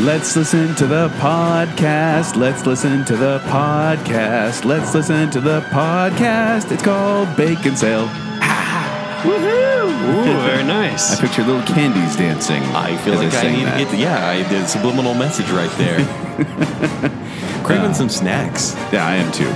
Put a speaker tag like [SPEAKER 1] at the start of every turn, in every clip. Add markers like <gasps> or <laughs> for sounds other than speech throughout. [SPEAKER 1] Let's listen to the podcast. Let's listen to the podcast. Let's listen to the podcast. It's called Bacon Sale.
[SPEAKER 2] Woohoo! Ooh, very
[SPEAKER 1] I
[SPEAKER 2] nice.
[SPEAKER 1] picture little candies dancing.
[SPEAKER 3] I feel
[SPEAKER 1] as
[SPEAKER 3] like I
[SPEAKER 1] sang
[SPEAKER 3] need
[SPEAKER 1] that.
[SPEAKER 3] to get. Yeah, I did subliminal message right there.
[SPEAKER 2] <laughs> Uh,
[SPEAKER 3] Craving some snacks.
[SPEAKER 1] Yeah, I am too.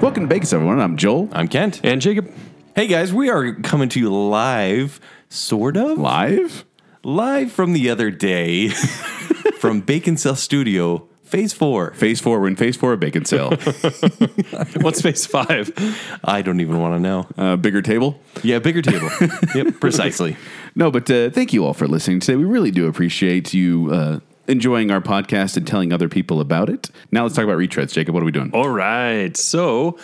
[SPEAKER 1] Welcome to Bacon Sale, everyone. I'm Joel.
[SPEAKER 3] I'm Kent.
[SPEAKER 2] And Jacob,
[SPEAKER 3] Hey guys, we are coming to you live, sort of
[SPEAKER 1] Live?
[SPEAKER 3] live from the other day <laughs> from Bacon Cell Studio Phase Four.
[SPEAKER 1] Phase four. We're in phase four of Bacon
[SPEAKER 3] <laughs>
[SPEAKER 1] Sale.
[SPEAKER 2] <laughs> what's phase five?
[SPEAKER 3] I don't even want to know.
[SPEAKER 1] uh, bigger table.
[SPEAKER 3] Yeah, bigger
[SPEAKER 2] <laughs>
[SPEAKER 3] table. yep, precisely.
[SPEAKER 1] No, but uh, thank you all for listening today. We really do appreciate you uh, enjoying our podcast and telling other people about it. Now let's talk about retreads. Jacob, what are we
[SPEAKER 3] Oh.
[SPEAKER 1] doing?
[SPEAKER 2] All right. So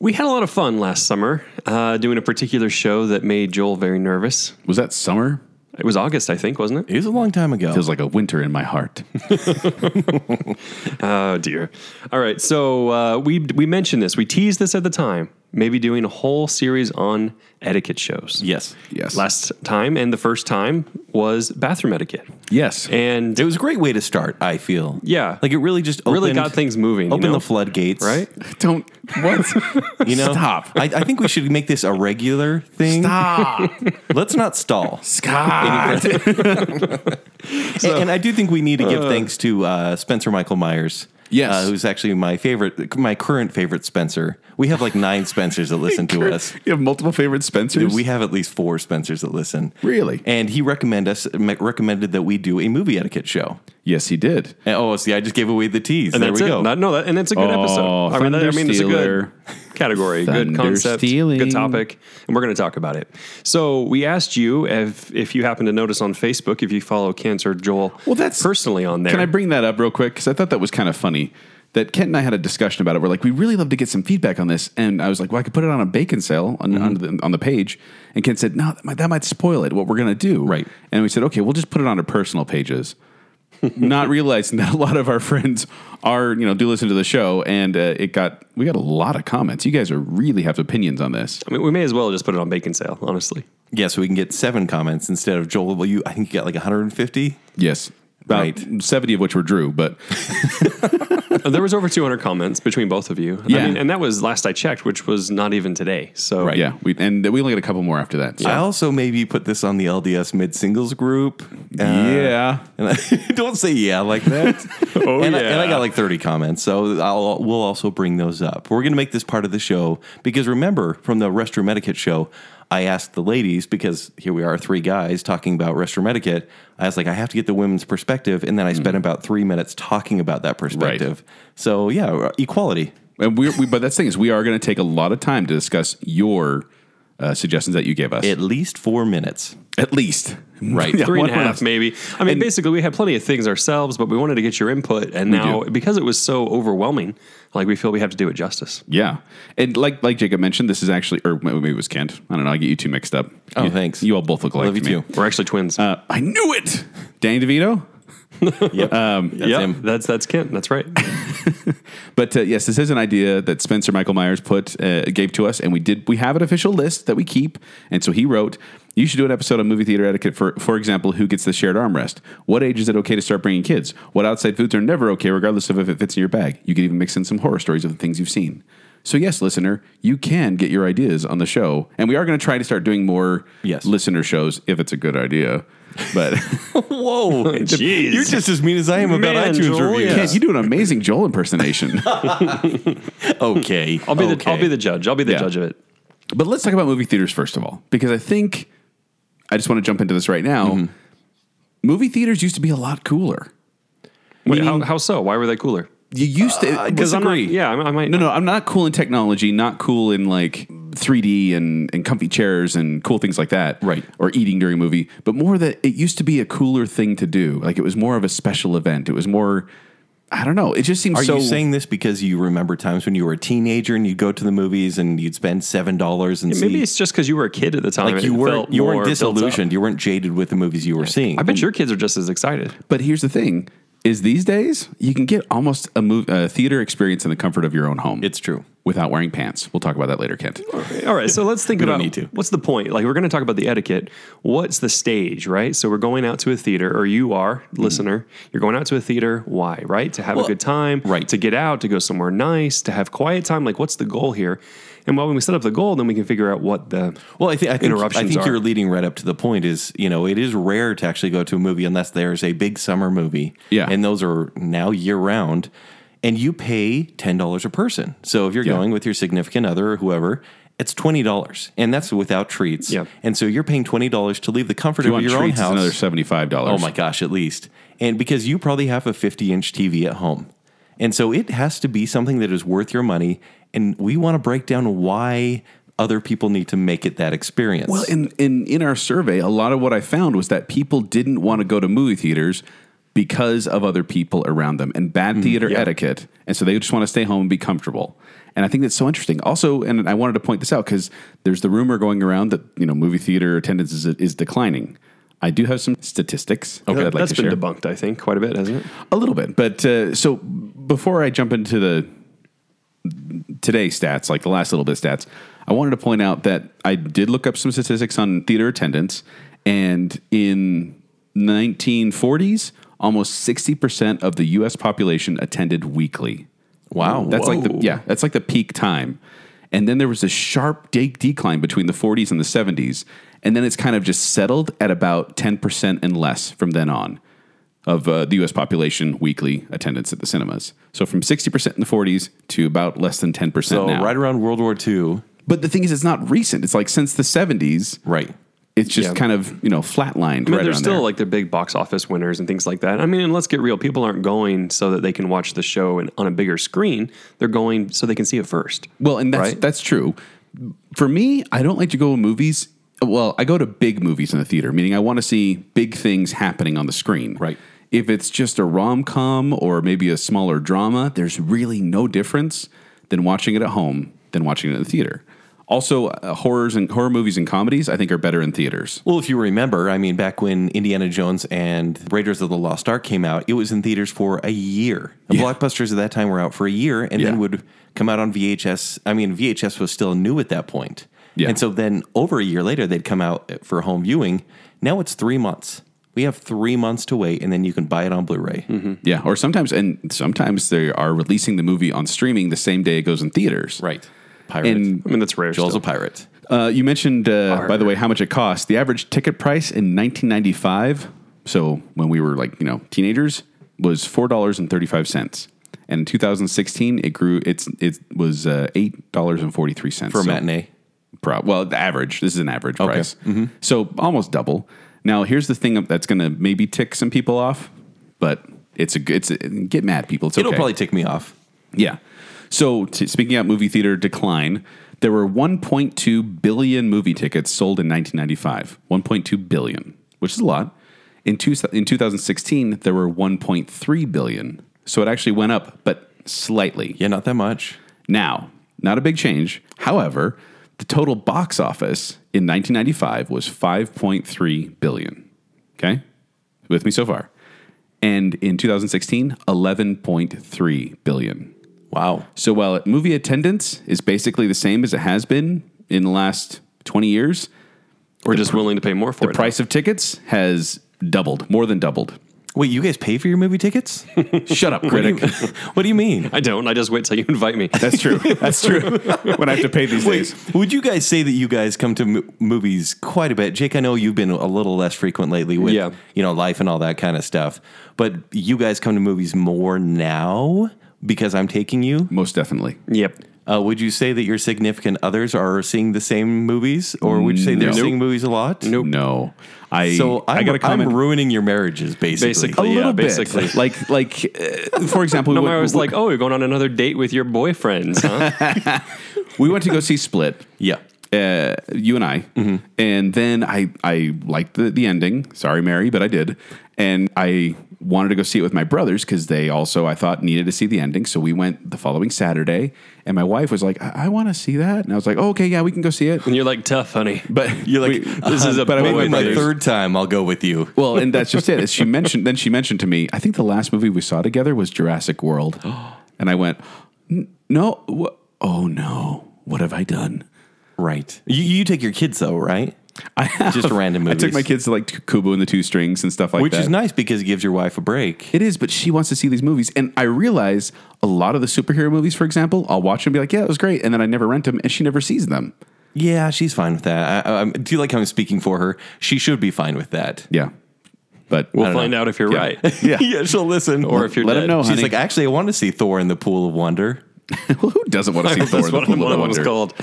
[SPEAKER 2] we had a lot of fun last summer uh, doing a particular show that made Joel very nervous.
[SPEAKER 1] Was that summer?
[SPEAKER 2] It was August, I think, wasn't it?
[SPEAKER 3] It was a long time ago.
[SPEAKER 1] Feels like a winter in my heart.
[SPEAKER 2] Oh dear. All right. So uh, we we mentioned this. We teased this at the time. Maybe doing a whole series on etiquette shows.
[SPEAKER 3] yes,
[SPEAKER 1] Yes.
[SPEAKER 2] Last time and the first time was bathroom etiquette.
[SPEAKER 1] yes.
[SPEAKER 2] And
[SPEAKER 3] it was a great way to start. I feel.
[SPEAKER 2] Yeah.
[SPEAKER 3] like it really just opened,
[SPEAKER 2] really got things moving. you
[SPEAKER 3] Open
[SPEAKER 2] know?
[SPEAKER 3] the floodgates,
[SPEAKER 2] right?
[SPEAKER 1] Don't what?
[SPEAKER 3] You know,
[SPEAKER 1] Stop.
[SPEAKER 3] I, I think we should make this a regular thing.
[SPEAKER 1] Stop.
[SPEAKER 3] Let's not stall.
[SPEAKER 1] Scott.
[SPEAKER 3] And- and, I do think we need to give thanks to uh, Spencer Michael Myers.
[SPEAKER 1] Yes.
[SPEAKER 3] uh, who's actually my favorite, my current favorite Spencer. We have
[SPEAKER 1] <laughs>
[SPEAKER 3] like nine Spencers that listen to us.
[SPEAKER 1] <laughs> You have multiple favorite Spencers.
[SPEAKER 3] We have at least four Spencers that listen.
[SPEAKER 1] Really?
[SPEAKER 3] And he recommend us me- recommended that we do a movie etiquette show.
[SPEAKER 1] yes, he did.
[SPEAKER 3] And- oh, see, I just gave away the tease.
[SPEAKER 2] And
[SPEAKER 3] there
[SPEAKER 2] that's
[SPEAKER 3] we
[SPEAKER 2] it.
[SPEAKER 3] go.
[SPEAKER 2] That- no, that, and it's a good
[SPEAKER 1] Oh,
[SPEAKER 2] episode. I mean, that, I mean, it's a good
[SPEAKER 1] Thunderstealer.
[SPEAKER 2] category, good concept,
[SPEAKER 1] Thunderstealing.
[SPEAKER 2] good topic, and we're going to talk about it. So we asked you if if you happen to notice on Facebook if you follow Kent or Joel.
[SPEAKER 1] Well, that's-
[SPEAKER 2] personally on there.
[SPEAKER 1] Can I bring that up real quick? Because I thought that was kind of funny that Kent and I had a discussion about it. We're like, we really love to get some feedback on this, and I was like, well, I could put it on a bacon sale on, on, the, on the page, and Kent said, no, that might, that might spoil it. What we're gonna do,
[SPEAKER 3] Right.
[SPEAKER 1] And we said, okay, we'll just put it on our personal pages. <laughs> Not realizing that a lot of our friends are, you know, do listen to the show, and uh, it got we got a lot of comments. You guys are really have opinions on this.
[SPEAKER 2] I mean, we may as well just put it on bacon sale. Honestly,
[SPEAKER 3] yeah, so we can get seven comments instead of Joel. Well, you, I think you got like 150.
[SPEAKER 1] Yes, about
[SPEAKER 3] Right.
[SPEAKER 1] seventy of which were Drew, but
[SPEAKER 2] Uh, there was over 200 comments between both of you.
[SPEAKER 1] Yeah.
[SPEAKER 2] I mean, and that was last I checked, which was not even today. So
[SPEAKER 1] yeah, we and we only got a couple more after that. So.
[SPEAKER 3] I also maybe put this on the LDS mid singles group. Uh,
[SPEAKER 1] yeah,
[SPEAKER 3] And I, <laughs> don't say yeah like
[SPEAKER 2] <laughs>
[SPEAKER 3] that. oh and I, and I
[SPEAKER 2] yeah.
[SPEAKER 3] got like 30 comments, so I'll, we'll also bring those up. We're going to make this part of the show because remember from the restroom etiquette show, I asked the ladies because here we are, three guys talking about restroom etiquette. I was like, I have to get the women's perspective, and then I
[SPEAKER 2] Mm-hmm.
[SPEAKER 3] spent about three minutes talking about that perspective. So yeah, equality.
[SPEAKER 1] And we're, we, but that's the thing is, we are going to take a lot of time to discuss your uh, suggestions that you gave us.
[SPEAKER 3] At least four minutes.
[SPEAKER 1] At least, <laughs> right?
[SPEAKER 2] Three and a half,
[SPEAKER 1] One-
[SPEAKER 2] maybe. I mean, basically, we had plenty of things ourselves, but we wanted to get your input. And now,
[SPEAKER 1] do.
[SPEAKER 2] because it was so overwhelming, like we feel we have to do it justice.
[SPEAKER 1] Yeah, and like like Jacob mentioned, this is actually, or maybe it was Kent. I don't know. I get you two mixed up.
[SPEAKER 3] Oh,
[SPEAKER 1] You-
[SPEAKER 3] thanks.
[SPEAKER 1] You all both look alike.
[SPEAKER 3] Love you
[SPEAKER 1] to me.
[SPEAKER 3] too.
[SPEAKER 2] We're actually twins.
[SPEAKER 1] Uh, I knew it. Danny DeVito.
[SPEAKER 3] Yep. Um, that's
[SPEAKER 2] yeah,
[SPEAKER 3] him.
[SPEAKER 2] that's that's Kent. That's right.
[SPEAKER 1] But uh, yes, this is an idea that Spencer Michael Myers put uh, gave to us, and we did. We have an official list that we keep, and so he wrote, "You should do an episode on movie theater etiquette. For for example, who gets the shared armrest? What age is it okay to start bringing kids? What outside foods are never okay, regardless of if it fits in your bag? You could even mix in some horror stories of the things you've seen." So yes, listener, you can get your ideas on the show, and we are going to try to start doing more
[SPEAKER 3] Yes.
[SPEAKER 1] listener shows if it's a good idea. But
[SPEAKER 3] Whoa.
[SPEAKER 2] <laughs> Jeez.
[SPEAKER 3] You're just as mean as I am about
[SPEAKER 2] Man,
[SPEAKER 3] iTunes
[SPEAKER 2] Joel,
[SPEAKER 3] reviews. <laughs>
[SPEAKER 2] yeah.
[SPEAKER 1] Kent, <laughs> you do an amazing Joel impersonation.
[SPEAKER 3] Okay.
[SPEAKER 2] I'll be the I'll be the judge. I'll be the
[SPEAKER 1] Yeah.
[SPEAKER 2] judge of it.
[SPEAKER 1] But let's talk about movie theaters first of all, because I think I just want to jump into this right now. Movie theaters used to be a lot cooler.
[SPEAKER 2] Wait,
[SPEAKER 1] Meaning-
[SPEAKER 2] how, how so? Why were they cooler?
[SPEAKER 1] You used to
[SPEAKER 2] Because I'm not.
[SPEAKER 1] disagree.
[SPEAKER 2] Yeah, I, I might.
[SPEAKER 1] No, no, I'm not cool in technology, not cool in like 3D and, and comfy chairs and cool things like that.
[SPEAKER 3] Right.
[SPEAKER 1] Or eating during a movie, but more that it used to be a cooler thing to do. Like it was more of a special event. It was more, I don't know. It just seems
[SPEAKER 3] Are
[SPEAKER 1] so.
[SPEAKER 3] you saying this because you remember times when you were a teenager and you'd go to the movies and you'd spend seven dollars and
[SPEAKER 2] Maybe
[SPEAKER 3] see,
[SPEAKER 2] it's just because you were a kid at the time.
[SPEAKER 3] like
[SPEAKER 2] it
[SPEAKER 3] you
[SPEAKER 2] felt
[SPEAKER 3] weren't you
[SPEAKER 2] more
[SPEAKER 3] weren't
[SPEAKER 2] built up.
[SPEAKER 3] disillusioned, you weren't jaded with the movies you were seeing.
[SPEAKER 2] I bet your kids are just as excited.
[SPEAKER 1] But here's the thing: is these days you can get almost a mov- a theater experience in the comfort of your own home.
[SPEAKER 3] It's true.
[SPEAKER 1] without wearing pants. We'll talk about that later, Kent.
[SPEAKER 2] <laughs> All right, so let's think
[SPEAKER 3] don't
[SPEAKER 2] about
[SPEAKER 3] need to.
[SPEAKER 2] what's the point. Like we're going to talk about the etiquette. What's the stage, right? So we're going out to a theater, or you are, listener. You're going out to a theater. Why, right? To have a good time,
[SPEAKER 3] right.
[SPEAKER 2] To get out, to go somewhere nice, to have quiet time. Like, what's the goal here? And well, when we set up the goal, then we can figure out what the
[SPEAKER 3] Well, I think I think, I
[SPEAKER 2] Interruptions
[SPEAKER 3] think
[SPEAKER 2] are-
[SPEAKER 3] you're leading right up to the point. Is you know it is rare to actually go to a movie unless there's a big summer movie.
[SPEAKER 1] Yeah.
[SPEAKER 3] and those are now year round, and you pay ten dollars a person. So if you're
[SPEAKER 1] Yeah.
[SPEAKER 3] going with your significant other or whoever, it's twenty dollars, and that's without treats.
[SPEAKER 2] Yeah.
[SPEAKER 3] and so you're paying twenty dollars to leave the comfort
[SPEAKER 1] You
[SPEAKER 3] of
[SPEAKER 1] want
[SPEAKER 3] your own
[SPEAKER 1] treats? It's
[SPEAKER 3] house.
[SPEAKER 1] another seventy five dollars.
[SPEAKER 3] Oh my gosh, at least. And because you probably have a 50 inch TV at home. And so it has to be something that is worth your money. And we want to break down why other people need to make it that experience.
[SPEAKER 1] Well, in, in in our survey, a lot of what I found was that people didn't want to go to movie theaters because of other people around them and bad theater etiquette, and so they just want to stay home and be comfortable. And I think that's so interesting. Also, and I wanted to point this out because there's the rumor going around that you know movie theater attendance is, is declining. I do have some statistics. Okay,
[SPEAKER 2] that, has been debunked. I think quite a bit, hasn't it?
[SPEAKER 1] a little bit, but uh, so before I jump into the today stats, like the last little bit stats, I wanted to point out that I did look up some statistics on theater attendance, and in 1940s, almost 60 percent of the U.S. population attended weekly.
[SPEAKER 3] wow.
[SPEAKER 1] That's like the
[SPEAKER 2] Whoa.
[SPEAKER 1] yeah, that's like the peak time. And then there was a sharp de- decline between the 40s and the 70s, and then it's kind of just settled at about 10% and less from then on of uh, the US population weekly attendance at the cinemas. So from 60% in the 40s to about less than 10%
[SPEAKER 3] so
[SPEAKER 1] now.
[SPEAKER 3] right around World War II.
[SPEAKER 1] but the thing is it's not recent. It's like since the 70s.
[SPEAKER 3] Right.
[SPEAKER 1] It's just
[SPEAKER 2] Yeah.
[SPEAKER 1] kind of, you know, flatlined
[SPEAKER 2] I mean,
[SPEAKER 1] right
[SPEAKER 2] they're
[SPEAKER 1] around
[SPEAKER 2] still
[SPEAKER 1] there.
[SPEAKER 2] like their big box office winners and things like that. I mean, and let's get real. People aren't going so that they can watch the show and, on a bigger screen. They're going so they can see it first.
[SPEAKER 1] Well, and that's
[SPEAKER 2] Right?
[SPEAKER 1] that's true. For me, I don't like to go to movies. Well, I go to big movies in the theater, meaning I want to see big things happening on the screen.
[SPEAKER 3] Right.
[SPEAKER 1] If it's just a rom com or maybe a smaller drama, there's really no difference than watching it at home than watching it in the theater. Also, uh, horrors and horror movies and comedies I think are better in theaters.
[SPEAKER 3] Well, if you remember, I mean, back when Indiana Jones and Raiders of the Lost Ark came out, it was in theaters for a year. And blockbusters at that time were out for a year and
[SPEAKER 1] Yeah.
[SPEAKER 3] then would come out on VHS. I mean, VHS was still new at that point.
[SPEAKER 1] Yeah.
[SPEAKER 3] And so then over a year later, they'd come out for home viewing. Now it's three months. We have three months to wait, and then you can buy it on Blu ray.
[SPEAKER 1] Yeah, or sometimes and sometimes they are releasing the movie on streaming the same day it goes in theaters.
[SPEAKER 3] Right. Pirate.
[SPEAKER 1] And
[SPEAKER 2] I mean, that's rare.
[SPEAKER 3] Joel's
[SPEAKER 2] still.
[SPEAKER 3] a pirate.
[SPEAKER 1] Uh, you mentioned, uh, by the way, how much it cost. The average ticket price in 1995, so when we were like you know teenagers, was four dollars and thirty five cents. And in 2016, it grew. It's it was uh, eight dollars and forty three cents
[SPEAKER 3] For a matinee. Mm-hmm.
[SPEAKER 1] Pro, well, the average. This is an average price, so almost double. Now, here's the thing that's going to maybe tick some people off, but it's a g- it's a, get mad people. It's
[SPEAKER 3] It'll
[SPEAKER 1] okay.
[SPEAKER 3] probably tick me off.
[SPEAKER 1] Yeah. So t- speaking of movie theater decline, there were 1.2 billion movie tickets sold in 1995. 1.2 billion, which is a lot. In, two, in 2016, there were 1.3 billion. So it actually went up, but slightly.
[SPEAKER 3] Yeah, not that much.
[SPEAKER 1] Now, not a big change. However, the total box office in 1995 was 5.3 billion. Okay? With me so far. And in 2016, 11.3 billion.
[SPEAKER 3] Wow.
[SPEAKER 1] So while movie attendance is basically the same as it has been in the last 20 years,
[SPEAKER 2] We're just willing to pay more for it.
[SPEAKER 1] price of tickets has doubled, more than doubled.
[SPEAKER 3] Wait, you guys pay for your movie tickets?
[SPEAKER 1] Shut up,
[SPEAKER 3] What do you-
[SPEAKER 1] critic.
[SPEAKER 3] what do you mean?
[SPEAKER 2] I don't. I just wait till you <laughs> invite me.
[SPEAKER 1] That's true. That's true. when I have to pay these
[SPEAKER 3] Wait,
[SPEAKER 1] days.
[SPEAKER 3] would you guys say that you guys come to mo- movies quite a bit? Jake, I know you've been a little less frequent lately with
[SPEAKER 2] Yeah.
[SPEAKER 3] you know life and all that kind of stuff, but you guys come to movies more now because I'm taking you.
[SPEAKER 1] Most definitely.
[SPEAKER 2] yep.
[SPEAKER 3] Uh, would you say that your significant others are seeing the same movies, or would you say they're
[SPEAKER 1] Nope.
[SPEAKER 3] seeing movies a lot?
[SPEAKER 2] Nope.
[SPEAKER 1] No. I
[SPEAKER 3] So I'm,
[SPEAKER 1] I got a
[SPEAKER 3] I'm
[SPEAKER 1] comment
[SPEAKER 3] ruining your marriages, basically.
[SPEAKER 2] Basically.
[SPEAKER 1] a
[SPEAKER 2] Yeah,
[SPEAKER 1] little bit.
[SPEAKER 2] basically.
[SPEAKER 1] Like, like uh, for example, we,
[SPEAKER 2] <laughs> No,
[SPEAKER 1] went,
[SPEAKER 2] I was
[SPEAKER 1] we-
[SPEAKER 2] like, oh, you're going on another date with your boyfriends, huh?
[SPEAKER 1] we went to go see Split.
[SPEAKER 3] Oh, Yeah.
[SPEAKER 1] Uh, you and I,
[SPEAKER 2] Mm-hmm.
[SPEAKER 1] and then I I liked the, the ending. Sorry, Mary, but I did, and I wanted to go see it with my brothers because they also I thought needed to see the ending. So we went the following Saturday, and my wife was like, "I, I want to see that," and I was like, oh, "Okay, yeah, we can go
[SPEAKER 2] <laughs>
[SPEAKER 1] see it."
[SPEAKER 2] and you're like, tough, <laughs> honey.
[SPEAKER 1] But
[SPEAKER 3] You're like,
[SPEAKER 2] this is a
[SPEAKER 1] but I
[SPEAKER 2] boy
[SPEAKER 1] went
[SPEAKER 3] Maybe
[SPEAKER 1] with
[SPEAKER 3] my
[SPEAKER 2] brothers.
[SPEAKER 3] third time, I'll go with you.
[SPEAKER 1] Well, and that's just
[SPEAKER 2] <laughs>
[SPEAKER 1] it. As She mentioned then she mentioned to me, I
[SPEAKER 2] <gasps>
[SPEAKER 1] think the last movie we saw together was Jurassic World, and I went, "N- no, wh- oh no, what have I done?
[SPEAKER 3] Right. You, you take your kids though, right?
[SPEAKER 1] I have,
[SPEAKER 3] Just random
[SPEAKER 1] I took
[SPEAKER 3] movies.
[SPEAKER 1] my kids to like Kubo and the Two Strings and stuff like
[SPEAKER 3] Which
[SPEAKER 1] that.
[SPEAKER 3] is nice because it gives your wife a break.
[SPEAKER 1] It is, but she wants to see these movies. And I realize a lot of the superhero movies, for example, I'll watch them and be like, yeah, it was great. And then I never rent them and she never sees them.
[SPEAKER 3] Yeah, she's fine with that. I, I, I- do you like how I'm speaking for her? She should be fine with that.
[SPEAKER 1] Yeah. But <laughs>
[SPEAKER 2] We'll find out if you're
[SPEAKER 1] Yeah.
[SPEAKER 3] <laughs>
[SPEAKER 2] <laughs> right.
[SPEAKER 1] Yeah.
[SPEAKER 3] yeah, she'll listen.
[SPEAKER 2] Or if you're
[SPEAKER 1] Let 'em
[SPEAKER 2] dead.
[SPEAKER 1] know.
[SPEAKER 3] she's
[SPEAKER 1] honey.
[SPEAKER 3] like, actually, I want to see Thor in the Pool of Wonder.
[SPEAKER 1] <laughs> well, who doesn't want to see Thor?
[SPEAKER 2] That's
[SPEAKER 1] in the
[SPEAKER 2] what one
[SPEAKER 1] Pool
[SPEAKER 2] of
[SPEAKER 1] of
[SPEAKER 2] them was
[SPEAKER 1] Wonder?
[SPEAKER 2] called.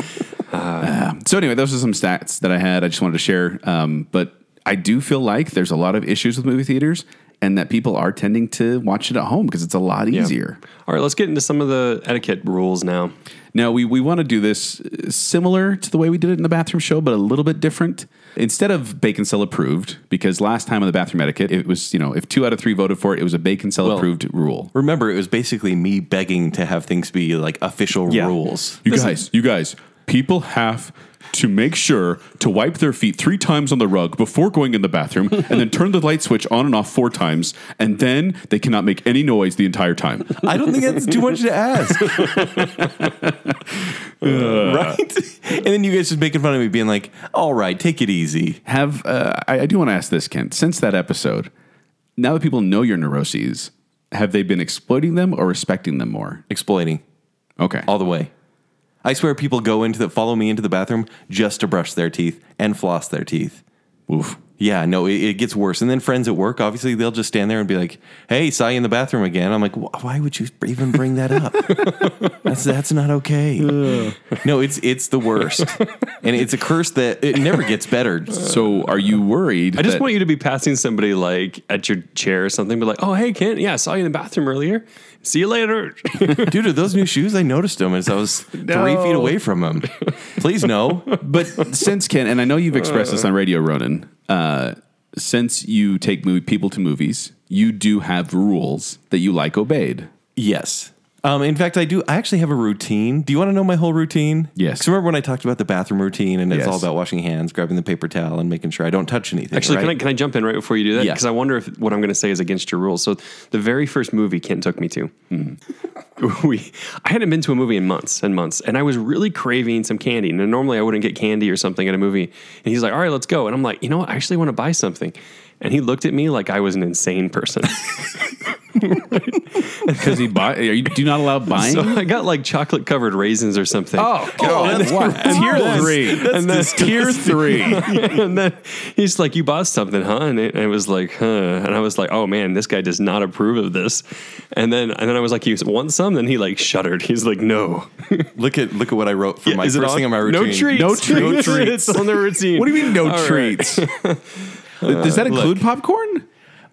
[SPEAKER 1] So anyway, those are some stats that I had. I just wanted to share. Um, but I do feel like there's a lot of issues with movie theaters, and that people are tending to watch it at home because it's a lot easier.
[SPEAKER 2] All right, let's get into some of the etiquette rules now.
[SPEAKER 1] Now we we want to do this uh, similar to the way we did it in the bathroom show, but a little bit different. Instead of bacon cell approved, because last time on the bathroom etiquette, it was you know if two out of three voted for it, it was a bacon cell approved rule.
[SPEAKER 3] Remember, it was basically me begging to have things be like official
[SPEAKER 2] Yeah.
[SPEAKER 3] rules.
[SPEAKER 1] You guys, you guys, people have to make sure to wipe their feet three times on the rug before going in the bathroom and then turn the light switch on and off four times, and then they cannot make any noise the entire time.
[SPEAKER 3] I don't think that's too much
[SPEAKER 1] <laughs>
[SPEAKER 3] to ask. <laughs> Uh, right? And then you guys just making fun of me, being like, all right, take it easy.
[SPEAKER 1] Have uh, I, I do want to ask this, Kent, since that episode, now that people know your neuroses, have they been exploiting them or respecting them more?
[SPEAKER 3] Exploiting
[SPEAKER 1] Okay.
[SPEAKER 3] all the way. I swear people go into the follow me into the bathroom just to brush their teeth and floss their teeth.
[SPEAKER 1] Oof.
[SPEAKER 3] Yeah, no, it, it gets worse. And then friends at work, obviously, they'll just stand there and be like, "Hey, saw you in the bathroom again." I'm like, "Wh- "Why would you even bring that up?
[SPEAKER 2] <laughs>
[SPEAKER 3] that's that's not okay." no, it's it's the worst, and it's a curse that it never gets better.
[SPEAKER 1] So are you worried?
[SPEAKER 2] I just want you to be passing somebody like at your chair or something, be like, "Oh, hey, Kent, yeah, I saw you in the bathroom earlier. See you later." <laughs>
[SPEAKER 3] Dude, are those new shoes? I noticed them as I was three feet away from them. Please no.
[SPEAKER 2] <laughs>
[SPEAKER 1] But since Ken, and I know you've expressed this on Radio Ronan, uh, since you take movie, people to movies, you do have rules that you like obeyed.
[SPEAKER 3] Yes. Um, in fact, I do. I actually have a routine. Do you want to know my whole routine?
[SPEAKER 1] Yes.
[SPEAKER 3] 'Cause remember when I talked about the bathroom routine and it's
[SPEAKER 1] Yes.
[SPEAKER 3] all about washing hands, grabbing the paper towel, and making sure I don't touch anything.
[SPEAKER 2] Actually,
[SPEAKER 3] right?
[SPEAKER 2] can I can I jump in right before you do that?
[SPEAKER 3] Yeah.
[SPEAKER 2] Because I wonder if what I'm going to say is against your rules. So the very first movie Kent took me to, <laughs> we I hadn't been to a movie in months and months, and I was really craving some candy. Now normally I wouldn't get candy or something at a movie, and he's like, "All right, let's go," and I'm like, "You know what? I actually want to buy something." And he looked at me like I was an insane person. <laughs>
[SPEAKER 1] Because he buy, are you, do you not allow buying?
[SPEAKER 2] <laughs> so I got like chocolate covered raisins or something.
[SPEAKER 3] Oh. <laughs>
[SPEAKER 1] God.
[SPEAKER 3] that's
[SPEAKER 1] What? Tier
[SPEAKER 3] gross.
[SPEAKER 1] three.
[SPEAKER 2] and then,
[SPEAKER 3] <laughs>
[SPEAKER 1] Tier three.
[SPEAKER 2] <laughs> and then he's like, "You bought something, huh?" And it, and it was like, "Huh?" And I was like, "Oh man, this guy does not approve of this." And then and then I was like, "You want some?" Then he like shuddered. He's like, "No,
[SPEAKER 3] Look at look at what I wrote for my
[SPEAKER 2] Is it
[SPEAKER 3] first
[SPEAKER 2] on?
[SPEAKER 3] thing on my routine.
[SPEAKER 2] No treats,
[SPEAKER 1] No treats.
[SPEAKER 2] <laughs> it's on the routine.
[SPEAKER 1] What do you mean no
[SPEAKER 2] All right.
[SPEAKER 1] treats? Does
[SPEAKER 2] uh,
[SPEAKER 1] that include popcorn?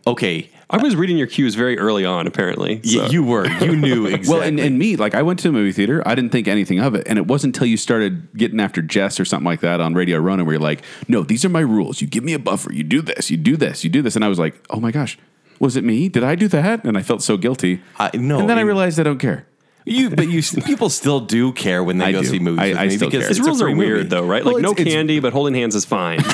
[SPEAKER 3] Okay,
[SPEAKER 2] I was reading your cues very early on, apparently.
[SPEAKER 3] y-
[SPEAKER 2] so-
[SPEAKER 3] you were you knew exactly.
[SPEAKER 1] Well, and, and me, like I went to a movie theater, I didn't think anything of it, and it wasn't until you started getting after Jess or something like that on Radio Ronan, where you're like, "No, these are my rules. You give me a buffer. You do this. You do this. You do this." And I was like, "Oh my gosh, was it me? Did I do that?" And I felt so guilty.
[SPEAKER 3] I- no,
[SPEAKER 1] and then I
[SPEAKER 3] you-
[SPEAKER 1] realized I don't care.
[SPEAKER 3] you but you people still do care when they
[SPEAKER 1] I
[SPEAKER 3] go
[SPEAKER 1] do.
[SPEAKER 3] see movies.
[SPEAKER 1] I-
[SPEAKER 3] with
[SPEAKER 1] I
[SPEAKER 3] me
[SPEAKER 1] still
[SPEAKER 3] because
[SPEAKER 1] care.
[SPEAKER 2] His
[SPEAKER 3] it's a
[SPEAKER 2] rules are
[SPEAKER 3] free
[SPEAKER 2] weird
[SPEAKER 3] movie.
[SPEAKER 2] though, right?
[SPEAKER 1] Well,
[SPEAKER 2] like no
[SPEAKER 1] it's- it's-
[SPEAKER 2] candy, but holding hands is fine. <laughs> you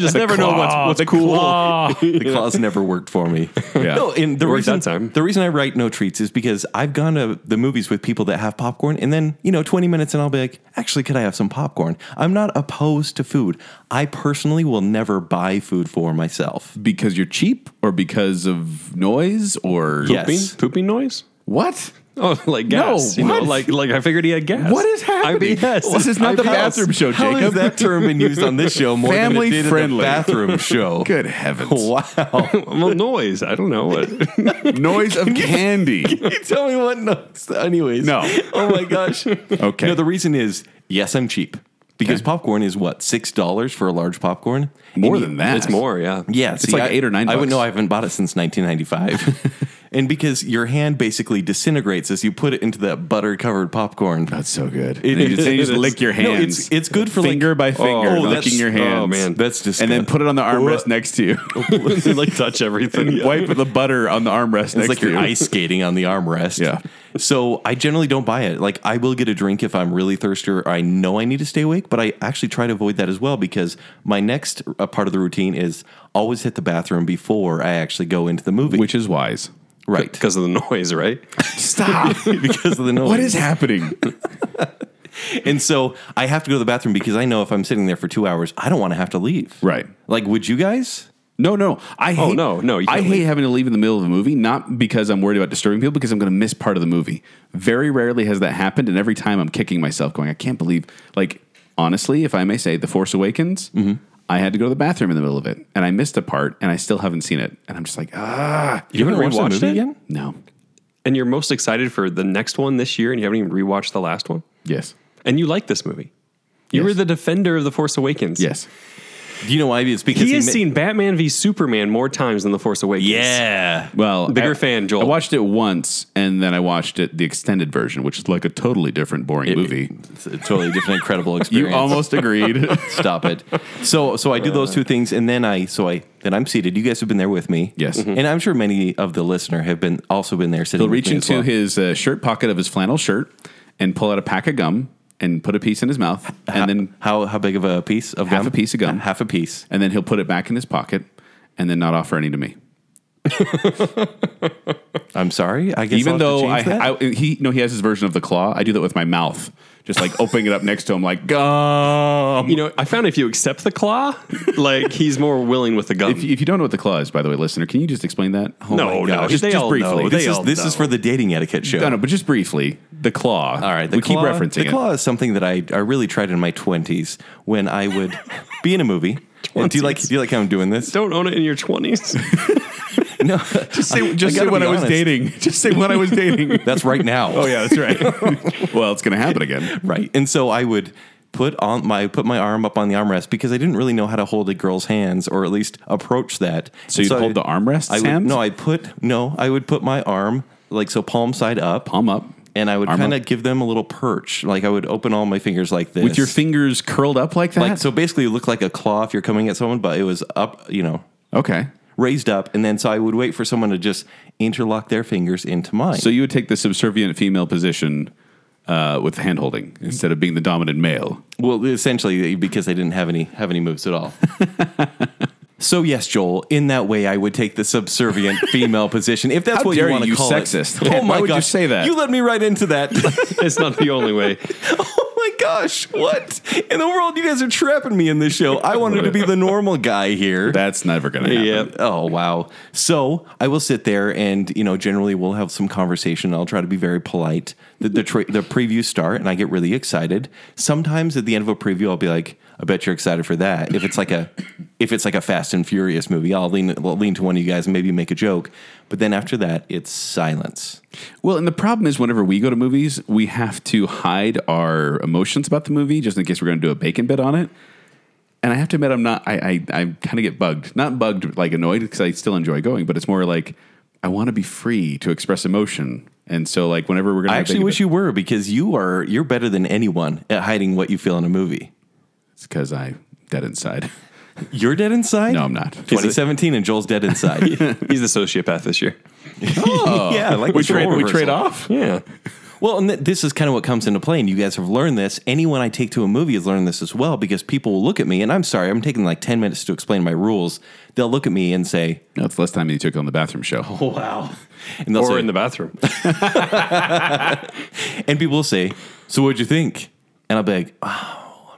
[SPEAKER 2] just never know what's,
[SPEAKER 1] claw,
[SPEAKER 2] what's
[SPEAKER 1] the
[SPEAKER 2] cool.
[SPEAKER 3] <laughs> The claws never worked for me.
[SPEAKER 1] Yeah.
[SPEAKER 3] No, and the
[SPEAKER 2] It worked
[SPEAKER 3] reason
[SPEAKER 2] that time.
[SPEAKER 3] the reason I write no treats is because I've gone to the movies with people that have popcorn, and then you know twenty minutes, and I'll be like, actually, could I have some popcorn? I'm not opposed to food. I personally will never buy food for myself.
[SPEAKER 1] Because you're cheap, or because of noise, or
[SPEAKER 3] Yes.
[SPEAKER 2] Pooping, pooping noise.
[SPEAKER 1] what?
[SPEAKER 2] Oh, like gas.
[SPEAKER 1] No,
[SPEAKER 2] you know,
[SPEAKER 1] what?
[SPEAKER 2] like like I figured he had gas.
[SPEAKER 1] What is happening?
[SPEAKER 2] IBS.
[SPEAKER 1] This is not the bathroom show,
[SPEAKER 3] How has
[SPEAKER 1] Jacob.
[SPEAKER 3] that term been used on this show more
[SPEAKER 1] Family
[SPEAKER 3] than it did
[SPEAKER 1] friendly.
[SPEAKER 3] at the
[SPEAKER 1] <laughs>
[SPEAKER 3] bathroom show?
[SPEAKER 1] Good heavens!
[SPEAKER 3] <laughs> Wow.
[SPEAKER 2] well, noise. I don't know what.
[SPEAKER 1] Noise of candy.
[SPEAKER 3] <laughs> you tell me what nuts. Anyways.
[SPEAKER 1] No.
[SPEAKER 3] Oh my gosh.
[SPEAKER 1] Okay.
[SPEAKER 3] No, the reason is yes, I'm cheap. Because popcorn is what, six dollars for a large popcorn?
[SPEAKER 1] More
[SPEAKER 3] And
[SPEAKER 1] than that.
[SPEAKER 2] It's more, yeah.
[SPEAKER 3] Yeah,
[SPEAKER 1] It's like
[SPEAKER 3] I-
[SPEAKER 1] eight or nine
[SPEAKER 3] I would
[SPEAKER 1] bucks.
[SPEAKER 3] know I haven't bought it since 1995, <laughs> and because your hand basically disintegrates as you put it into that butter-covered
[SPEAKER 1] <laughs>
[SPEAKER 3] popcorn.
[SPEAKER 1] That's so good.
[SPEAKER 3] It
[SPEAKER 1] and you just,
[SPEAKER 3] is-
[SPEAKER 1] and you
[SPEAKER 3] it
[SPEAKER 1] just
[SPEAKER 3] is.
[SPEAKER 1] lick your
[SPEAKER 3] No,
[SPEAKER 1] hands.
[SPEAKER 3] it's- it's good for, like-
[SPEAKER 1] finger by finger,
[SPEAKER 3] Oh,
[SPEAKER 1] licking
[SPEAKER 3] that's-
[SPEAKER 1] your hands.
[SPEAKER 2] oh, man.
[SPEAKER 3] That's just
[SPEAKER 1] and then put it on the armrest
[SPEAKER 3] What?
[SPEAKER 1] next to
[SPEAKER 3] <laughs>
[SPEAKER 1] you.
[SPEAKER 2] like touch everything. Yeah.
[SPEAKER 1] Wipe the butter on the armrest next
[SPEAKER 3] It's like
[SPEAKER 1] to
[SPEAKER 3] you're
[SPEAKER 1] you.
[SPEAKER 3] ice skating on the armrest.
[SPEAKER 1] Yeah.
[SPEAKER 3] So I generally don't buy it. Like I will get a drink if I'm really thirsty or I know I need to stay awake, but I actually try to avoid that as well because my next uh, part of the routine is always hit the bathroom before I actually go into the movie.
[SPEAKER 1] Which is wise.
[SPEAKER 3] Right.
[SPEAKER 2] Because of the noise, right?
[SPEAKER 1] <laughs> Stop.
[SPEAKER 3] <laughs> because of the noise.
[SPEAKER 1] what is
[SPEAKER 3] <laughs>
[SPEAKER 1] happening?
[SPEAKER 3] And so I have to go to the bathroom because I know if I'm sitting there for two hours, I don't want to have to leave.
[SPEAKER 1] Right.
[SPEAKER 3] Like, would you guys?
[SPEAKER 1] No, no. I hate,
[SPEAKER 2] Oh, no, no, you
[SPEAKER 1] I
[SPEAKER 2] can't
[SPEAKER 1] hate
[SPEAKER 2] leave.
[SPEAKER 1] having to leave in the middle of a movie, not because I'm worried about disturbing people, because I'm going to miss part of the movie. Very rarely has that happened, and every time I'm kicking myself, going, I can't believe. Like, honestly, if I may say, The Force Awakens,
[SPEAKER 2] Mm-hmm.
[SPEAKER 1] I had to go to the bathroom in the middle of it, and I missed a part, and I still haven't seen it, and I'm just like, ah,
[SPEAKER 2] You haven't
[SPEAKER 3] watched the
[SPEAKER 2] rewatched
[SPEAKER 3] movie
[SPEAKER 2] it?
[SPEAKER 3] again?
[SPEAKER 1] no,
[SPEAKER 2] And you're most excited for the next one this year, and you haven't even rewatched the last one.
[SPEAKER 1] yes,
[SPEAKER 2] And you like this movie. You
[SPEAKER 1] Yes.
[SPEAKER 2] were the defender of The Force Awakens.
[SPEAKER 1] yes.
[SPEAKER 3] Do you know why? It's because
[SPEAKER 2] He, has
[SPEAKER 3] ma-
[SPEAKER 2] seen Batman v Superman more times than The Force Awakens.
[SPEAKER 3] Yeah.
[SPEAKER 1] Well,
[SPEAKER 2] Bigger
[SPEAKER 1] I-
[SPEAKER 2] fan, Joel.
[SPEAKER 1] I watched it once, and then I watched it the extended version, which is like a totally different, boring movie.
[SPEAKER 3] It's a totally different,
[SPEAKER 1] <laughs>
[SPEAKER 3] incredible
[SPEAKER 1] You
[SPEAKER 3] experience. <laughs>
[SPEAKER 1] almost agreed.
[SPEAKER 3] stop it. So so I do those two things, and then I so I then I'm seated. You guys have been there with me, Mm-hmm.
[SPEAKER 1] Yes. Mhm.
[SPEAKER 3] and I'm sure many of the listener have been also been there sitting.
[SPEAKER 1] He'll
[SPEAKER 3] with
[SPEAKER 1] reach
[SPEAKER 3] me as
[SPEAKER 1] into
[SPEAKER 3] well.
[SPEAKER 1] his uh, shirt pocket of his flannel shirt and pull out a pack of gum and put a piece in his mouth, and
[SPEAKER 3] <laughs>
[SPEAKER 1] then
[SPEAKER 3] How how big of a piece of
[SPEAKER 1] Half
[SPEAKER 3] gum?
[SPEAKER 1] a piece of gum.
[SPEAKER 3] Half a piece.
[SPEAKER 1] and then he'll put it back in his pocket, and then not offer any to me.
[SPEAKER 3] I'm sorry. I guess
[SPEAKER 1] Even
[SPEAKER 3] I'll have to
[SPEAKER 1] though
[SPEAKER 3] change
[SPEAKER 1] I,
[SPEAKER 3] that.
[SPEAKER 1] I, he no, he has his version of the claw. I do that with my mouth, just like opening it up next to him, like gum.
[SPEAKER 2] You know, I found if you accept the claw, like he's more willing with the gun.
[SPEAKER 1] If you, if you don't know what the claw is, by the way, listener, can you just explain that? Oh
[SPEAKER 2] No,
[SPEAKER 1] my
[SPEAKER 2] no,
[SPEAKER 1] gosh.
[SPEAKER 2] they all know. They
[SPEAKER 3] this is
[SPEAKER 2] all
[SPEAKER 3] this
[SPEAKER 2] know.
[SPEAKER 3] is for the dating etiquette show.
[SPEAKER 1] No, no, but just briefly, the claw.
[SPEAKER 3] All right, the
[SPEAKER 1] we
[SPEAKER 3] claw,
[SPEAKER 1] keep referencing
[SPEAKER 3] the
[SPEAKER 1] it.
[SPEAKER 3] claw is something that I, I really tried in my twenties when I
[SPEAKER 1] <laughs>
[SPEAKER 3] would be in a movie. And do you like do you like how I'm doing this?
[SPEAKER 2] Don't own it in your 20s.
[SPEAKER 3] No,
[SPEAKER 1] <laughs> Just say,
[SPEAKER 3] I gotta be honest.
[SPEAKER 1] dating. <laughs> Just say when I was dating.
[SPEAKER 3] <laughs> that's right now.
[SPEAKER 1] oh yeah, that's right.
[SPEAKER 3] <laughs>
[SPEAKER 1] well, it's gonna happen again.
[SPEAKER 3] Right. And so I would put on my put my arm up on the armrest because I didn't really know how to hold a girl's hands or at least approach that.
[SPEAKER 1] So you'd hold the armrests
[SPEAKER 3] I would,
[SPEAKER 1] hands?
[SPEAKER 3] no, I put no, I would put my arm like so palm side up
[SPEAKER 1] Palm up.
[SPEAKER 3] and I would
[SPEAKER 1] arm up.
[SPEAKER 3] kind of give them a little perch. Like I would open all my fingers like this.
[SPEAKER 1] with your fingers curled up like that.
[SPEAKER 3] like so basically you look like a claw if you're coming at someone, but it was up, you know,
[SPEAKER 1] okay.
[SPEAKER 3] raised up and then so I would wait for someone to just interlock their fingers into mine.
[SPEAKER 1] So you would take the subservient female position uh, with hand holding instead of being the dominant male.
[SPEAKER 3] Well, essentially because they didn't have any have any moves at all. <laughs> so yes, Joel, in that way I would take the <laughs> subservient female position if that's
[SPEAKER 1] How
[SPEAKER 3] what
[SPEAKER 1] dare
[SPEAKER 3] you want
[SPEAKER 1] you,
[SPEAKER 3] to
[SPEAKER 1] you
[SPEAKER 3] call
[SPEAKER 1] sexist.
[SPEAKER 3] it.
[SPEAKER 1] Why
[SPEAKER 3] Oh my
[SPEAKER 1] would you
[SPEAKER 3] gosh,
[SPEAKER 1] say that?
[SPEAKER 3] You led me right into that.
[SPEAKER 2] <laughs>
[SPEAKER 3] <laughs>
[SPEAKER 2] it's not the only way.
[SPEAKER 3] oh my gosh, what in the world? You guys are trapping me in this <laughs> show. I wanted to be the normal guy here.
[SPEAKER 1] That's never going to happen.
[SPEAKER 2] Yeah.
[SPEAKER 3] Oh wow! So I will sit there, and you know, generally we'll have some conversation. I'll try to be very polite. The the, tra- the previews start, and I get really excited. Sometimes at the end of a preview, I'll be like, "I bet you're excited for that." If it's like a if it's like a Fast and Furious movie, I'll lean I'll lean to one of you guys and maybe make a joke. But then after that, it's silence.
[SPEAKER 1] Well, and the problem is whenever we go to movies, we have to hide our emotions about the movie just in case we're going to do a bacon bit on it. And I have to admit, I'm not. I I, I kind of get bugged. Not bugged, like annoyed, because I still enjoy going. But it's more like I want to be free to express emotion. And so, like whenever we're going to,
[SPEAKER 3] I actually wish you were because you are you're better than anyone at hiding what you feel in a movie.
[SPEAKER 1] It's because I dead inside. <laughs>
[SPEAKER 3] You're dead inside.
[SPEAKER 1] No, I'm not.
[SPEAKER 3] 2017 and Joel's dead <laughs> inside. Oh.
[SPEAKER 2] He's the sociopath this year.
[SPEAKER 3] yeah, I like
[SPEAKER 1] we
[SPEAKER 3] this role
[SPEAKER 1] trade. We trade
[SPEAKER 3] reversal.
[SPEAKER 1] off.
[SPEAKER 2] Yeah.
[SPEAKER 3] Well, and th- this is kind of what comes into play, and you guys have learned this. Anyone I take to a movie has learned this as well because people will look at me, and I'm sorry, I'm taking like 10 minutes to explain my rules. They'll look at me and say,
[SPEAKER 1] No, it's less time than you took on the bathroom show. <laughs>
[SPEAKER 3] Oh, wow. <laughs> And, they'll
[SPEAKER 2] Or
[SPEAKER 3] say-
[SPEAKER 2] in the bathroom.
[SPEAKER 3] and people will say, So what'd you think? And I'll be like, Oh,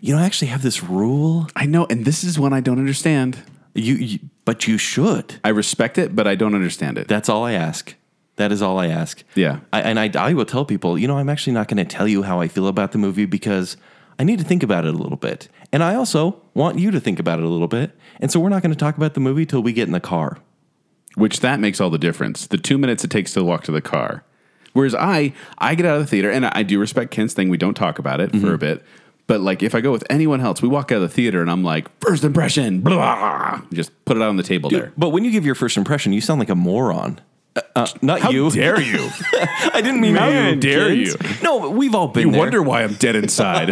[SPEAKER 3] you know, I actually have this rule.
[SPEAKER 1] I know, and this is one I don't understand.
[SPEAKER 3] You, you But you should.
[SPEAKER 1] I respect it, but I don't understand it.
[SPEAKER 3] That's all I ask. That is all I ask.
[SPEAKER 1] Yeah.
[SPEAKER 3] I, and I, I will tell people, you know, I'm actually not going to tell you how I feel about the movie because I need to think about it a little bit. And I also want you to think about it a little bit. And so we're not going to talk about the movie till we get in the car.
[SPEAKER 1] Which that makes all the difference. The two minutes it takes to walk to the car. Whereas I, I get out of the theater, and I, I do respect Ken's thing. We don't talk about it for a bit. But like, if I go with anyone else, we walk out of the theater, and I'm like, first impression, blah. Just put it on the table there.
[SPEAKER 3] But when you give your first impression, you sound like a moron. Uh, uh, not
[SPEAKER 1] How
[SPEAKER 3] you. <laughs>
[SPEAKER 1] dare you?
[SPEAKER 3] I didn't mean
[SPEAKER 1] How
[SPEAKER 3] you.
[SPEAKER 1] dare
[SPEAKER 3] kids.
[SPEAKER 1] you?
[SPEAKER 3] No, but we've all been
[SPEAKER 1] you
[SPEAKER 3] there.
[SPEAKER 1] wonder why I'm dead inside.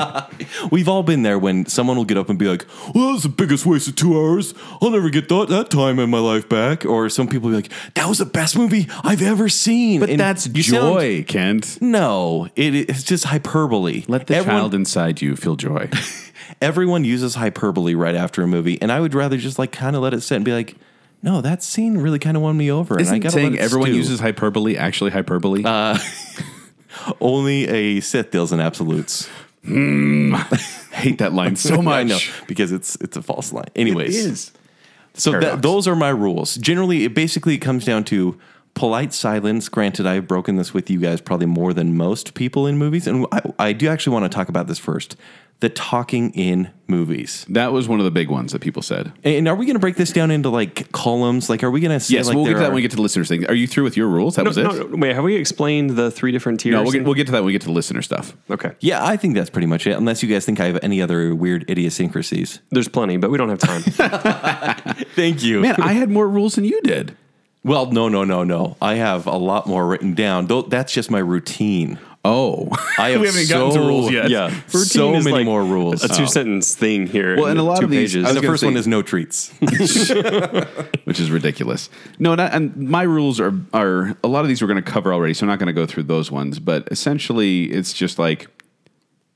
[SPEAKER 3] We've all been there when someone will get up and be like, "Well, that was the biggest waste of two hours. I'll never get that, that time in my life back." Or some people be like, "That was the best movie I've ever seen."
[SPEAKER 1] but
[SPEAKER 3] And
[SPEAKER 1] that's
[SPEAKER 3] you sound-
[SPEAKER 1] joy, Kent.
[SPEAKER 3] no, it, it's just hyperbole.
[SPEAKER 1] Let the
[SPEAKER 3] everyone,
[SPEAKER 1] child inside you feel joy.
[SPEAKER 3] Everyone uses hyperbole right after a movie, and I would rather just like kind of let it sit and be like, no, that scene really kind of won me over. and I
[SPEAKER 1] Isn't
[SPEAKER 3] gotta
[SPEAKER 1] saying
[SPEAKER 3] let it
[SPEAKER 1] everyone
[SPEAKER 3] stew. Uh,
[SPEAKER 1] uses hyperbole actually hyperbole?
[SPEAKER 3] only a Sith deals
[SPEAKER 1] <laughs>
[SPEAKER 3] in absolutes.
[SPEAKER 1] I hate that
[SPEAKER 3] <laughs>
[SPEAKER 1] line so much.
[SPEAKER 3] I know because it's it's a false line. Anyways,
[SPEAKER 1] is.
[SPEAKER 3] So
[SPEAKER 1] Paradox.
[SPEAKER 3] that, those are my rules. Generally, it basically comes down to polite silence. Granted, I've broken this with you guys probably more than most people in movies, and I, I do actually want to talk about this first. The talking in movies,
[SPEAKER 1] That was one of the big ones that people said.
[SPEAKER 3] and are we going to break this down into like columns? Like, are we going to say
[SPEAKER 1] Yes,
[SPEAKER 3] like
[SPEAKER 1] we'll get
[SPEAKER 3] there
[SPEAKER 1] to that when
[SPEAKER 3] are-
[SPEAKER 1] we get to the listeners thing. Are you through with your rules? That was it?
[SPEAKER 2] No, no, wait, have we explained the three different tiers?
[SPEAKER 1] No, we'll get, we'll get to that when we get to the listener stuff.
[SPEAKER 2] okay.
[SPEAKER 3] yeah, I think that's pretty much it. Unless you guys think I have any other weird idiosyncrasies.
[SPEAKER 2] There's plenty, but we don't have time.
[SPEAKER 3] Thank you.
[SPEAKER 1] Man, I had more rules than you
[SPEAKER 3] <laughs>
[SPEAKER 1] did.
[SPEAKER 3] Well, no, no, no, no. I have a lot more written down. Though that's just my routine.
[SPEAKER 1] <laughs> Oh,
[SPEAKER 3] I have
[SPEAKER 1] we haven't
[SPEAKER 3] so,
[SPEAKER 1] gotten to rules yet.
[SPEAKER 3] Yeah,
[SPEAKER 2] Routine
[SPEAKER 3] so
[SPEAKER 2] is
[SPEAKER 3] many
[SPEAKER 2] like
[SPEAKER 3] more rules.
[SPEAKER 2] a two sentence thing here.
[SPEAKER 1] Well, and a lot
[SPEAKER 2] two
[SPEAKER 1] of these-
[SPEAKER 2] pages.
[SPEAKER 1] I was
[SPEAKER 3] And the
[SPEAKER 1] gonna
[SPEAKER 3] first
[SPEAKER 1] say-
[SPEAKER 3] one is no treats. <laughs>
[SPEAKER 1] which is ridiculous. No, and, I, and my rules are are a lot of these we're going to cover already, so I'm not going to go through those ones. But essentially, it's just like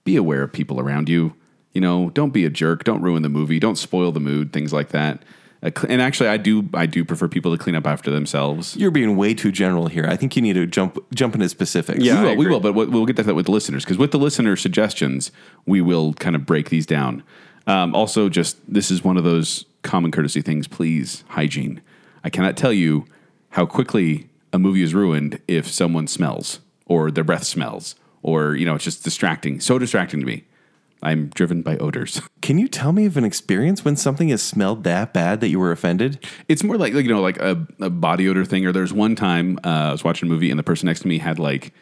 [SPEAKER 1] be aware of people around you. You know, don't be a jerk. Don't ruin the movie. Don't spoil the mood. Things like that. Uh, cl- And actually, I do I do prefer people to clean up after themselves.
[SPEAKER 3] You're being way too general here. I think you need to jump jump into specifics.
[SPEAKER 1] we
[SPEAKER 2] Yeah. I
[SPEAKER 1] will, we
[SPEAKER 2] agree.
[SPEAKER 1] will, but we'll we'll get to that with the listeners because with the listener suggestions, we will kind of break these down. Um, also, just this is one of those common courtesy things. Please, hygiene. I cannot tell you how quickly a movie is ruined if someone smells or their breath smells or you know it's just distracting, so distracting to me. I'm driven by odors. <laughs>
[SPEAKER 3] Can you tell me of an experience when something has smelled that bad that you were offended?
[SPEAKER 1] It's more like, like you know, like a, a body odor thing. Or there's one time uh, I was watching a movie and the person next to me had like,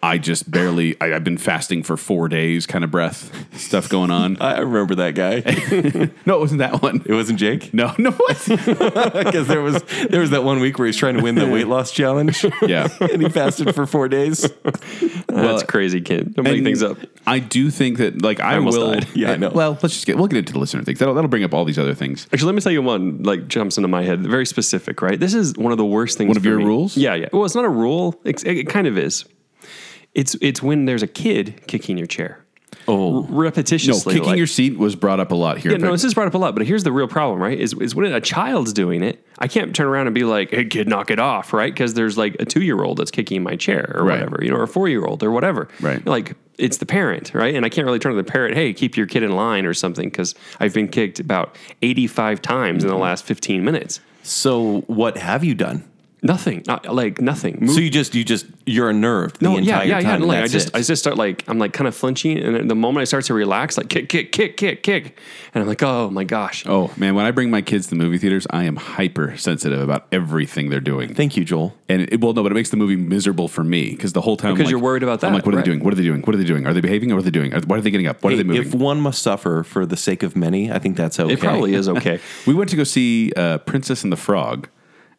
[SPEAKER 1] I just barely, I, I've been fasting for four days kind of breath stuff going on.
[SPEAKER 3] I remember that <laughs> guy. it
[SPEAKER 1] no, it wasn't that one.
[SPEAKER 3] wasn't <laughs>
[SPEAKER 1] <laughs>
[SPEAKER 3] Jake
[SPEAKER 1] No, no, what?
[SPEAKER 3] because there was there was that one week where he's trying to win the <laughs> weight loss challenge.
[SPEAKER 1] yeah.
[SPEAKER 3] <laughs> and he fasted for four days.
[SPEAKER 2] That's crazy, kid. Don't make
[SPEAKER 1] And
[SPEAKER 2] things up.
[SPEAKER 1] I do think that, like, I,
[SPEAKER 2] almost
[SPEAKER 1] will.
[SPEAKER 2] died.
[SPEAKER 3] Yeah, I know.
[SPEAKER 1] Well, let's just get, we'll get into the listener things. That'll, that'll bring up all these other things.
[SPEAKER 2] Actually, let me tell you one like jumps into my head. Very specific, right? This is one of the worst things.
[SPEAKER 1] One of
[SPEAKER 2] for
[SPEAKER 1] your
[SPEAKER 2] me.
[SPEAKER 1] rules?
[SPEAKER 2] Yeah, yeah. Well, it's not a rule. It, it kind of is. It's it's when there's a kid kicking your chair. Oh, repetitiously.
[SPEAKER 1] No, kicking
[SPEAKER 2] like-
[SPEAKER 1] your seat was brought up a lot here.
[SPEAKER 2] Yeah,
[SPEAKER 1] In
[SPEAKER 2] no,
[SPEAKER 1] fact,
[SPEAKER 2] this is brought up a lot, but here's the real problem, right? Is is when a child's doing it, I can't turn around and be like, "Hey, kid, knock it off," right? Because there's like a two year old that's kicking my chair or
[SPEAKER 1] Right.
[SPEAKER 2] whatever, you know, or a four year old or whatever.
[SPEAKER 1] Right.
[SPEAKER 2] Like it's the parent, right? And I can't really turn to the parent, "Hey, keep your kid in line" or something, because I've been kicked about eighty five times
[SPEAKER 3] Mm-hmm.
[SPEAKER 2] in the last fifteen minutes.
[SPEAKER 3] So what have you done?
[SPEAKER 2] Nothing, not, like nothing. Move
[SPEAKER 3] So you just you just you're unnerved the entire time.
[SPEAKER 2] and,
[SPEAKER 3] and
[SPEAKER 2] like, I
[SPEAKER 3] that's
[SPEAKER 2] just
[SPEAKER 3] it.
[SPEAKER 2] I just start like I'm like kind of flinching, and then the moment I start to relax, like kick, kick, kick, kick, kick, and I'm like, oh my gosh,
[SPEAKER 1] oh, man, when I bring my kids to the movie theaters, I am hypersensitive about everything they're doing.
[SPEAKER 3] Thank you, Joel.
[SPEAKER 1] And it, well, no, but it makes the movie miserable for me because the whole time I'm
[SPEAKER 2] Because
[SPEAKER 1] like-
[SPEAKER 2] you're worried about
[SPEAKER 1] I'm
[SPEAKER 2] that,
[SPEAKER 1] like, what are
[SPEAKER 2] right.
[SPEAKER 1] they doing? What are they doing? What are they doing? Are they behaving? Or what are they doing? Are, why are they getting up? What are they
[SPEAKER 3] Hey,
[SPEAKER 1] moving?
[SPEAKER 3] if one must suffer for the sake of many, I think that's okay.
[SPEAKER 2] it
[SPEAKER 3] <laughs>
[SPEAKER 2] probably is okay.
[SPEAKER 1] we went to go see uh, Princess and the Frog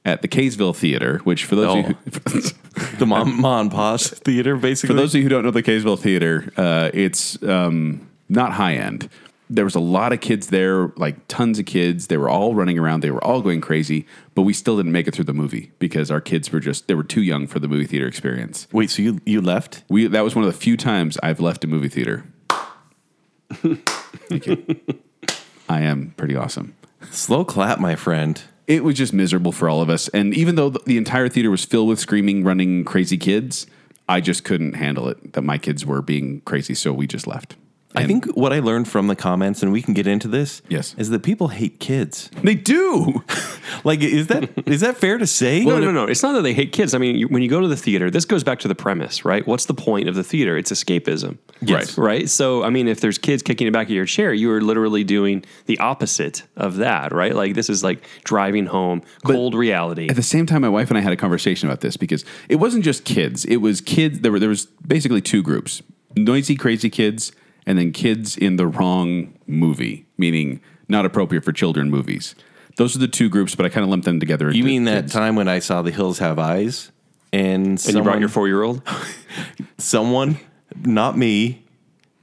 [SPEAKER 1] at the Kaysville Theater, which for those of you
[SPEAKER 2] Oh.
[SPEAKER 1] who, <laughs>
[SPEAKER 3] the mom, mom and pa's theater, basically.
[SPEAKER 1] for those of you who don't know the Kaysville Theater, uh, it's um, not high end. There was a lot of kids there, like tons of kids. They were all running around. They were all going crazy, but we still didn't make it through the movie because our kids were just they were too young for the movie theater experience.
[SPEAKER 3] Wait, so you you left?
[SPEAKER 1] We that was one of the few times I've left a movie
[SPEAKER 3] <laughs>
[SPEAKER 1] theater. Thank you. I am pretty awesome.
[SPEAKER 3] Slow clap, my friend.
[SPEAKER 1] It was just miserable for all of us, and even though the, the entire theater was filled with screaming, running, crazy kids, I just couldn't handle it that my kids were being crazy, so we just left.
[SPEAKER 3] I think what I learned from the comments, and we can get into this,
[SPEAKER 1] Yes.
[SPEAKER 3] is that people hate kids.
[SPEAKER 1] They do.
[SPEAKER 3] Like, is
[SPEAKER 2] <laughs>
[SPEAKER 3] that is that fair to say?
[SPEAKER 2] No, no, no. It's not that they hate kids. I mean, you, when you go to the theater, this goes back to the premise, right? What's the point of the theater? It's escapism.
[SPEAKER 1] Yes.
[SPEAKER 2] Right? So, I mean, if there's kids kicking the back of your chair, you are literally doing the opposite of that, right? Like, this is like driving home, cold reality.
[SPEAKER 1] At the same time, my wife and I had a conversation about this because it wasn't just kids. It was kids. There were there was basically two groups: noisy, crazy kids, and then kids in the wrong movie, meaning not appropriate for children movies. Those are the two groups, but I kind of lumped them together.
[SPEAKER 3] You
[SPEAKER 1] into
[SPEAKER 3] mean that
[SPEAKER 1] kids.
[SPEAKER 3] time when I saw The Hills Have Eyes, and,
[SPEAKER 2] and you
[SPEAKER 3] someone,
[SPEAKER 2] brought your four year <laughs> old?
[SPEAKER 3] someone, not me,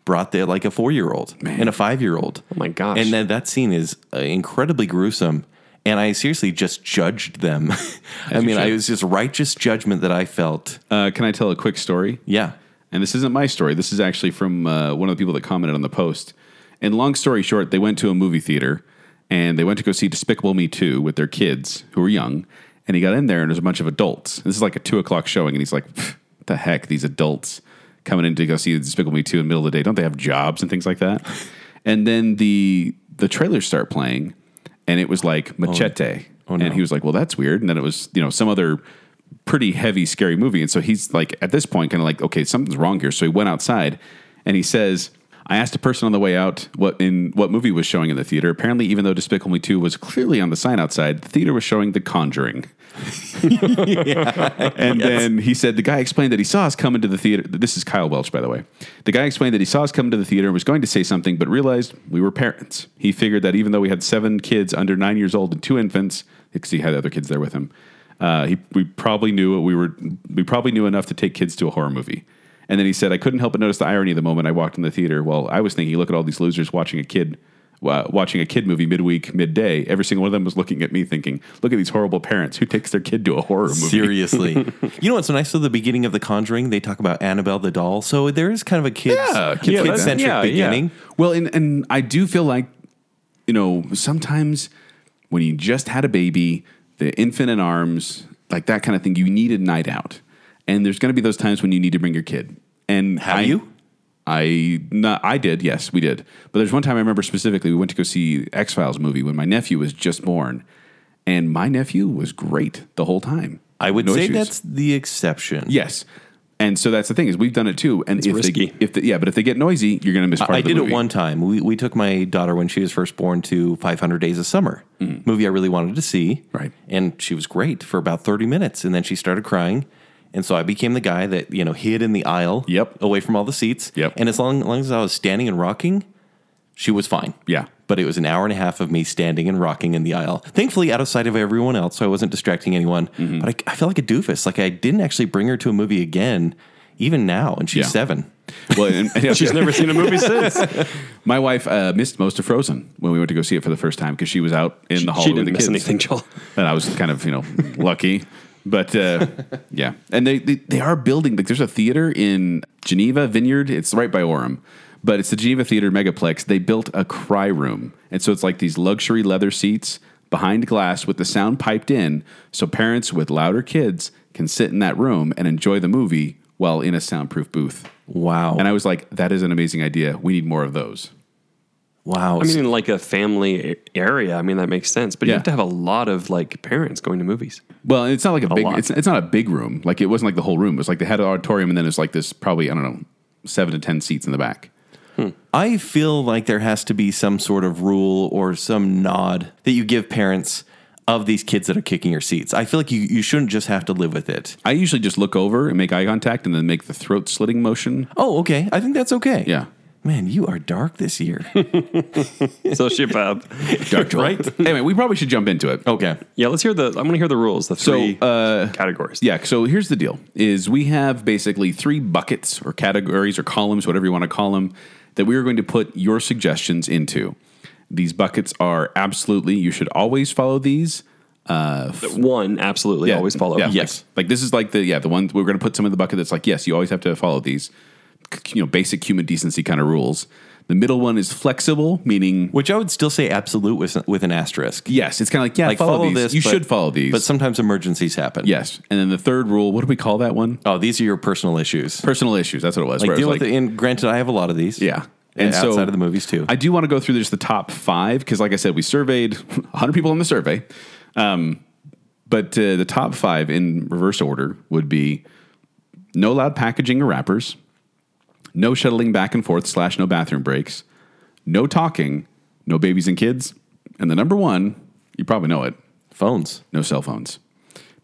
[SPEAKER 3] brought there like a four year old and a five year old. Oh
[SPEAKER 2] my gosh.
[SPEAKER 3] And then that scene is uh, incredibly gruesome. And I seriously just judged them. <laughs> I mean, I,
[SPEAKER 1] should.
[SPEAKER 3] it was just righteous judgment that I felt.
[SPEAKER 1] Uh, can I tell a quick story?
[SPEAKER 3] Yeah.
[SPEAKER 1] And this isn't my story. This is actually from uh, one of the people that commented on the post. And long story short, they went to a movie theater and they went to go see Despicable Me 2 with their kids who were young. And he got in there and there's a bunch of adults. This is like a two o'clock showing, and he's like, "Pfft, the heck, these adults coming in to go see Despicable Me 2 in the middle of the day. Don't they have jobs and things like that? And then the the trailers start playing, and it was like Machete. And he was like, well, that's weird. And then it was, you know, some other pretty heavy, scary movie. And so he's like, at this point, kind of like, okay, something's wrong here. So he went outside and he says, I asked a person on the way out what in what movie was showing in the theater. Apparently, even though Despicable Me 2 was clearly on the sign outside, the theater was showing The Conjuring. <laughs> And then he said the guy explained that he saw us coming to the theater. This is Kyle Welch, by the way. The guy explained that he saw us coming to the theater and was going to say something, but realized we were parents. He figured that even though we had seven kids under nine years old and two infants, because he had other kids there with him, uh, he we probably knew what we were. We probably knew enough to take kids to a horror movie. And then he said, I couldn't help but notice the irony of the moment I walked in the theater. Well, I was thinking, look at all these losers watching a kid. Uh, watching a kid movie midweek, midday, every single one of them was looking at me, thinking, "Look at these horrible parents. Who takes their kid to a horror movie?" <laughs>
[SPEAKER 3] Seriously. you know what's nice? So the beginning of The Conjuring, they talk about Annabelle the doll. So there is kind of a kids,
[SPEAKER 1] Yeah, kids
[SPEAKER 3] kid
[SPEAKER 1] like that.
[SPEAKER 3] centric
[SPEAKER 2] Yeah, yeah.
[SPEAKER 3] beginning.
[SPEAKER 1] Well, and and I do feel like you know sometimes when you just had a baby, the infant in arms, like that kind of thing, you need a night out, and there's going to be those times when you need to bring your kid. And
[SPEAKER 3] Have
[SPEAKER 1] I-
[SPEAKER 3] you?
[SPEAKER 1] I no, I did. Yes, we did. But there's one time I remember specifically. We went to go see X Files movie when my nephew was just born, and my nephew was great the whole time.
[SPEAKER 3] I would
[SPEAKER 1] No
[SPEAKER 3] say
[SPEAKER 1] issues.
[SPEAKER 3] that's the exception.
[SPEAKER 1] yes. And so that's the thing is we've done it too. And if
[SPEAKER 2] risky.
[SPEAKER 1] they if the, yeah, but if they get noisy, you're going to miss part
[SPEAKER 3] I
[SPEAKER 1] of the
[SPEAKER 3] did
[SPEAKER 1] movie.
[SPEAKER 3] it one time. We, we took my daughter when she was first born to 500 Days of Summer, movie I really wanted to see.
[SPEAKER 1] Hmm. Right.
[SPEAKER 3] And she was great for about 30 minutes. And then she started crying. And so I became the guy that, you know, hid in the aisle,
[SPEAKER 1] Yep.
[SPEAKER 3] away from all the seats.
[SPEAKER 1] Yep.
[SPEAKER 3] And as long, long as I was standing and rocking, she was fine.
[SPEAKER 1] Yeah.
[SPEAKER 3] But it was an hour and a half of me standing and rocking in the aisle. Thankfully, out of sight of everyone else, so I wasn't distracting anyone.
[SPEAKER 1] Mm-hmm.
[SPEAKER 3] But I, I felt like a doofus. Like I didn't actually bring her to a movie again, even now, and she's
[SPEAKER 1] Yeah.
[SPEAKER 3] seven.
[SPEAKER 1] Well, and, and-
[SPEAKER 2] She's never seen a movie <laughs> since.
[SPEAKER 1] My wife uh, missed most of Frozen when we went to go see it for the first time because she was out in the hallway
[SPEAKER 2] she didn't
[SPEAKER 1] with the
[SPEAKER 2] miss
[SPEAKER 1] kids.
[SPEAKER 2] anything, Joel.
[SPEAKER 1] And I was kind of you know lucky, but uh, yeah. And they, they they are building like there's a theater in Geneva Vineyard. It's right by Orem. But it's the Geneva Theater Megaplex. They built a cry room. And so it's like these luxury leather seats behind glass with the sound piped in so parents with louder kids can sit in that room and enjoy the movie while in a soundproof booth.
[SPEAKER 3] Wow.
[SPEAKER 1] And I was like, that is an amazing idea. We need more of those.
[SPEAKER 3] wow.
[SPEAKER 2] I mean, in like a family a- area, I mean, that makes sense. But you
[SPEAKER 1] Yeah.
[SPEAKER 2] have to have a lot of like parents going to <laughs> movies.
[SPEAKER 1] Well, and it's not like a, big.
[SPEAKER 2] lot.
[SPEAKER 1] It's, it's not a big room. Like it wasn't like the whole room. It was like they had an auditorium, and then it's like this probably I don't know seven to ten seats in the back.
[SPEAKER 3] I feel like there has to be some sort of rule or some nod that you give parents of these kids that are kicking your seats. I feel like you, you shouldn't just have to live with it.
[SPEAKER 1] I usually just look over and make eye contact, and then make the throat slitting motion.
[SPEAKER 3] Oh, okay. I think that's okay.
[SPEAKER 1] Yeah,
[SPEAKER 3] Man, you are dark this
[SPEAKER 1] <laughs>
[SPEAKER 3] year.
[SPEAKER 2] So ship up.
[SPEAKER 1] Dark right. Oh. Anyway, we probably should jump into it.
[SPEAKER 3] okay.
[SPEAKER 2] Yeah, let's hear the. I'm going to hear the rules. The three
[SPEAKER 1] uh,
[SPEAKER 2] categories.
[SPEAKER 1] Yeah, so here's the deal is we have basically three buckets or categories or columns, whatever you want to call them, that we are going to put your suggestions into. These buckets are absolutely you should always follow these.
[SPEAKER 2] One, absolutely,
[SPEAKER 1] Yeah,
[SPEAKER 2] always follow.
[SPEAKER 1] Yeah,
[SPEAKER 2] Like,
[SPEAKER 1] yes. Like, this is like the yeah, the one we're going to put some in the bucket that's like, yes, you always have to follow these c- you know, basic human decency kind of rules. The middle one is flexible, meaning
[SPEAKER 3] Which I would still say absolute with, with an asterisk.
[SPEAKER 1] yes, it's kind of like yeah,
[SPEAKER 3] Like
[SPEAKER 1] follow, these. you
[SPEAKER 3] but-
[SPEAKER 1] should follow these.
[SPEAKER 3] But sometimes emergencies happen.
[SPEAKER 1] yes. And then the third rule, what do we call that one?
[SPEAKER 3] Oh, these are your personal issues.
[SPEAKER 1] Personal issues. That's what it was.
[SPEAKER 3] Like
[SPEAKER 1] where it was
[SPEAKER 3] deal with
[SPEAKER 1] like-
[SPEAKER 3] it. And granted, I have a lot of these.
[SPEAKER 1] Yeah.
[SPEAKER 3] And outside of the movies too.
[SPEAKER 1] I do want to go through just the top five because, like I said, we surveyed 100 people in the survey. Um, but uh, the top five in reverse order would be no loud packaging or wrappers, no shuttling back and forth slash no bathroom breaks, no talking, no babies and kids, and the number one, you probably know it,
[SPEAKER 3] Phones.
[SPEAKER 1] no cell phones.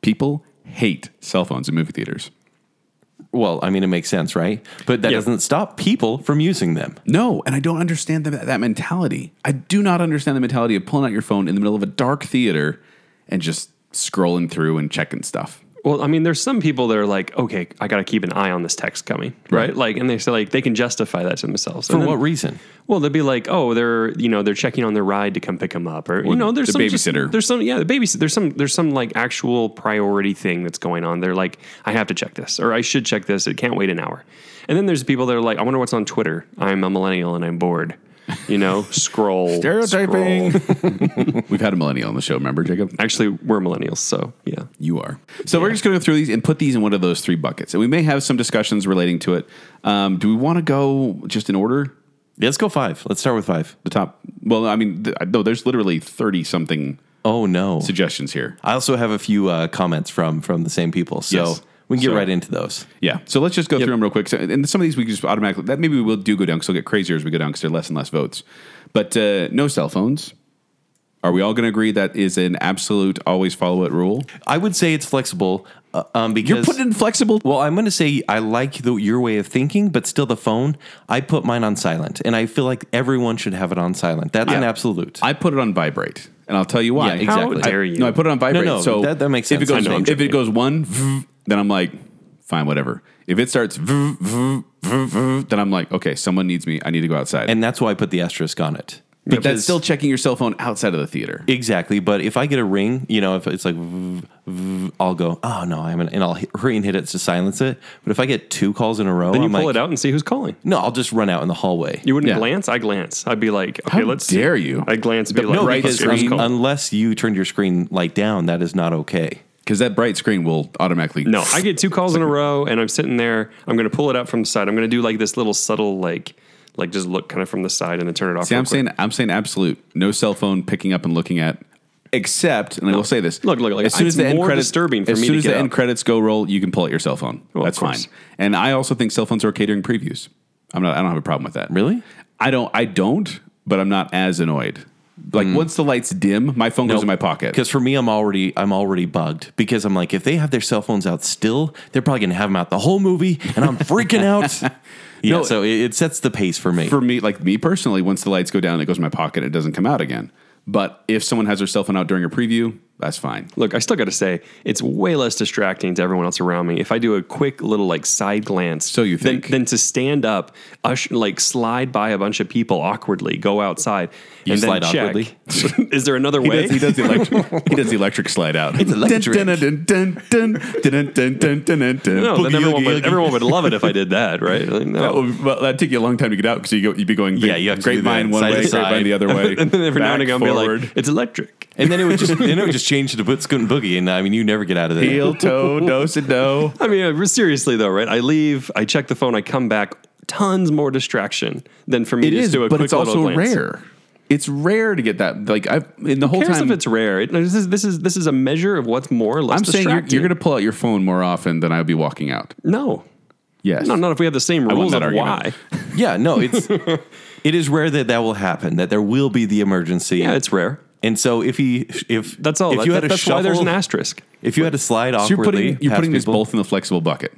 [SPEAKER 1] People hate cell phones in movie theaters.
[SPEAKER 3] Well, I mean, it makes sense, right? But that
[SPEAKER 2] Yeah.
[SPEAKER 3] doesn't stop people from using them.
[SPEAKER 1] No, and I don't understand that that mentality. I do not understand the mentality of pulling out your phone in the middle of a dark theater and just scrolling through and checking stuff.
[SPEAKER 2] Well, I mean, there's some people that are like, okay, I got to keep an eye on this text coming, right?
[SPEAKER 1] Right.
[SPEAKER 2] Like, and they say like they can justify that to themselves.
[SPEAKER 3] For
[SPEAKER 2] And then-
[SPEAKER 3] what reason?
[SPEAKER 2] Well, they'll be like, oh, they're you know they're checking on their ride to come pick them up, or you know, there's
[SPEAKER 1] the
[SPEAKER 2] some just-
[SPEAKER 1] babysitter.
[SPEAKER 2] there's some yeah, the babysitter. There's some there's some like actual priority thing that's going on. They're like, I have to check this, or I should check this. It can't wait an hour. And then there's people that are like, I wonder what's on Twitter. I'm a millennial and I'm bored. You know, <laughs> scroll.
[SPEAKER 1] Stereotyping.
[SPEAKER 2] scroll.
[SPEAKER 1] <laughs> We've had a millennial on the show, remember, Jacob?
[SPEAKER 2] Actually, we're millennials, so yeah.
[SPEAKER 1] You are. So we're just going to go through these and put these in one of those three buckets. And we may have some discussions relating to it. Um, do we want to go just in order?
[SPEAKER 3] Yeah, let's go five. Let's start with five.
[SPEAKER 1] The top. Well, I mean, th- no, there's literally 30 something
[SPEAKER 3] Oh no.
[SPEAKER 1] suggestions here.
[SPEAKER 3] I also have a few uh, comments from from the same people, so
[SPEAKER 1] Yes.
[SPEAKER 3] we can get
[SPEAKER 1] So-
[SPEAKER 3] right into those.
[SPEAKER 1] Yeah. So let's just go through them real quick. So, and some of these we can just automatically, that maybe we will do go down because they'll get crazier as we go down because they're less and less votes. But uh, no cell phones. Are we all going to agree that is an absolute always follow it rule?
[SPEAKER 3] I would say it's flexible uh, um, because
[SPEAKER 1] You're putting in flexible.
[SPEAKER 3] Well, I'm going to say I like the, your way of thinking, but still the phone. I put mine on silent, and I feel like everyone should have it on silent. That's an absolute.
[SPEAKER 1] I put it on vibrate, and I'll tell you why.
[SPEAKER 3] Yeah, exactly.
[SPEAKER 2] How
[SPEAKER 1] I,
[SPEAKER 2] dare you?
[SPEAKER 1] No, I put it on vibrate.
[SPEAKER 3] No, no,
[SPEAKER 1] so
[SPEAKER 3] that- that makes
[SPEAKER 1] If it
[SPEAKER 3] sense. I
[SPEAKER 1] goes,
[SPEAKER 3] know, I'm
[SPEAKER 1] if it
[SPEAKER 3] joking.
[SPEAKER 1] goes one, then I'm like, fine, whatever. If it starts, then I'm like, okay, someone needs me. I need to go outside.
[SPEAKER 3] and that's why I put the asterisk on it.
[SPEAKER 1] but that's still checking your cell phone outside of the theater.
[SPEAKER 3] Exactly, but if I get a ring, you know, if it's like, "Vroom, vroom," I'll go, oh no, I'm gonna, and I'll hit- hurry and hit it to silence it. But if I get two calls in a row,
[SPEAKER 2] Then you
[SPEAKER 3] I'm
[SPEAKER 2] pull
[SPEAKER 3] like,
[SPEAKER 2] it out and see who's calling.
[SPEAKER 3] No, I'll just run out in the hallway.
[SPEAKER 2] You wouldn't
[SPEAKER 1] Yeah.
[SPEAKER 2] glance. I glance. I'd be like, okay,
[SPEAKER 1] How
[SPEAKER 2] let's.
[SPEAKER 1] dare you?
[SPEAKER 2] I glance and be like,
[SPEAKER 3] no,
[SPEAKER 1] bright
[SPEAKER 3] because
[SPEAKER 2] let's get this
[SPEAKER 1] screen
[SPEAKER 2] call.
[SPEAKER 3] unless you turned your screen light down, that is not okay.
[SPEAKER 1] Because that bright screen will automatically.
[SPEAKER 2] No, I get two calls in a row, and I'm sitting there. I'm going to pull it out from the side. I'm going to do like this little subtle, like, like just look kind of from the side and then turn it off.
[SPEAKER 1] See,
[SPEAKER 2] real
[SPEAKER 1] I'm
[SPEAKER 2] quick.
[SPEAKER 1] saying, I'm saying absolute. No cell phone picking up and looking at. Except, and I will say this:
[SPEAKER 2] Look, look, look,
[SPEAKER 1] as soon
[SPEAKER 2] it's
[SPEAKER 1] as the end
[SPEAKER 2] more
[SPEAKER 1] credits,
[SPEAKER 2] disturbing for
[SPEAKER 1] as
[SPEAKER 2] me
[SPEAKER 1] soon
[SPEAKER 2] to
[SPEAKER 1] as
[SPEAKER 2] get
[SPEAKER 1] the end
[SPEAKER 2] up.
[SPEAKER 1] credits go roll, you can pull out your cell phone.
[SPEAKER 2] of
[SPEAKER 1] That's fine.
[SPEAKER 2] course.
[SPEAKER 1] And I also think cell phones are okay during previews. I'm not. I don't have a problem with that.
[SPEAKER 3] Really?
[SPEAKER 1] I don't. I don't. But I'm not as annoyed. Like
[SPEAKER 2] Mm.
[SPEAKER 1] once the lights dim, my phone goes in my pocket.
[SPEAKER 3] Because for me, I'm already I'm already bugged because I'm like, if they have their cell phones out still, they're probably gonna have them out the whole movie, and I'm freaking out.
[SPEAKER 2] <laughs>
[SPEAKER 3] Yeah,
[SPEAKER 1] No,
[SPEAKER 3] so it, it sets the pace for me.
[SPEAKER 1] for me, like me personally, once the lights go down, it goes in my pocket. It doesn't come out again. But if someone has their cell phone out during a preview, that's fine.
[SPEAKER 2] Look, I still got to say, it's way less distracting to everyone else around me if I do a quick little like side glance.
[SPEAKER 1] So you think.
[SPEAKER 2] Than, than to stand up, ush, like slide by a bunch of people awkwardly, go outside,
[SPEAKER 3] You
[SPEAKER 2] and
[SPEAKER 3] slide
[SPEAKER 2] then check.
[SPEAKER 3] awkwardly?
[SPEAKER 2] <laughs> Is there another
[SPEAKER 1] <laughs> He
[SPEAKER 2] way?
[SPEAKER 1] does, he does the electric. he does the electric slide out. It's
[SPEAKER 3] electric.
[SPEAKER 2] no,
[SPEAKER 1] No,
[SPEAKER 2] then everyone would, everyone would love it if I did that,
[SPEAKER 1] <laughs>
[SPEAKER 2] right? Like, no.
[SPEAKER 1] That would well, that'd take you a long time to get out because you go, you'd be going.
[SPEAKER 3] Yeah, you have to do
[SPEAKER 1] grapevine
[SPEAKER 3] that
[SPEAKER 1] one
[SPEAKER 3] side
[SPEAKER 1] way,
[SPEAKER 3] to side.
[SPEAKER 1] grapevine the other way,
[SPEAKER 2] and then <laughs> every now
[SPEAKER 1] back,
[SPEAKER 2] and again, I'll <laughs>
[SPEAKER 1] forward.
[SPEAKER 2] be like, it's electric.
[SPEAKER 3] and then it would
[SPEAKER 2] <laughs>
[SPEAKER 3] just then it would just change to Boot Scoot and Boogie, and I mean, you never get out of there.
[SPEAKER 1] heel toe, nose and no.
[SPEAKER 2] I mean, uh, seriously though, right? I leave, I check the phone, I come back, tons more distraction than for me
[SPEAKER 1] It
[SPEAKER 2] to just
[SPEAKER 1] is,
[SPEAKER 2] do a
[SPEAKER 1] but
[SPEAKER 2] quick
[SPEAKER 1] it's also
[SPEAKER 2] little glance.
[SPEAKER 1] rare. It's rare to get that. Like I, in the whole
[SPEAKER 2] Who cares
[SPEAKER 1] time,
[SPEAKER 2] if it's rare? It, this is this is this is a measure of what's more or less.
[SPEAKER 1] I'm saying you're,
[SPEAKER 2] distracting.
[SPEAKER 1] you're going to pull out your phone more often than I would be walking out.
[SPEAKER 2] no,
[SPEAKER 1] Yes,
[SPEAKER 2] no, not if we have the same
[SPEAKER 1] want
[SPEAKER 2] rules
[SPEAKER 1] that
[SPEAKER 2] of
[SPEAKER 1] argument.
[SPEAKER 2] why.
[SPEAKER 3] Yeah, no, it's it is rare that that will happen. That there will be the emergency.
[SPEAKER 2] <laughs> Yeah, it's rare.
[SPEAKER 3] and so if he if
[SPEAKER 2] That's all.
[SPEAKER 3] If
[SPEAKER 2] That-
[SPEAKER 3] you
[SPEAKER 2] that-
[SPEAKER 3] had a
[SPEAKER 2] that's
[SPEAKER 3] shovel,
[SPEAKER 2] why there's an asterisk.
[SPEAKER 3] if you had to slide
[SPEAKER 1] So you're
[SPEAKER 3] awkwardly,
[SPEAKER 1] putting you're
[SPEAKER 3] past
[SPEAKER 1] putting these
[SPEAKER 3] people-
[SPEAKER 1] both in the flexible bucket,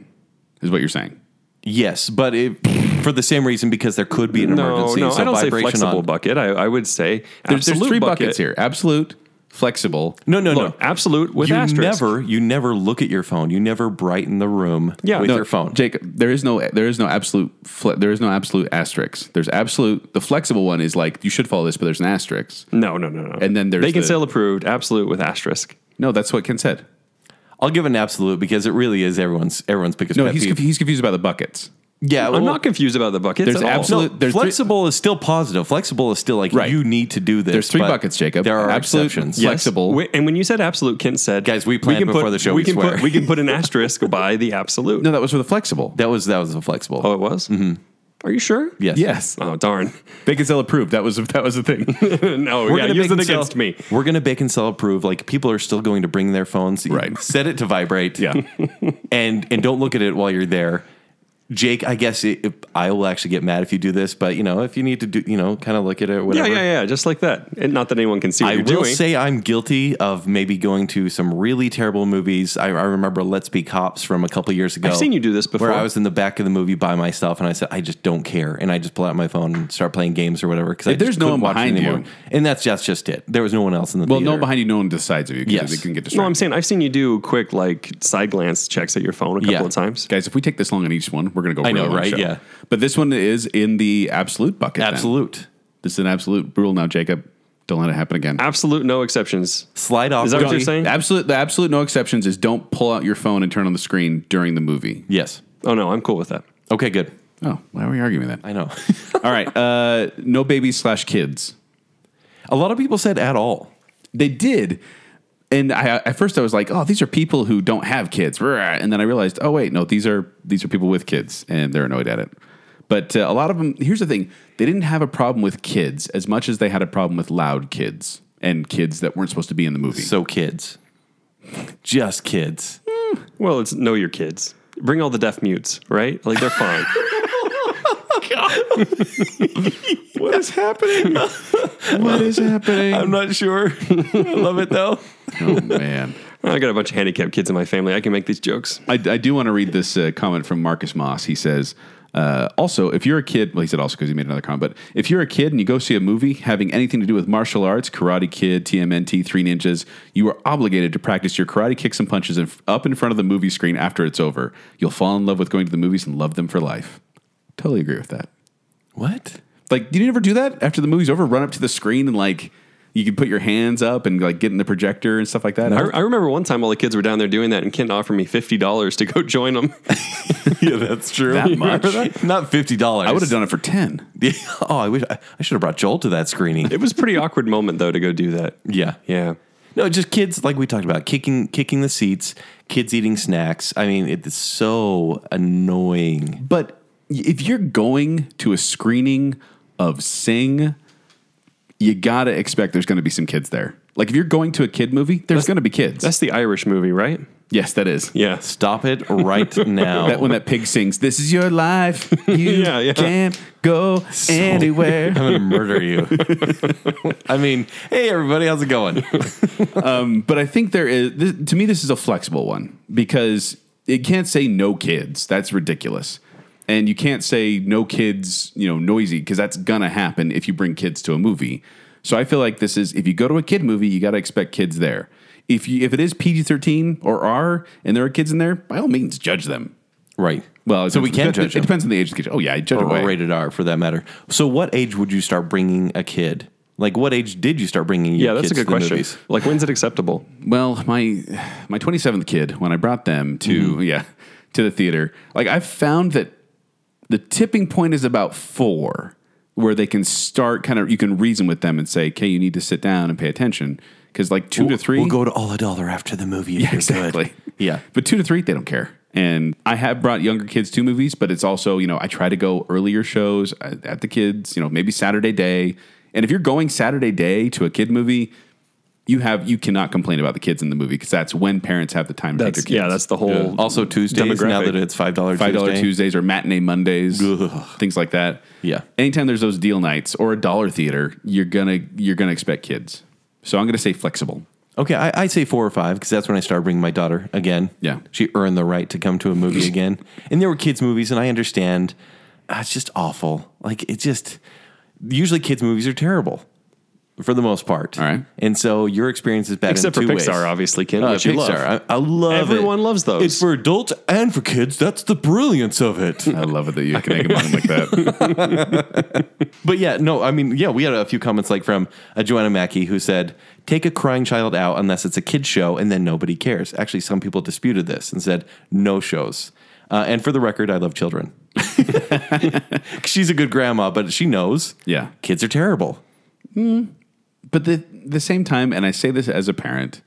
[SPEAKER 1] is what you're saying.
[SPEAKER 3] Yes, but it, for the same reason because there could be an
[SPEAKER 2] No,
[SPEAKER 3] emergency.
[SPEAKER 2] no,
[SPEAKER 3] so
[SPEAKER 2] I don't say
[SPEAKER 3] vibration
[SPEAKER 2] flexible
[SPEAKER 3] on,
[SPEAKER 2] bucket. I, I would say
[SPEAKER 1] There's, there's
[SPEAKER 2] absolute
[SPEAKER 1] three
[SPEAKER 2] bucket.
[SPEAKER 1] buckets here: absolute, flexible.
[SPEAKER 3] No, no,
[SPEAKER 2] Look,
[SPEAKER 3] no.
[SPEAKER 2] absolute with
[SPEAKER 3] you
[SPEAKER 2] asterisk.
[SPEAKER 3] never you never look at your phone. You never brighten the room
[SPEAKER 2] Yeah,
[SPEAKER 3] with
[SPEAKER 2] no,
[SPEAKER 3] your phone.
[SPEAKER 1] Jake, there is no there is no absolute fle- there is no absolute asterisk. There's absolute. The flexible one is like you should follow this, but there's an asterisk.
[SPEAKER 2] No, no, no, no.
[SPEAKER 1] And then there's
[SPEAKER 2] they can
[SPEAKER 1] the-
[SPEAKER 2] still approved absolute with asterisk.
[SPEAKER 1] No, that's what Ken said.
[SPEAKER 3] I'll give an absolute because it really is everyone's everyone's biggest
[SPEAKER 1] No,
[SPEAKER 3] pet
[SPEAKER 1] he's
[SPEAKER 3] peeve.
[SPEAKER 1] conf- he's confused about the buckets.
[SPEAKER 3] Yeah, well,
[SPEAKER 2] I'm not confused about the buckets.
[SPEAKER 1] There's
[SPEAKER 2] at all.
[SPEAKER 1] absolute-
[SPEAKER 3] no,
[SPEAKER 1] there's three-
[SPEAKER 3] flexible is still positive. Flexible is still like
[SPEAKER 1] Right.
[SPEAKER 3] you need to do this.
[SPEAKER 1] There's three
[SPEAKER 3] but
[SPEAKER 1] buckets, Jacob.
[SPEAKER 3] There are
[SPEAKER 1] Absolute,
[SPEAKER 3] exceptions.
[SPEAKER 1] yeah. flexible.
[SPEAKER 2] Wh- and when you said absolute, Kent said,
[SPEAKER 3] Guys, we planned
[SPEAKER 2] can
[SPEAKER 3] before
[SPEAKER 2] put-
[SPEAKER 3] the show,
[SPEAKER 2] We,
[SPEAKER 3] we
[SPEAKER 2] can
[SPEAKER 3] swear."
[SPEAKER 2] put we
[SPEAKER 3] <laughs>
[SPEAKER 2] can put an asterisk by the absolute.
[SPEAKER 1] No, that was for the flexible.
[SPEAKER 3] That was that was a flexible.
[SPEAKER 2] Oh, it was. Mm-hmm. Are you sure?
[SPEAKER 3] yes.
[SPEAKER 1] Yes,
[SPEAKER 2] Oh darn. <laughs>
[SPEAKER 1] Bacon Cell approved. That was that was the thing.
[SPEAKER 2] no. yeah.
[SPEAKER 3] gonna bake
[SPEAKER 2] Use it
[SPEAKER 3] and sell-
[SPEAKER 2] against me.
[SPEAKER 3] We're gonna bake and sell approve. Like people are still going to bring their phones.
[SPEAKER 1] Right.
[SPEAKER 3] Set it to vibrate.
[SPEAKER 1] Yeah.
[SPEAKER 3] <laughs> and and don't look at it while you're there. Jake, I guess it, it- I will actually get mad if you do this, but you know if you need to do, you know, kind of look at it. Or
[SPEAKER 2] Yeah,
[SPEAKER 3] whatever.
[SPEAKER 2] yeah, yeah. Just like that. And not that anyone can see what
[SPEAKER 3] I
[SPEAKER 2] you're
[SPEAKER 3] will
[SPEAKER 2] doing.
[SPEAKER 3] say I'm guilty of maybe going to some really terrible movies. I, I remember Let's Be Cops from a couple years ago.
[SPEAKER 2] I've seen you do this before.
[SPEAKER 3] Where I was in the back of the movie by myself, and I said, I just don't care, and I just pull out my phone and start playing games or whatever. Because
[SPEAKER 1] there's no one behind you.
[SPEAKER 3] and that's just just it. There was no one else in the
[SPEAKER 1] <laughs> Well, no
[SPEAKER 3] theater.
[SPEAKER 1] one behind you, no one decides if you. 'cause
[SPEAKER 3] Yes.
[SPEAKER 1] they can get distracted.
[SPEAKER 2] no, I'm saying I've seen you do quick like side glance checks at your phone a couple
[SPEAKER 3] Yeah.
[SPEAKER 2] of times.
[SPEAKER 1] Guys, if we take this long on each one, we're going to go. I
[SPEAKER 3] know, right? Yeah.
[SPEAKER 1] But this one is in the absolute bucket. then.
[SPEAKER 3] absolute
[SPEAKER 1] This is an absolute rule now, Jacob. Don't let it happen again.
[SPEAKER 2] Absolute no exceptions.
[SPEAKER 3] slide off.
[SPEAKER 2] Is that what you're saying?
[SPEAKER 1] The absolute, the absolute no exceptions is don't pull out your phone and turn on the screen during the movie.
[SPEAKER 3] Yes.
[SPEAKER 2] Oh no, I'm cool with that.
[SPEAKER 3] Okay. Good.
[SPEAKER 1] Oh, why are we arguing then?
[SPEAKER 3] I know. <laughs>
[SPEAKER 1] All right. Uh, no babies slash kids.
[SPEAKER 3] a lot of people said at all.
[SPEAKER 1] They did. And I, at first I was like, oh, these are people who don't have kids. Rah. And then I realized, oh, wait, no, these are these are people with kids and they're annoyed at it. But uh, a lot of them, here's the thing. They didn't have a problem with kids as much as they had a problem with loud kids and kids that weren't supposed to be in the movie.
[SPEAKER 3] So kids. Just kids.
[SPEAKER 2] Well, it's know your kids. Bring all the deaf mutes, right? Like
[SPEAKER 3] <laughs>
[SPEAKER 2] they're fine.
[SPEAKER 1] what is happening? <laughs> what is happening?
[SPEAKER 3] I'm not sure. <laughs> I love it
[SPEAKER 2] <laughs>
[SPEAKER 3] though.
[SPEAKER 1] oh, man.
[SPEAKER 2] I got a bunch of handicapped kids in my family. I can make these jokes.
[SPEAKER 1] I, I do want to read this uh, comment from Marcus Moss. He says, uh, also, if you're a kid, well, he said also because he made another comment, but if you're a kid and you go see a movie having anything to do with martial arts, Karate Kid, TMNT, Three Ninjas, you are obligated to practice your karate kicks and punches in, up in front of the movie screen after it's over. You'll fall in love with going to the movies and love them for life. Totally agree with that.
[SPEAKER 3] What?
[SPEAKER 1] Like, did you never do that after the movie's over? Run up to the screen and like, you can put your hands up and like get in the projector and stuff like that.
[SPEAKER 2] I, I remember one time all the kids were down there doing that, and Ken offered me fifty dollars to go join them.
[SPEAKER 3] yeah, that's true.
[SPEAKER 1] That
[SPEAKER 3] You remember
[SPEAKER 1] much?
[SPEAKER 3] that? Not fifty dollars.
[SPEAKER 1] I would have
[SPEAKER 3] <laughs>
[SPEAKER 1] done it for ten.
[SPEAKER 3] oh, I wish I, I should have brought Joel to that screening.
[SPEAKER 2] it was a pretty awkward moment though to go do that.
[SPEAKER 3] yeah,
[SPEAKER 2] <laughs> Yeah.
[SPEAKER 3] No, just kids like we talked about kicking kicking the seats, kids eating snacks. I mean, it's so annoying.
[SPEAKER 1] But if you're going to a screening of Sing, you gotta expect there's gonna be some kids there. Like if you're going to a kid movie, there's gonna be kids.
[SPEAKER 2] That's the Irish movie, right?
[SPEAKER 1] yes, that is.
[SPEAKER 2] Yeah.
[SPEAKER 3] Stop it right now.
[SPEAKER 1] That when that pig sings, "This is your life, you
[SPEAKER 2] <laughs> Yeah, yeah.
[SPEAKER 1] can't go
[SPEAKER 3] I'm
[SPEAKER 2] <laughs>
[SPEAKER 1] anywhere."
[SPEAKER 3] gonna murder you. <laughs> I mean, hey everybody, how's it going?
[SPEAKER 1] But I think there is. This, to me, this is a flexible one because it can't say no kids. That's ridiculous, and you can't say no kids. You know, noisy because that's gonna happen if you bring kids to a movie. So I feel like this is if you go to a kid movie, you got to expect kids there. If you if it is PG thirteen or R and there are kids in there, by all means judge them.
[SPEAKER 3] right.
[SPEAKER 1] Well, it
[SPEAKER 3] so we
[SPEAKER 1] depends-
[SPEAKER 3] can judge
[SPEAKER 1] It
[SPEAKER 3] them.
[SPEAKER 1] depends on the age of the kid. Oh yeah, I judge
[SPEAKER 3] or
[SPEAKER 1] away.
[SPEAKER 3] rated R for that matter. So, what age would you start bringing a kid? Like, what age did you start bringing your
[SPEAKER 2] Yeah, that's
[SPEAKER 3] kids
[SPEAKER 2] a good
[SPEAKER 3] to the
[SPEAKER 2] question.
[SPEAKER 3] movies?
[SPEAKER 2] Like, when's it
[SPEAKER 3] <laughs>
[SPEAKER 2] acceptable?
[SPEAKER 1] well my my 27th kid when i brought them to
[SPEAKER 3] Mm-hmm.
[SPEAKER 1] yeah to the theater like i found that the tipping point is about four where they can start kind of you can reason with them and say okay you need to sit down and pay attention because like 2 to 3
[SPEAKER 3] We'll go to all a dollar after the movie. If you're
[SPEAKER 1] exactly
[SPEAKER 3] Good. <laughs> Yeah.
[SPEAKER 1] but two to three they don't care and i have brought younger kids to movies but it's also you know i try to go earlier shows uh, at at the kids you know maybe saturday day and if you're going saturday day to a kid movie you have you cannot complain about the kids in the movie because that's when parents have the time to take
[SPEAKER 2] That's
[SPEAKER 1] their kids
[SPEAKER 2] yeah. That's the whole.
[SPEAKER 3] Also Tuesdays now
[SPEAKER 2] Demographic.
[SPEAKER 3] that it's five dollar
[SPEAKER 1] five dollar
[SPEAKER 3] Tuesday.
[SPEAKER 1] Tuesdays or matinee Mondays, things like that.
[SPEAKER 3] Yeah.
[SPEAKER 1] Anytime there's those deal nights or a dollar theater, you're gonna you're gonna expect kids. So I'm gonna say flexible.
[SPEAKER 3] Okay, I, I say four or five because that's when I started bringing my daughter again.
[SPEAKER 1] Yeah.
[SPEAKER 3] she earned the right to come to a movie again, and there were kids movies, and I understand. Ah, It's just awful. Like it just usually kids movies are terrible for the most part.
[SPEAKER 1] All right.
[SPEAKER 3] and so your experience is bad.
[SPEAKER 2] Except for
[SPEAKER 3] in two
[SPEAKER 2] Pixar,
[SPEAKER 3] ways.
[SPEAKER 2] obviously, Ken,
[SPEAKER 3] Oh,
[SPEAKER 2] which you
[SPEAKER 3] Pixar.
[SPEAKER 2] love.
[SPEAKER 3] I, I love it.
[SPEAKER 2] Everyone loves those.
[SPEAKER 3] It's for adults and for kids. That's the brilliance of it.
[SPEAKER 1] I love it that you
[SPEAKER 3] <laughs>
[SPEAKER 1] can make a mind like that.
[SPEAKER 3] But yeah, no, I mean, yeah, we had a few comments like from uh, Joanna Mackey who said, "Take a crying child out unless it's a kid show, and then nobody cares." Actually, some people disputed this and said, "No shows." Uh, and for the record, I love children. <laughs> She's a good grandma, but she knows
[SPEAKER 1] Yeah.
[SPEAKER 3] kids are terrible.
[SPEAKER 1] But the the same time, and I say this as a parent,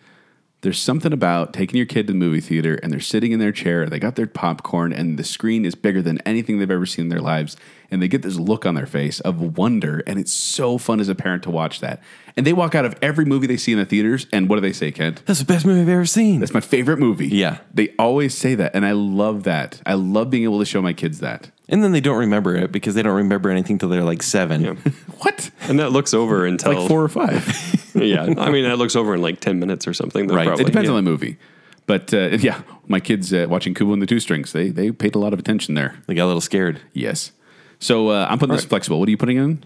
[SPEAKER 1] there's something about taking your kid to the movie theater and they're sitting in their chair, they got their popcorn, and the screen is bigger than anything they've ever seen in their lives, and they get this look on their face of wonder, and it's so fun as a parent to watch that. And they walk out of every movie they see in the theaters, and what do they say, Kent?
[SPEAKER 3] That's the best movie I've ever seen.
[SPEAKER 1] That's my favorite movie.
[SPEAKER 3] Yeah.
[SPEAKER 1] They always say that, and I love that. I love being able to show my kids that.
[SPEAKER 3] And then they don't remember it because they don't remember anything till they're like seven.
[SPEAKER 1] What?
[SPEAKER 2] and that looks over until
[SPEAKER 1] Like four or five.
[SPEAKER 2] <laughs> yeah. I mean, that looks over in like ten minutes or something. though,
[SPEAKER 3] Right. It
[SPEAKER 2] Probably.
[SPEAKER 1] It depends
[SPEAKER 2] yeah.
[SPEAKER 1] on the movie. But uh, <laughs> yeah, my kids uh, watching Kubo and the Two Strings, they they paid a lot of attention there.
[SPEAKER 3] They got a little scared.
[SPEAKER 1] Yes. So uh, I'm putting this flexible. What are you putting in?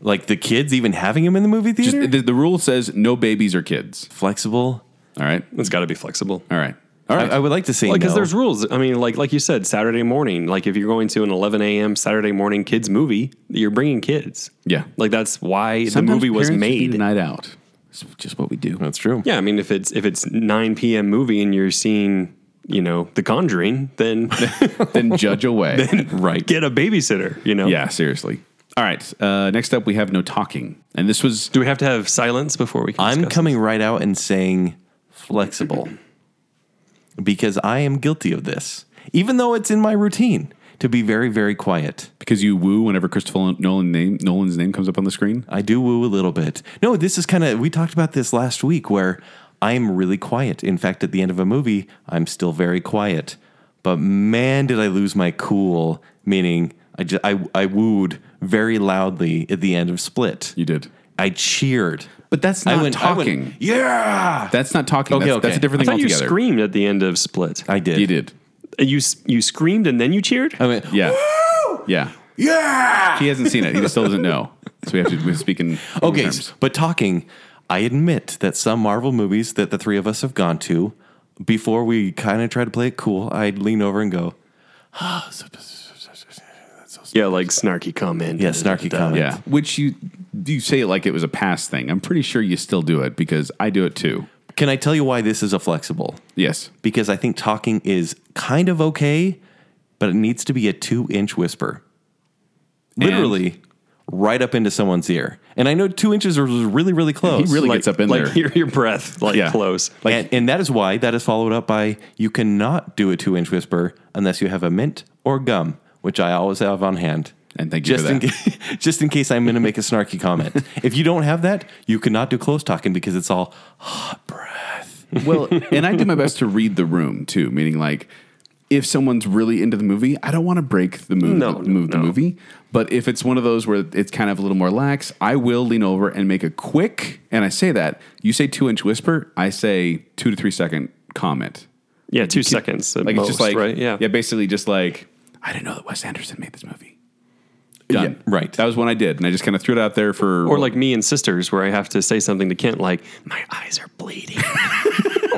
[SPEAKER 3] Like the kids even having him in the movie theater.
[SPEAKER 1] Just, the, the rule says no babies or kids.
[SPEAKER 3] Flexible.
[SPEAKER 1] All right.
[SPEAKER 2] It's got to be flexible.
[SPEAKER 1] All right. All right.
[SPEAKER 3] I, I would like to say
[SPEAKER 2] because
[SPEAKER 3] no.
[SPEAKER 2] there's rules. I mean, like like you said, Saturday morning. Like if you're going to an 11 a.m. Saturday morning kids movie, you're bringing kids.
[SPEAKER 1] yeah.
[SPEAKER 2] Like that's why
[SPEAKER 1] Sometimes
[SPEAKER 2] the movie was
[SPEAKER 1] parents just need
[SPEAKER 2] made.
[SPEAKER 1] a night out. It's just what we do. <laughs>
[SPEAKER 3] That's true.
[SPEAKER 2] Yeah, I mean, if it's if it's 9 p.m. movie and you're seeing you know, The Conjuring, then
[SPEAKER 1] <laughs> then judge away. <laughs> right.
[SPEAKER 2] get a babysitter, you know?
[SPEAKER 1] yeah, seriously. All right. Uh, next up, we have no talking, and this was
[SPEAKER 2] Do we have to have silence before we can
[SPEAKER 3] I'm
[SPEAKER 2] discuss
[SPEAKER 3] coming right out and saying
[SPEAKER 1] <clears throat>
[SPEAKER 3] flexible because I am guilty of this, even though it's in my routine to be very, very quiet.
[SPEAKER 1] because you woo whenever Christopher Nolan name Nolan's name comes up on the screen.
[SPEAKER 3] I do woo a little bit. No, this is kind of, we talked about this last week where I'm really quiet. In fact, at the end of a movie, I'm still very quiet. But man, did I lose my cool, meaning I, just, I, I wooed very loudly at the end of Split.
[SPEAKER 1] You did,
[SPEAKER 3] I cheered.
[SPEAKER 1] but that's
[SPEAKER 3] I
[SPEAKER 1] not
[SPEAKER 3] went- I went,
[SPEAKER 1] talking.
[SPEAKER 3] yeah!
[SPEAKER 1] that's not talking.
[SPEAKER 3] Okay,
[SPEAKER 1] that's,
[SPEAKER 3] okay.
[SPEAKER 1] that's a different
[SPEAKER 2] I
[SPEAKER 1] thing
[SPEAKER 2] thought you
[SPEAKER 1] altogether.
[SPEAKER 2] screamed at the end of Split.
[SPEAKER 3] I did.
[SPEAKER 1] You did.
[SPEAKER 2] And you s- you screamed and then you cheered.
[SPEAKER 1] Uh,
[SPEAKER 3] I went,
[SPEAKER 1] Yeah.
[SPEAKER 3] Woo!
[SPEAKER 1] Yeah.
[SPEAKER 3] Yeah.
[SPEAKER 1] He hasn't seen it. He just still doesn't know. So we have to we speak in in
[SPEAKER 3] Okay,
[SPEAKER 1] terms.
[SPEAKER 3] but talking, I admit that some Marvel movies that the three of us have gone to, before we kind of try to play it cool, I'd lean over and go,
[SPEAKER 2] yeah, like snarky Uh, comment.
[SPEAKER 3] yeah, snarky comment.
[SPEAKER 1] Yeah, which you you say it like it was a past thing. I'm pretty sure you still do it because I do it too.
[SPEAKER 3] Can I tell you why this is a flexible?
[SPEAKER 1] Yes.
[SPEAKER 3] Because I think talking is kind of okay, but it needs to be a two inch whisper. Literally, right up into someone's ear. And I know two inches are really, really close.
[SPEAKER 1] He really
[SPEAKER 2] Like,
[SPEAKER 1] gets up in
[SPEAKER 2] like
[SPEAKER 1] there.
[SPEAKER 2] hear <laughs> your breath, like
[SPEAKER 1] Yeah.
[SPEAKER 2] close.
[SPEAKER 1] Like-
[SPEAKER 3] and, and that is why that is followed up by you cannot do a two inch whisper unless you have a mint or gum, which I always have on hand.
[SPEAKER 1] And thank you
[SPEAKER 3] just
[SPEAKER 1] for
[SPEAKER 3] in
[SPEAKER 1] that.
[SPEAKER 3] ca- <laughs> just in case I'm going to make a
[SPEAKER 1] <laughs>
[SPEAKER 3] snarky comment. if you don't have that, you cannot do close talking because it's all hot breath.
[SPEAKER 1] well, and I do my best to read the room too, meaning like if someone's really into the movie, I don't want to break the mood,
[SPEAKER 2] No,
[SPEAKER 1] the, mood of the
[SPEAKER 2] no.
[SPEAKER 1] movie. But if it's one of those where it's kind of a little more lax, I will lean over and make a quick. And I say that you say two inch whisper, I say two to three second comment.
[SPEAKER 2] Yeah, two seconds. At
[SPEAKER 1] Like
[SPEAKER 2] most,
[SPEAKER 1] it's just like
[SPEAKER 2] right. Yeah.
[SPEAKER 1] yeah, basically just like I didn't know that Wes Anderson made this movie. Done.
[SPEAKER 3] Yeah, right.
[SPEAKER 1] That was one I did, and I just kind of threw it out there for
[SPEAKER 2] Or like me and sisters, where I have to say something to Kent, like my eyes are bleeding.
[SPEAKER 1] <laughs>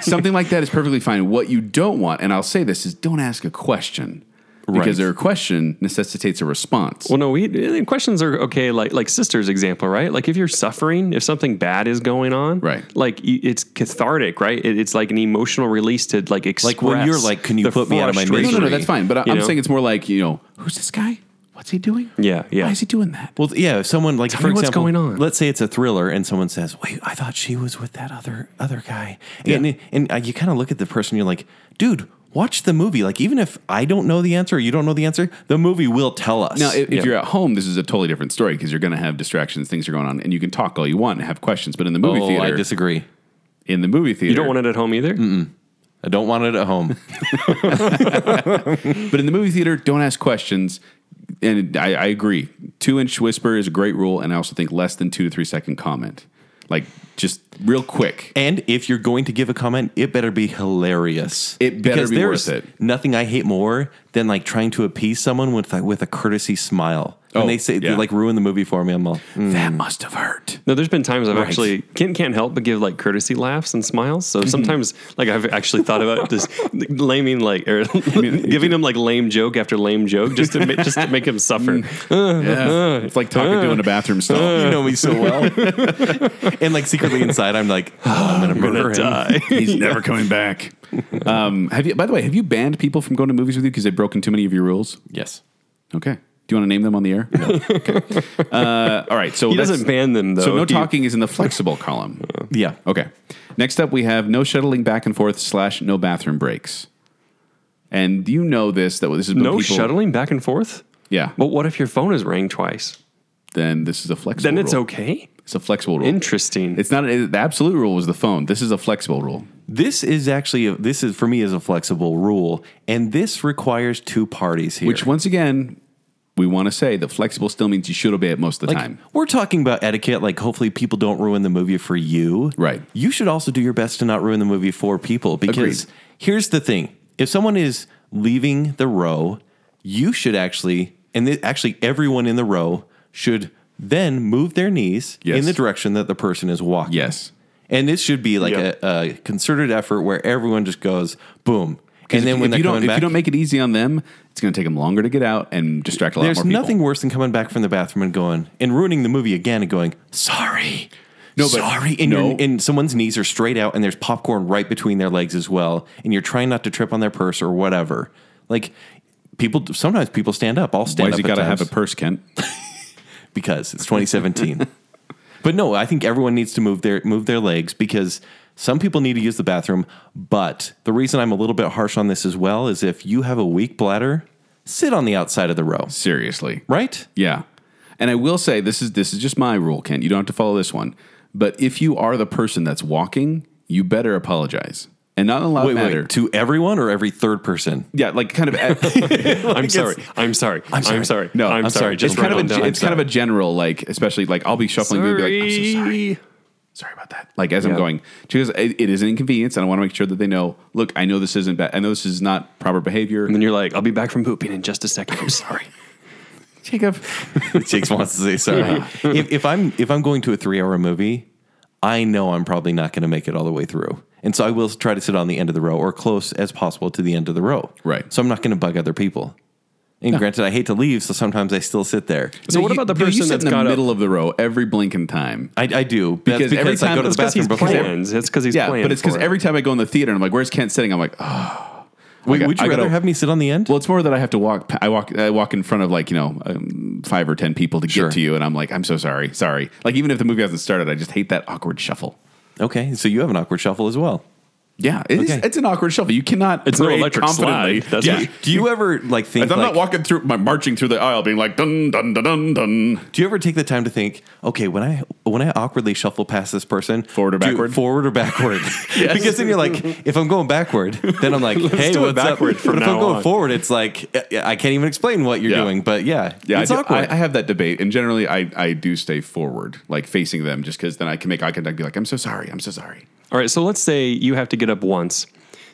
[SPEAKER 1] something like that is perfectly fine. What you don't want, and I'll say this, is don't ask a question
[SPEAKER 3] Right.
[SPEAKER 1] because their question necessitates a response.
[SPEAKER 2] well, no, we questions are okay. Like like sisters example, right? Like if you're suffering, if something bad is going on,
[SPEAKER 1] Right.
[SPEAKER 2] Like y- it's cathartic, right? It, it's like an emotional release to like express.
[SPEAKER 3] when you're like, "Can you
[SPEAKER 2] the
[SPEAKER 3] put me out of my
[SPEAKER 2] frustration."
[SPEAKER 1] no, no, no,
[SPEAKER 3] misery.
[SPEAKER 1] that's fine. But I-
[SPEAKER 2] You
[SPEAKER 1] I'm
[SPEAKER 2] know?
[SPEAKER 1] saying it's more like you know, who's this guy? What's he doing?
[SPEAKER 2] Yeah, yeah.
[SPEAKER 1] Why is he doing that?
[SPEAKER 3] Well, yeah, someone like for
[SPEAKER 2] me what's
[SPEAKER 3] example,
[SPEAKER 2] going on.
[SPEAKER 3] let's say it's a thriller and someone says, "Wait, I thought she was with that other other guy." And and uh, you kind of look at the person you're like, "Dude, watch the movie. Like even if I don't know the answer or you don't know the answer, the movie will tell us."
[SPEAKER 1] Now, if, if
[SPEAKER 2] Yeah.
[SPEAKER 1] you're at home, this is a totally different story because you're going to have distractions, things are going on, and you can talk all you want and have questions. But in the movie
[SPEAKER 3] oh,
[SPEAKER 1] theater,
[SPEAKER 3] I disagree.
[SPEAKER 1] in the movie theater,
[SPEAKER 2] You don't want it at home
[SPEAKER 1] Mm.
[SPEAKER 2] either.
[SPEAKER 3] I don't want it at home.
[SPEAKER 1] But in the movie theater, don't ask questions. And I, I agree. Two inch whisper is a great rule, and I also think less than two to three second comment, like just real quick.
[SPEAKER 3] And if you're going to give a comment, it better be hilarious.
[SPEAKER 1] It better be
[SPEAKER 3] there's
[SPEAKER 1] worth it.
[SPEAKER 3] Nothing I hate more than like trying to appease someone with like, with a courtesy smile. When
[SPEAKER 1] Oh,
[SPEAKER 3] they say they
[SPEAKER 1] yeah.
[SPEAKER 3] like ruin the movie for me, I'm all "Mm,
[SPEAKER 1] That must have
[SPEAKER 2] <laughs>
[SPEAKER 1] hurt.
[SPEAKER 2] No, there's been times I've actually Kent can't help but give like courtesy laughs and smiles. So
[SPEAKER 1] Mm-hmm.
[SPEAKER 2] sometimes, like I've actually thought
[SPEAKER 1] <laughs>
[SPEAKER 2] about just laming like or <laughs> giving him like lame joke after lame joke just to
[SPEAKER 1] <laughs>
[SPEAKER 2] make, just to make him
[SPEAKER 1] Mm.
[SPEAKER 2] suffer.
[SPEAKER 1] Yeah. it's like talking to in a bathroom
[SPEAKER 2] <laughs>
[SPEAKER 1] stall.
[SPEAKER 3] you know me so
[SPEAKER 1] <laughs>
[SPEAKER 3] well. and like secretly inside, I'm like, oh, I'm gonna murder him.
[SPEAKER 2] Die.
[SPEAKER 1] He's
[SPEAKER 2] <laughs>
[SPEAKER 1] never coming back. Um, have you? By the way, have you banned people from going to movies with you because they've broken too many of your rules?
[SPEAKER 3] Yes.
[SPEAKER 1] Okay. Do you want to name them on the
[SPEAKER 2] <laughs>
[SPEAKER 1] air? No. Okay. Uh, all right. So
[SPEAKER 2] He
[SPEAKER 1] that's-
[SPEAKER 2] doesn't ban them though.
[SPEAKER 1] So no
[SPEAKER 2] He- Uh,
[SPEAKER 1] talking is in the flexible
[SPEAKER 2] <laughs>
[SPEAKER 1] column.
[SPEAKER 3] Yeah.
[SPEAKER 1] Okay. Next up, we have no shuttling back and forth slash no bathroom breaks. And you know this that this is
[SPEAKER 2] No
[SPEAKER 1] people,
[SPEAKER 2] shuttling back and forth.
[SPEAKER 1] Yeah.
[SPEAKER 2] But what if your phone is rang twice?
[SPEAKER 1] Then this is a flexible.
[SPEAKER 2] Then it's
[SPEAKER 1] rule.
[SPEAKER 2] okay.
[SPEAKER 1] It's a flexible rule.
[SPEAKER 2] Interesting.
[SPEAKER 1] It's not the absolute rule was the phone. This is a flexible rule.
[SPEAKER 3] This is actually a, this is for me is a flexible rule, and this requires two parties here.
[SPEAKER 1] Which once again, we want to say that flexible still means you should obey it most of the
[SPEAKER 3] Like,
[SPEAKER 1] time.
[SPEAKER 3] We're talking about etiquette. Like, hopefully, people don't ruin the movie for you.
[SPEAKER 1] Right.
[SPEAKER 3] You should also do your best to not ruin the movie for people. Because
[SPEAKER 1] Agreed.
[SPEAKER 3] here's the thing: if someone is leaving the row, you should actually, and th- actually everyone in the row should then move their knees
[SPEAKER 1] Yes.
[SPEAKER 3] in the direction that the person is walking.
[SPEAKER 1] Yes.
[SPEAKER 3] And this should be like
[SPEAKER 2] Yep.
[SPEAKER 3] a, a concerted effort where everyone just goes boom. And then
[SPEAKER 1] if,
[SPEAKER 3] when
[SPEAKER 1] if
[SPEAKER 3] they're
[SPEAKER 1] you don't
[SPEAKER 3] coming
[SPEAKER 1] if
[SPEAKER 3] back,
[SPEAKER 1] you don't make it easy on them, it's going to take them longer to get out and distract a lot
[SPEAKER 3] there's
[SPEAKER 1] more people.
[SPEAKER 3] nothing worse than coming back from the bathroom and going and ruining the movie again and going sorry
[SPEAKER 1] No, but-
[SPEAKER 3] sorry, and,
[SPEAKER 1] no.
[SPEAKER 3] you're- and someone's knees are straight out, and there's popcorn right between their legs as well, and you're trying not to trip on their purse or whatever. Like people, sometimes people stand up. I'll
[SPEAKER 1] Why
[SPEAKER 3] stand
[SPEAKER 1] has
[SPEAKER 3] up.
[SPEAKER 1] he
[SPEAKER 3] at
[SPEAKER 1] got to have a
[SPEAKER 3] times
[SPEAKER 1] purse, Kent?
[SPEAKER 3] because it's 2017. <laughs> but no, I think everyone needs to move their move their legs because some people need to use the bathroom. But the reason I'm a little bit harsh on this as well is if you have a weak bladder, sit on the outside of the row,
[SPEAKER 1] Seriously.
[SPEAKER 3] right?
[SPEAKER 1] Yeah. And I will say this is this is just my rule, Kent. You don't have to follow this one. But if you are the person that's walking, you better apologize. And not in a loud
[SPEAKER 3] Wait,
[SPEAKER 1] manner.
[SPEAKER 3] wait, to everyone or every third person? <laughs>
[SPEAKER 1] yeah, like kind of eh,
[SPEAKER 2] <laughs> I'm sorry. I'm sorry. I'm sorry.
[SPEAKER 1] No,
[SPEAKER 2] I'm,
[SPEAKER 1] I'm
[SPEAKER 2] sorry.
[SPEAKER 3] sorry.
[SPEAKER 2] Just
[SPEAKER 1] it's kind of a,
[SPEAKER 2] down.
[SPEAKER 1] it's kind of a general like especially like I'll be shuffling through and be like I'm so sorry. sorry about that. Like as I'm
[SPEAKER 2] Yeah.
[SPEAKER 1] going, because it, it is an inconvenience, and I want to make sure that they know. Look, I know this isn't bad. I know this is not proper behavior.
[SPEAKER 2] And then you're like, I'll be back from pooping in just
[SPEAKER 1] <laughs>
[SPEAKER 2] a second. I'm sorry.
[SPEAKER 1] Jacob,
[SPEAKER 3] Jake's wants to say sorry.
[SPEAKER 1] <laughs>
[SPEAKER 3] if, if I'm if I'm going to a three hour movie, I know I'm probably not going to make it all the way through, and so I will try to sit on the end of the row or close as possible to the end of the row.
[SPEAKER 1] Right.
[SPEAKER 3] So I'm not going to bug other people. And granted, I hate to leave, so sometimes I still sit there.
[SPEAKER 2] So what about the
[SPEAKER 1] No, you
[SPEAKER 2] person
[SPEAKER 1] sit in
[SPEAKER 2] that's
[SPEAKER 1] the
[SPEAKER 2] got a-
[SPEAKER 1] middle of the row every blinking time?
[SPEAKER 3] I, I do That's
[SPEAKER 1] Because every
[SPEAKER 3] I
[SPEAKER 1] time-
[SPEAKER 3] go to the
[SPEAKER 1] that's 'cause
[SPEAKER 3] bathroom
[SPEAKER 2] he's
[SPEAKER 3] before.
[SPEAKER 2] planned. That's because he's
[SPEAKER 1] yeah,
[SPEAKER 2] planned
[SPEAKER 1] but it's because
[SPEAKER 2] for it.
[SPEAKER 1] every time I go in the theater and I'm like, "Where's Kent sitting?" I'm like, "Oh,
[SPEAKER 3] Wait,
[SPEAKER 1] I got-
[SPEAKER 3] would you
[SPEAKER 1] I
[SPEAKER 3] rather
[SPEAKER 1] gotta-
[SPEAKER 3] have me sit on the end?
[SPEAKER 1] well." It's more that I have to walk. I walk. I walk in front of like you know um, five or ten people to
[SPEAKER 3] Sure.
[SPEAKER 1] get to you, and I'm like, "I'm so sorry, sorry." Like even if the movie hasn't started, I just hate that awkward shuffle.
[SPEAKER 3] okay, so you have an awkward shuffle as well.
[SPEAKER 1] Yeah, it is-
[SPEAKER 3] Okay.
[SPEAKER 1] It's an awkward shuffle. You cannot.
[SPEAKER 2] It's no
[SPEAKER 1] parade
[SPEAKER 2] electric
[SPEAKER 1] confidently.
[SPEAKER 2] slide. That's
[SPEAKER 1] yeah.
[SPEAKER 2] what-
[SPEAKER 3] Do you ever like think?
[SPEAKER 1] If I'm not
[SPEAKER 3] like,
[SPEAKER 1] walking through, my marching through the aisle, being like dun dun dun dun dun.
[SPEAKER 3] Do you ever take the time to think, okay, when I when I awkwardly shuffle past this person,
[SPEAKER 1] Forward or
[SPEAKER 3] do-
[SPEAKER 1] backward?
[SPEAKER 3] forward
[SPEAKER 1] <laughs>
[SPEAKER 3] or backward? <laughs> Because then you're like, if I'm going backward, then I'm like, hey,
[SPEAKER 2] do
[SPEAKER 3] what's
[SPEAKER 2] it backward
[SPEAKER 3] up?
[SPEAKER 2] from
[SPEAKER 3] but if I'm
[SPEAKER 2] now
[SPEAKER 3] going
[SPEAKER 2] on.
[SPEAKER 3] forward, it's like I- I can't even explain what you're
[SPEAKER 1] Yeah.
[SPEAKER 3] doing. But yeah,
[SPEAKER 1] Yeah,
[SPEAKER 3] it's
[SPEAKER 1] I, do-
[SPEAKER 3] awkward.
[SPEAKER 1] I, I have that debate, and generally, I, I do stay forward, like facing them, just because then I can make eye contact, and be like, "I'm so sorry, I'm so sorry."
[SPEAKER 2] All right, so let's say you have to get up once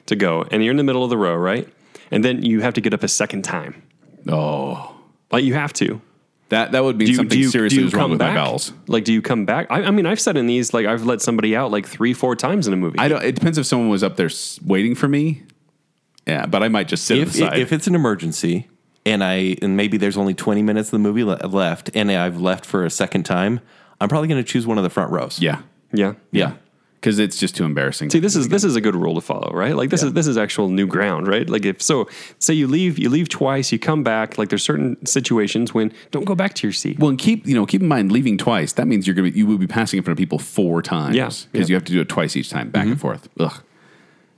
[SPEAKER 2] to go, and you're in the middle of the row, right? And then you have to get up a second time.
[SPEAKER 1] Oh,
[SPEAKER 2] Like you have to.
[SPEAKER 1] that that would mean something seriously was wrong with my bowels.
[SPEAKER 2] Like, do you come back? I, I mean, I've said in these, like, I've let somebody out like three, four times in a movie.
[SPEAKER 1] I don't. It depends if someone was up there s- waiting for me. Yeah, but I might just sit
[SPEAKER 3] if,
[SPEAKER 1] aside.
[SPEAKER 3] if it's an emergency and I and maybe there's only 20 minutes of the movie le- left, and I've left for a second time, I'm probably going to choose one of the front rows.
[SPEAKER 1] yeah,
[SPEAKER 2] yeah.
[SPEAKER 1] yeah, because it's just too embarrassing.
[SPEAKER 2] See, this is this is a good rule to follow, right? Like this is this is actual new ground, right? Like if so, say you leave, you leave twice, you come back. Like there's certain situations when don't go back to your seat.
[SPEAKER 1] Well, and keep you know keep in mind leaving twice. That means you're gonna be, you will be passing in front of people four times.
[SPEAKER 2] Yeah,
[SPEAKER 1] because you
[SPEAKER 2] yeah.
[SPEAKER 1] have to do it twice each time, back and forth. Ugh.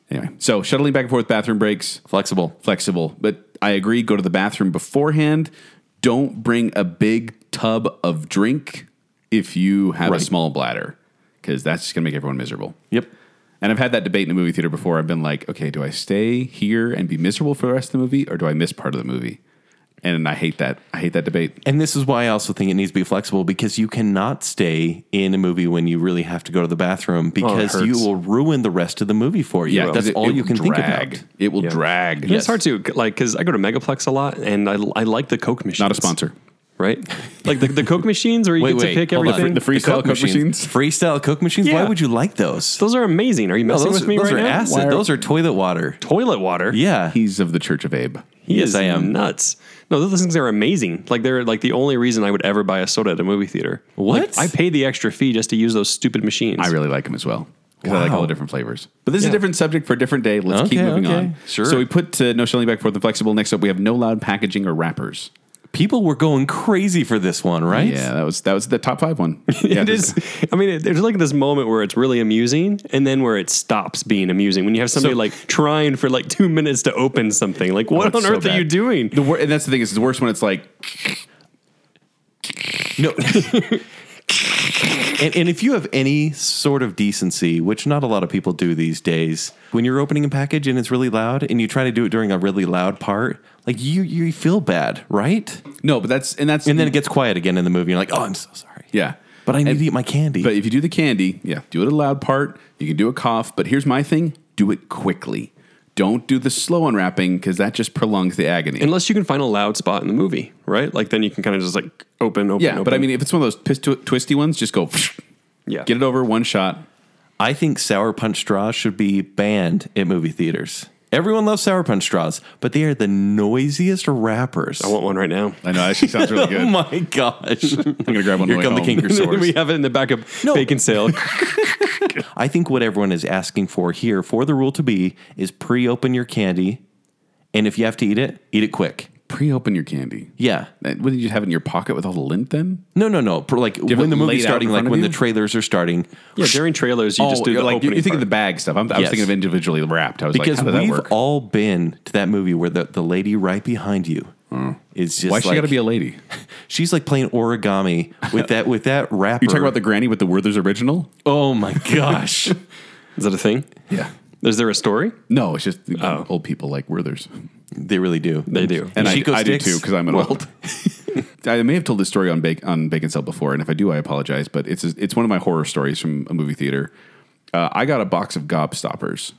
[SPEAKER 1] Anyway, so shuttling back and forth, bathroom breaks,
[SPEAKER 3] Flexible.
[SPEAKER 1] flexible. But I agree. Go to the bathroom beforehand. Don't bring a big tub of drink if you have
[SPEAKER 3] Right.
[SPEAKER 1] a small bladder, because that's just gonna make everyone miserable.
[SPEAKER 3] Yep.
[SPEAKER 1] And I've had that debate in a movie theater before. I've been like, okay, do I stay here and be miserable for the rest of the movie, or do I miss part of the movie? And I hate that. I hate that debate.
[SPEAKER 3] And this is why I also think it needs to be flexible because you cannot stay in a movie when you really have to go to the bathroom because
[SPEAKER 2] Oh, hurts.
[SPEAKER 3] you will ruin the rest of the movie for you. that's
[SPEAKER 1] 'cause it-
[SPEAKER 3] all
[SPEAKER 1] it
[SPEAKER 3] you
[SPEAKER 1] will
[SPEAKER 3] can
[SPEAKER 1] drag.
[SPEAKER 3] think about.
[SPEAKER 1] It will
[SPEAKER 2] Yeah.
[SPEAKER 1] drag.
[SPEAKER 2] And It's hard to like because I go to Megaplex a lot, and I, I like the Coke machines.
[SPEAKER 1] Not a sponsor.
[SPEAKER 2] right? <laughs> Like the, the Coke machines where you
[SPEAKER 3] Wait,
[SPEAKER 2] get
[SPEAKER 3] wait,
[SPEAKER 2] to pick
[SPEAKER 3] hold on.
[SPEAKER 2] everything.
[SPEAKER 1] The freestyle Coke machines?
[SPEAKER 3] Freestyle Coke machines? Why
[SPEAKER 2] Yeah.
[SPEAKER 3] would you like those?
[SPEAKER 2] those are amazing. Are you
[SPEAKER 3] No,
[SPEAKER 2] messing
[SPEAKER 3] those
[SPEAKER 2] with me
[SPEAKER 3] those
[SPEAKER 2] right
[SPEAKER 3] are
[SPEAKER 2] now?
[SPEAKER 3] acid.
[SPEAKER 2] Why are-
[SPEAKER 3] those are toilet water.
[SPEAKER 2] toilet water.
[SPEAKER 3] Yeah.
[SPEAKER 1] He's of the Church of Abe.
[SPEAKER 2] he
[SPEAKER 3] yes,
[SPEAKER 2] is
[SPEAKER 3] I am.
[SPEAKER 2] nuts. No, those things are amazing. Like they're like the only reason I would ever buy a soda at a movie theater.
[SPEAKER 3] What?
[SPEAKER 2] Like, I paid the extra fee just to use those stupid machines. <laughs>
[SPEAKER 1] I really like him as well because I like all
[SPEAKER 3] Wow.
[SPEAKER 1] the different flavors. But this is
[SPEAKER 2] Yeah.
[SPEAKER 1] a different subject for a different day. Let's keep
[SPEAKER 3] Okay,
[SPEAKER 1] moving
[SPEAKER 3] okay.
[SPEAKER 1] on.
[SPEAKER 3] Sure.
[SPEAKER 1] So we put uh, no shelling back forth and flexible. Next up, we have no loud packaging or wrappers.
[SPEAKER 3] People were going crazy for this one, right?
[SPEAKER 1] Yeah, that was that was the top five one. Yeah,
[SPEAKER 2] <laughs> it
[SPEAKER 1] this-
[SPEAKER 2] is. I mean, it, there's like this moment where it's really amusing, and then where it stops being amusing. When you have somebody
[SPEAKER 1] So-
[SPEAKER 2] like trying for like two minutes to open something, like
[SPEAKER 1] Oh,
[SPEAKER 2] what on
[SPEAKER 1] it's so
[SPEAKER 2] earth are
[SPEAKER 1] bad.
[SPEAKER 2] you doing?
[SPEAKER 1] <laughs> The wor- and that's the thing is the worst when it's like
[SPEAKER 3] No. <laughs> and, and if you have any sort of decency, which not a lot of people do these days, when you're opening a package and it's really loud and you try to do it during a really loud part, like you you feel bad, right?
[SPEAKER 1] no, but that's and that's
[SPEAKER 3] And then it gets quiet again in the movie. You're like, oh, I'm so sorry.
[SPEAKER 1] yeah.
[SPEAKER 3] But I need to eat my candy.
[SPEAKER 1] But if you do the candy, yeah, do it a loud part. You can do a cough. But here's my thing: do it quickly. Don't do the slow unwrapping because that just prolongs the agony.
[SPEAKER 2] Unless you can find a loud spot in the movie, right? Like then you can kind of just like open, open.
[SPEAKER 1] Yeah, but
[SPEAKER 2] open.
[SPEAKER 1] I mean, if it's one of those twist, twisty ones, just go <laughs>
[SPEAKER 2] yeah,
[SPEAKER 1] get it over one shot.
[SPEAKER 3] I think sour punch straws should be banned at movie theaters. Everyone loves Sour Punch straws, but they are the noisiest rappers.
[SPEAKER 2] I want one right now.
[SPEAKER 1] I know. Actually, sounds really
[SPEAKER 3] Oh
[SPEAKER 1] good.
[SPEAKER 3] <laughs> my gosh.
[SPEAKER 1] <laughs> I'm gonna grab one.
[SPEAKER 3] Here
[SPEAKER 1] on
[SPEAKER 3] come
[SPEAKER 1] the way
[SPEAKER 3] the
[SPEAKER 1] home. <laughs>
[SPEAKER 3] kinkersaurs.
[SPEAKER 2] we have it in the back of bacon sale.
[SPEAKER 3] I think what everyone is asking for here for the rule to be is pre-open your candy, and if you have to eat it, eat it quick.
[SPEAKER 1] Pre-open your candy.
[SPEAKER 3] Yeah.
[SPEAKER 1] That- What did you have it in your pocket with all the lint? Then
[SPEAKER 3] No, no, no. Pro- Like
[SPEAKER 1] have
[SPEAKER 3] when
[SPEAKER 1] it
[SPEAKER 3] the movie's
[SPEAKER 1] laid out in
[SPEAKER 3] starting,
[SPEAKER 1] front
[SPEAKER 3] like
[SPEAKER 1] of
[SPEAKER 3] when
[SPEAKER 1] you?
[SPEAKER 3] the trailers are starting.
[SPEAKER 2] yeah, during trailers, you
[SPEAKER 3] Oh,
[SPEAKER 2] just do
[SPEAKER 1] Oh, you're
[SPEAKER 2] the
[SPEAKER 1] like
[SPEAKER 2] opening.
[SPEAKER 1] you're thinking of
[SPEAKER 2] part.
[SPEAKER 1] the bag stuff. I'm, I was
[SPEAKER 3] Yes.
[SPEAKER 1] thinking of individually wrapped. I was like,
[SPEAKER 3] Because
[SPEAKER 1] how did that
[SPEAKER 3] we've
[SPEAKER 1] work?
[SPEAKER 3] all been to that movie where the, the lady right behind you is just
[SPEAKER 1] Hmm. Why
[SPEAKER 3] like,
[SPEAKER 1] she got to be a lady?
[SPEAKER 3] she's like playing origami with that
[SPEAKER 1] <laughs>
[SPEAKER 3] with that rapper.
[SPEAKER 1] You talking about the granny with the Werther's original? <laughs>
[SPEAKER 3] oh my gosh.
[SPEAKER 2] Is that a thing?
[SPEAKER 1] Yeah.
[SPEAKER 2] Is there a story?
[SPEAKER 1] No, it's just old people like Werther's.
[SPEAKER 3] they really do.
[SPEAKER 2] They do.
[SPEAKER 1] And
[SPEAKER 3] Chico
[SPEAKER 1] I, I do
[SPEAKER 3] sticks?
[SPEAKER 1] too because I'm an
[SPEAKER 3] Well-
[SPEAKER 1] old. I may have told this story on Bacon, on Bacon Cell before, and if I do, I apologize. But it's it's one of my horror stories from a movie theater. Uh, I got a box of Gobstoppers,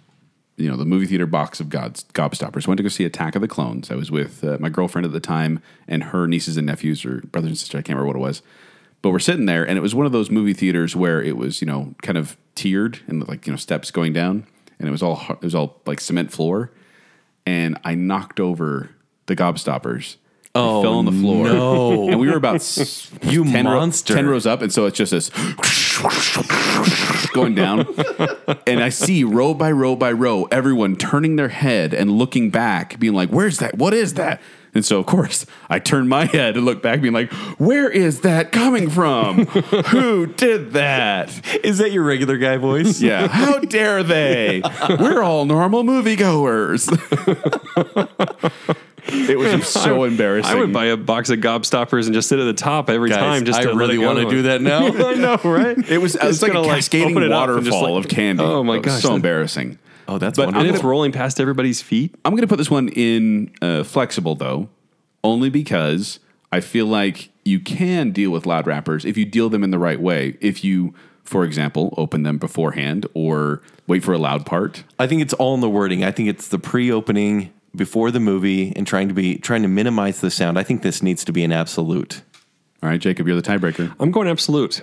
[SPEAKER 1] you know, the movie theater box of God's Gobstoppers. Went to go see Attack of the Clones. I was with uh, my girlfriend at the time and her nieces and nephews or brothers and sisters. I can't remember what it was, but we're sitting there, and it was one of those movie theaters where it was you know kind of tiered and like you know steps going down, and it was all har- it was all like cement floor and I knocked over the gobstoppers. Oh, fell on the floor. <laughs>
[SPEAKER 3] no.
[SPEAKER 1] And we were about s-
[SPEAKER 3] <laughs> You
[SPEAKER 1] 10 ro-
[SPEAKER 3] monster.
[SPEAKER 1] 10 rows up. And so it's just this going down. and I see row by row by row everyone turning their head and looking back, being like, Where's that? What is that? And so, of course, I turn my head and look back, being like, Where is that coming from? Who did that?
[SPEAKER 3] <laughs> Is that your regular guy voice?
[SPEAKER 1] <laughs> Yeah. How dare they? We're all normal moviegoers. it was just so embarrassing.
[SPEAKER 2] I would buy a box of gobstoppers and just sit at the top every
[SPEAKER 3] Guys,
[SPEAKER 2] time. Just
[SPEAKER 3] I
[SPEAKER 2] to let
[SPEAKER 3] really
[SPEAKER 2] it go
[SPEAKER 3] want to
[SPEAKER 2] on.
[SPEAKER 3] do that now.
[SPEAKER 2] <laughs> I know, right?
[SPEAKER 1] <laughs> it was, it was
[SPEAKER 2] Just
[SPEAKER 1] like a
[SPEAKER 2] gonna,
[SPEAKER 1] cascading
[SPEAKER 2] open it up and just,
[SPEAKER 1] waterfall
[SPEAKER 2] like-
[SPEAKER 1] of candy.
[SPEAKER 2] Oh my
[SPEAKER 1] It was
[SPEAKER 2] gosh,
[SPEAKER 1] So
[SPEAKER 2] that-
[SPEAKER 1] embarrassing.
[SPEAKER 3] Oh, that's
[SPEAKER 1] But I'm
[SPEAKER 2] And
[SPEAKER 3] wonderful.
[SPEAKER 2] it's rolling past everybody's feet.
[SPEAKER 1] I'm going to put this one in uh, flexible though, only because I feel like you can deal with loud rappers if you deal them in the right way. If you, for example, open them beforehand or wait for a loud part.
[SPEAKER 3] I think it's all in the wording. I think it's the pre-opening before the movie and trying to be trying to minimize the sound. I think this needs to be an absolute.
[SPEAKER 1] All right, Jacob, you're the tiebreaker.
[SPEAKER 2] I'm going absolute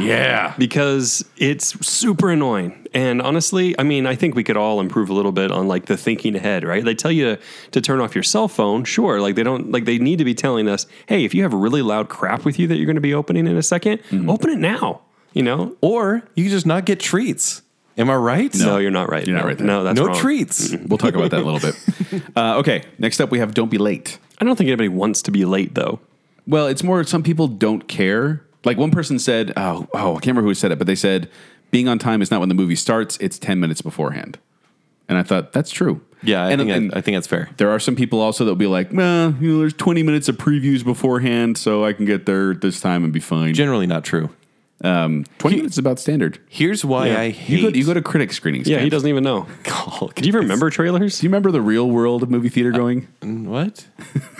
[SPEAKER 3] Yeah.
[SPEAKER 2] because it's super annoying. And honestly, I mean, I think we could all improve a little bit on like the thinking ahead, right? They tell you to, to turn off your cell phone, sure. Like they don't like they need to be telling us, hey, if you have really loud crap with you that you're going to be opening in a 2nd
[SPEAKER 1] Mm-hmm.
[SPEAKER 2] open it now. You know?
[SPEAKER 3] Or you can just not get treats. Am I right?
[SPEAKER 2] No, you're not right.
[SPEAKER 1] You're Mm-hmm.
[SPEAKER 2] no,
[SPEAKER 1] not right there.
[SPEAKER 2] No, that's
[SPEAKER 3] No
[SPEAKER 2] wrong.
[SPEAKER 3] treats.
[SPEAKER 1] We'll talk about that in a little <laughs> bit. Uh, okay, next up we have don't be late.
[SPEAKER 2] I don't think anybody wants to be late though.
[SPEAKER 1] Well, it's more some people don't care. Like one person said, oh, oh, I can't remember who said it, but they said being on time is not when the movie starts; it's ten minutes beforehand. And I thought that's true.
[SPEAKER 3] Yeah, I,
[SPEAKER 1] and,
[SPEAKER 3] think,
[SPEAKER 1] and
[SPEAKER 3] I, I think that's fair.
[SPEAKER 1] there are some people also that will be like, nah, you know, there's twenty minutes of previews beforehand, so I can get there at this time and be fine.
[SPEAKER 3] Generally not true.
[SPEAKER 1] twenty minutes is about standard.
[SPEAKER 3] Here's why
[SPEAKER 2] Yeah.
[SPEAKER 3] I
[SPEAKER 2] You
[SPEAKER 3] hate
[SPEAKER 1] You go, you go to critic screenings.
[SPEAKER 2] Yeah,
[SPEAKER 1] man.
[SPEAKER 2] he doesn't
[SPEAKER 1] <laughs>
[SPEAKER 2] even know. Do you remember trailers?
[SPEAKER 1] Do you remember the real world of movie theater going?
[SPEAKER 3] what?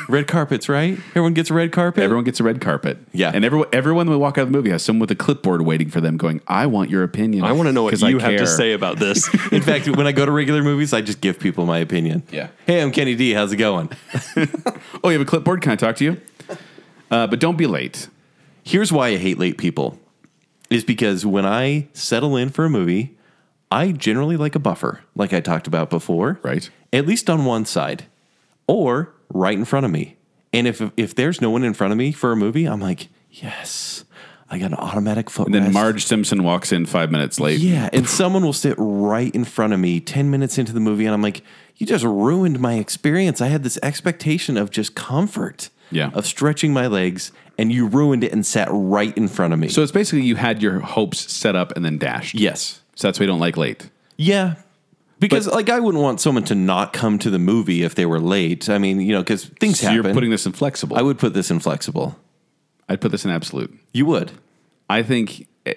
[SPEAKER 3] red carpets, right? Everyone gets a red carpet.
[SPEAKER 1] Everyone gets a red carpet.
[SPEAKER 3] Yeah.
[SPEAKER 1] And everyone, everyone that walk out of the movie has someone with a clipboard waiting for them going, I want your opinion.
[SPEAKER 2] I want to know what
[SPEAKER 1] 'Cause I
[SPEAKER 2] you have
[SPEAKER 1] care."
[SPEAKER 2] to say
[SPEAKER 1] <laughs>
[SPEAKER 2] about this.
[SPEAKER 3] In fact, when I go to regular movies, I just give people my opinion.
[SPEAKER 1] Yeah.
[SPEAKER 3] Hey, I'm Kenny D. How's it going?
[SPEAKER 1] Oh, you have a clipboard? Can I talk to you? Uh, but don't be late.
[SPEAKER 3] here's why I hate late people is because when I settle in for a movie, I generally like a buffer, like I talked about before.
[SPEAKER 1] Right.
[SPEAKER 3] At least on one side or right in front of me. And if if there's no one in front of me for a movie, I'm like, "Yes. I got an automatic footrest."
[SPEAKER 1] And then Marge Simpson walks in five minutes late.
[SPEAKER 3] Yeah, and someone will sit right in front of me 10 minutes into the movie and I'm like, "You just ruined my experience. I had this expectation of just comfort."
[SPEAKER 1] Yeah.
[SPEAKER 3] Of stretching my legs and you ruined it and sat right in front of me.
[SPEAKER 1] So it's basically you had your hopes set up and then dashed.
[SPEAKER 3] Yes.
[SPEAKER 1] So that's why you don't like late.
[SPEAKER 3] Yeah. Because like I wouldn't want someone to not come to the movie if they were late. I mean, you know, because things
[SPEAKER 1] So
[SPEAKER 3] happen.
[SPEAKER 1] you're putting this in flexible.
[SPEAKER 3] I
[SPEAKER 1] I
[SPEAKER 3] would put this in flexible.
[SPEAKER 1] would put this in absolute.
[SPEAKER 3] You would.
[SPEAKER 1] I think eh,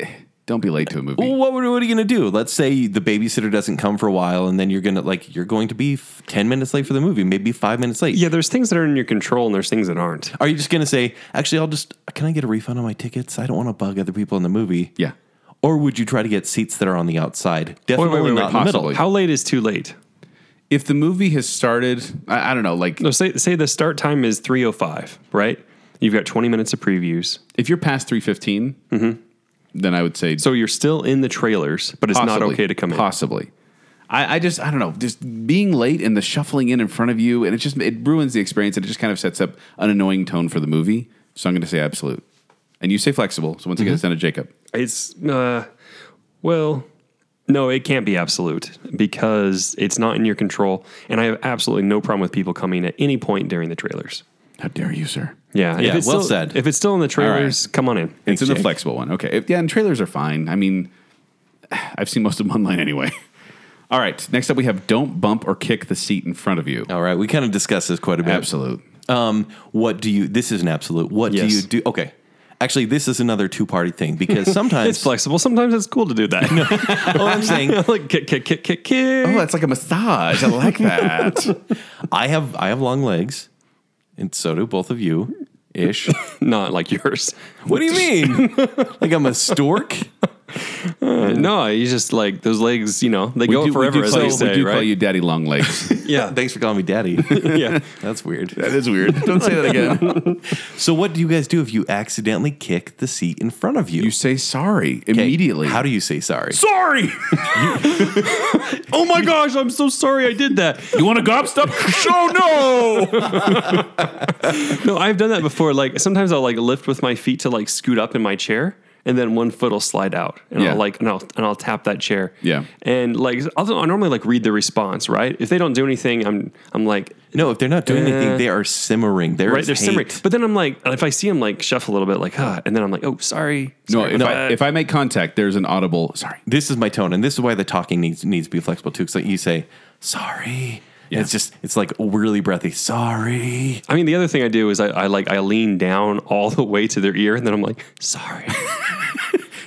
[SPEAKER 1] don't be late to a movie.
[SPEAKER 3] Well, what, would- what are you going to do? Let's say the babysitter doesn't come for a while, and then you're going to like you're going to be f- ten minutes late for the movie, maybe five minutes late.
[SPEAKER 2] yeah, there's things that are in your control and there's things that aren't.
[SPEAKER 3] Are you just going to say, actually, I'll just can I get a refund on my tickets? I don't want to bug other people in the movie.
[SPEAKER 1] Yeah.
[SPEAKER 3] Or would you try to get seats that are on the outside? Definitely
[SPEAKER 2] wait, wait,
[SPEAKER 3] not in the middle.
[SPEAKER 1] possibly.
[SPEAKER 2] How late is too late?
[SPEAKER 1] If the movie has started, I, I don't know, like
[SPEAKER 2] No, say say the start time is 3:05, right? You've got 20 minutes of previews.
[SPEAKER 1] if you're past 315,
[SPEAKER 2] Mm-hmm.
[SPEAKER 1] then I would say
[SPEAKER 2] So you're still in the trailers, but it's not
[SPEAKER 1] Possibly.
[SPEAKER 2] okay to come in.
[SPEAKER 1] Possibly. I, I just I don't know, just being late and the shuffling in in front of you, and it just it ruins the experience, and it just kind of sets up an annoying tone for the movie. So I'm going to say absolute, and you say flexible. So
[SPEAKER 2] Mm-hmm.
[SPEAKER 1] once again, it's down to Jacob.
[SPEAKER 2] It's uh, well, no, it can't be absolute because it's not in your control, and I have absolutely no problem with people coming at any point during the trailers.
[SPEAKER 1] How dare you, sir?
[SPEAKER 2] Yeah,
[SPEAKER 3] Yeah,
[SPEAKER 2] If it's
[SPEAKER 3] well
[SPEAKER 2] still,
[SPEAKER 3] said.
[SPEAKER 2] If it's still in the trailers, come on in.
[SPEAKER 1] It's in the
[SPEAKER 3] Jake.
[SPEAKER 1] flexible one. Okay. If- yeah, and trailers are fine. I mean, <sighs> I've seen most of them online anyway. <laughs> All right. Next up, we have don't bump or kick the seat in front of you.
[SPEAKER 2] Oh.
[SPEAKER 3] All right, we kind of discussed this quite a bit.
[SPEAKER 1] Absolute.
[SPEAKER 3] Um, what do you? This is an absolute. What
[SPEAKER 2] Yes.
[SPEAKER 3] do you do? Okay, actually, this is another two party thing
[SPEAKER 2] <laughs>
[SPEAKER 3] because
[SPEAKER 2] It's
[SPEAKER 3] sometimes.
[SPEAKER 2] flexible. Sometimes it's cool to do that. <laughs>
[SPEAKER 3] oh, I'm saying
[SPEAKER 2] like kick, kick, kick, kick, kick.
[SPEAKER 1] Oh, that's like a massage. I
[SPEAKER 2] <laughs>
[SPEAKER 1] like that.
[SPEAKER 3] I have I have long legs, and so do both of you,
[SPEAKER 2] <laughs>
[SPEAKER 3] ish.
[SPEAKER 2] Not like yours.
[SPEAKER 3] what do you mean?
[SPEAKER 2] <laughs>
[SPEAKER 3] like I'm a stork?
[SPEAKER 2] No, you just like those legs. You know, they go
[SPEAKER 1] do,
[SPEAKER 2] forever.
[SPEAKER 1] do,
[SPEAKER 2] as
[SPEAKER 1] call,
[SPEAKER 2] they
[SPEAKER 1] you,
[SPEAKER 2] say,
[SPEAKER 1] we do
[SPEAKER 2] right?
[SPEAKER 1] call you Daddy Long Legs.
[SPEAKER 2] <laughs> Yeah,
[SPEAKER 3] Thanks for calling me daddy.
[SPEAKER 2] <laughs> yeah.
[SPEAKER 3] <laughs> That's weird.
[SPEAKER 1] that is weird. Don't say that
[SPEAKER 2] <laughs>
[SPEAKER 1] again.
[SPEAKER 3] So what do you guys do if you accidentally kick the seat in front of you?
[SPEAKER 1] You say sorry
[SPEAKER 3] Okay,
[SPEAKER 1] immediately. <laughs>
[SPEAKER 3] How do you say sorry?
[SPEAKER 1] sorry?
[SPEAKER 2] Oh my gosh, I'm so sorry I did that.
[SPEAKER 1] You want a gobstop? <laughs> Show no.
[SPEAKER 2] No, I've done that before. Like sometimes I'll like lift with my feet to like scoot up in my chair, and then one foot will slide out, and
[SPEAKER 1] Yeah.
[SPEAKER 2] I'll like and I'll and I'll tap that chair.
[SPEAKER 1] Yeah.
[SPEAKER 2] and like I'll, I'll normally like read the response. Right, if they don't do anything, I'm I'm like
[SPEAKER 3] No, if they're not doing
[SPEAKER 2] Uh,
[SPEAKER 3] anything, they are simmering. They're
[SPEAKER 2] right, they're simmering. But then I'm like, if I see them like shuffle a little bit, like huh, and then I'm like, oh sorry.
[SPEAKER 1] No,
[SPEAKER 2] Sorry
[SPEAKER 1] if,
[SPEAKER 2] about
[SPEAKER 1] I,
[SPEAKER 2] that.
[SPEAKER 1] if I make contact, there's an audible sorry.
[SPEAKER 3] this is my tone, and this is why the talking needs needs to be flexible too. Because you say sorry, and it's just it's like really breathy. Sorry,
[SPEAKER 2] I mean, the other thing I do is I, I like I lean down all the way to their ear, and then I'm like, sorry.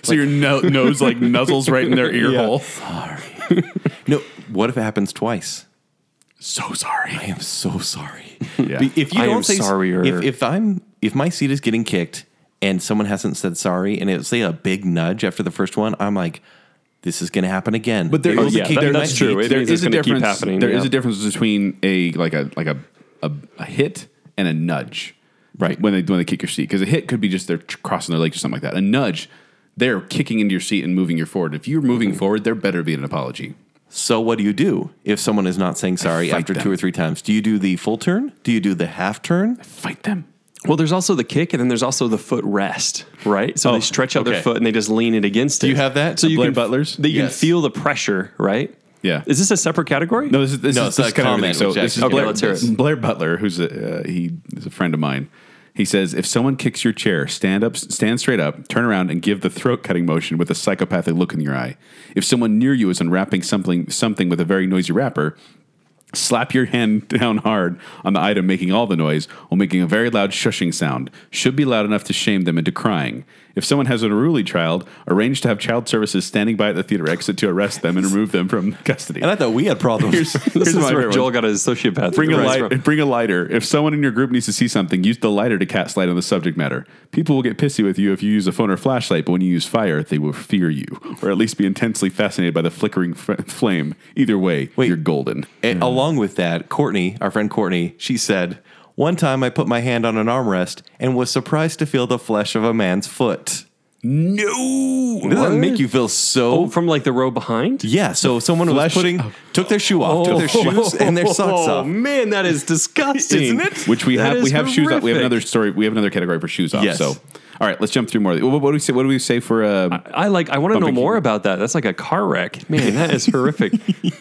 [SPEAKER 1] So your no- nose like nuzzles right in <laughs> their ear
[SPEAKER 2] Yeah.
[SPEAKER 1] hole.
[SPEAKER 3] sorry. no, what if it happens twice?
[SPEAKER 1] So sorry.
[SPEAKER 3] I am so sorry.
[SPEAKER 1] <laughs> Yeah.
[SPEAKER 3] Be- If you
[SPEAKER 2] I
[SPEAKER 3] don't
[SPEAKER 2] am
[SPEAKER 3] say
[SPEAKER 2] sorrier.
[SPEAKER 3] if, if I'm if my seat is getting kicked and someone hasn't said sorry, and it's say a big nudge after the first one, I'm like, this is going to happen again.
[SPEAKER 1] But there
[SPEAKER 3] They
[SPEAKER 1] is-
[SPEAKER 3] will
[SPEAKER 1] Oh, yeah,
[SPEAKER 3] kick
[SPEAKER 2] that-
[SPEAKER 3] me in
[SPEAKER 2] that's
[SPEAKER 3] my
[SPEAKER 2] true.
[SPEAKER 3] seat.
[SPEAKER 2] It means it's gonna keep happening,
[SPEAKER 1] There is
[SPEAKER 2] yeah.
[SPEAKER 1] a difference between a like a like a a, a hit and a nudge,
[SPEAKER 3] Right.
[SPEAKER 1] When they when they kick your seat, because a hit could be just they're tr- crossing their legs or something like that. A nudge, they're kicking into your seat and moving you forward. If you're moving forward, there better be an apology.
[SPEAKER 3] So what do you do if someone is not saying sorry
[SPEAKER 1] fight
[SPEAKER 3] after
[SPEAKER 1] them.
[SPEAKER 3] two or three times? Do you do the full turn? Do you do the half turn?
[SPEAKER 1] Fight them.
[SPEAKER 2] well, there's also the kick, and then there's also the foot rest, right?
[SPEAKER 1] Oh,
[SPEAKER 2] So they stretch out their
[SPEAKER 3] okay.
[SPEAKER 2] foot and they just lean it against it.
[SPEAKER 3] you have that?
[SPEAKER 2] So you
[SPEAKER 1] Blair
[SPEAKER 2] can
[SPEAKER 1] Butlers?
[SPEAKER 2] That you
[SPEAKER 3] Yes.
[SPEAKER 2] can feel the pressure, right?
[SPEAKER 1] Yeah.
[SPEAKER 2] Is this a separate category?
[SPEAKER 1] No, this is this
[SPEAKER 3] No,
[SPEAKER 1] is
[SPEAKER 3] it's
[SPEAKER 1] this
[SPEAKER 3] a
[SPEAKER 1] is kind of
[SPEAKER 3] comment
[SPEAKER 1] everything. So
[SPEAKER 3] with
[SPEAKER 1] this
[SPEAKER 3] Jack.
[SPEAKER 1] is
[SPEAKER 2] Okay,
[SPEAKER 1] Blair,
[SPEAKER 2] let's hear it.
[SPEAKER 1] Blair Butler, who's a, uh, he is a friend of mine. He says, if someone kicks your chair, stand up, stand straight up, turn around, and give the throat cutting motion with a psychopathic look in your eye. If someone near you is unwrapping something something with a very noisy wrapper, slap your hand <laughs> down hard on the item making all the noise while making a very loud shushing sound. Should be loud enough to shame them into crying. If someone has an unruly child, arrange to have child services standing by at the theater exit to arrest them and remove them from custody.
[SPEAKER 3] And I thought we had problems.
[SPEAKER 1] <laughs>
[SPEAKER 2] this
[SPEAKER 1] Here's
[SPEAKER 2] is
[SPEAKER 1] my
[SPEAKER 2] where
[SPEAKER 1] favorite one.
[SPEAKER 2] Joel got his sociopath.
[SPEAKER 1] Bring a
[SPEAKER 2] reference
[SPEAKER 1] light.
[SPEAKER 2] from.
[SPEAKER 1] Bring a lighter. If someone in your group needs to see something, use the lighter to cast light on the subject matter. People will get pissy with you if you use a phone or flashlight, but when you use fire, they will fear you, or at least be intensely fascinated by the flickering f- flame. Either way, you're golden.
[SPEAKER 3] And
[SPEAKER 2] Hmm.
[SPEAKER 3] Along with that, Courtney, our friend Courtney, she said, "One time I put my hand on an armrest and was surprised to feel the flesh of a man's foot."
[SPEAKER 1] No,
[SPEAKER 3] Doesn't that make you feel so?
[SPEAKER 2] Oh, from like the row behind.
[SPEAKER 3] yeah. So someone was putting took their shoe off, took their shoes and their socks
[SPEAKER 2] Oh
[SPEAKER 3] off.
[SPEAKER 2] man, that is disgusting,
[SPEAKER 3] Isn't it?
[SPEAKER 1] which we
[SPEAKER 2] That
[SPEAKER 1] have.
[SPEAKER 2] is
[SPEAKER 1] We have shoes off. We have
[SPEAKER 2] horrific.
[SPEAKER 1] another story. We have another category for shoes off.
[SPEAKER 3] Yes.
[SPEAKER 1] So, all right, let's jump through more. What, what do we say? What do we say for? Uh,
[SPEAKER 2] I like. I want to know
[SPEAKER 1] Bumping
[SPEAKER 2] more
[SPEAKER 1] key.
[SPEAKER 2] about that. That's like a car wreck. Man, that
[SPEAKER 1] <laughs>
[SPEAKER 2] is horrific.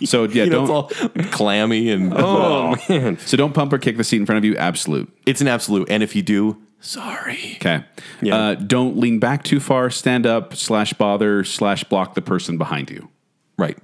[SPEAKER 1] so yeah,
[SPEAKER 3] You know,
[SPEAKER 1] don't.
[SPEAKER 3] it's all clammy and
[SPEAKER 2] oh man.
[SPEAKER 1] so don't pump or kick the seat in front of you. Absolute.
[SPEAKER 3] it's an absolute. And if you do, sorry.
[SPEAKER 1] Okay.
[SPEAKER 2] Yeah.
[SPEAKER 1] Uh, don't lean back too far. Stand up slash bother slash block the person behind you.
[SPEAKER 3] Right.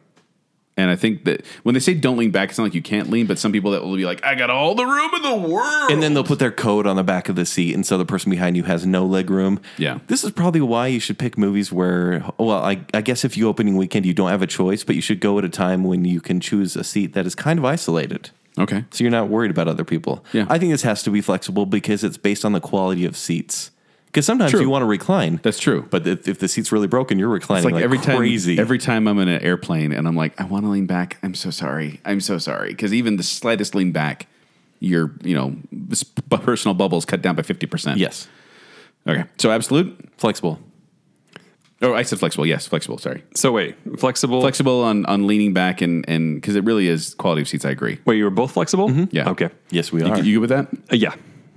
[SPEAKER 1] And I think that when they say don't lean back, it's not like you can't lean, but some people that will be like, I got all the room in the world.
[SPEAKER 3] And then they'll put their coat on the back of the seat, and so the person behind you has no leg room.
[SPEAKER 1] Yeah.
[SPEAKER 3] This is probably why you should pick movies where, well, I, I guess if you opening weekend, you don't have a choice, but you should go at a time when you can choose a seat that is kind of isolated.
[SPEAKER 1] okay.
[SPEAKER 3] So you're not worried about other people.
[SPEAKER 1] Yeah.
[SPEAKER 3] I think this has to be flexible because it's based on the quality of seats. Because sometimes
[SPEAKER 1] True.
[SPEAKER 3] you want to recline.
[SPEAKER 1] That's true.
[SPEAKER 3] But if, if the seat's really broken, you're reclining
[SPEAKER 1] It's like,
[SPEAKER 3] like,
[SPEAKER 1] every time,
[SPEAKER 3] crazy.
[SPEAKER 1] every time I'm in an airplane and I'm like, I want to lean back. I'm so sorry. I'm so sorry. Because even the slightest lean back, your you know s- personal bubble is cut down by fifty percent.
[SPEAKER 3] yes,
[SPEAKER 1] Okay. So absolute.
[SPEAKER 3] flexible.
[SPEAKER 1] Oh, I said flexible. Yes, flexible. Sorry,
[SPEAKER 2] So wait, flexible.
[SPEAKER 1] flexible on on leaning back and and because it really is quality of seats. I agree.
[SPEAKER 2] wait, you were both flexible?
[SPEAKER 1] Mm-hmm. Yeah.
[SPEAKER 2] Okay.
[SPEAKER 3] Yes, we
[SPEAKER 1] You,
[SPEAKER 3] are.
[SPEAKER 1] you good with that?
[SPEAKER 2] Uh, yeah.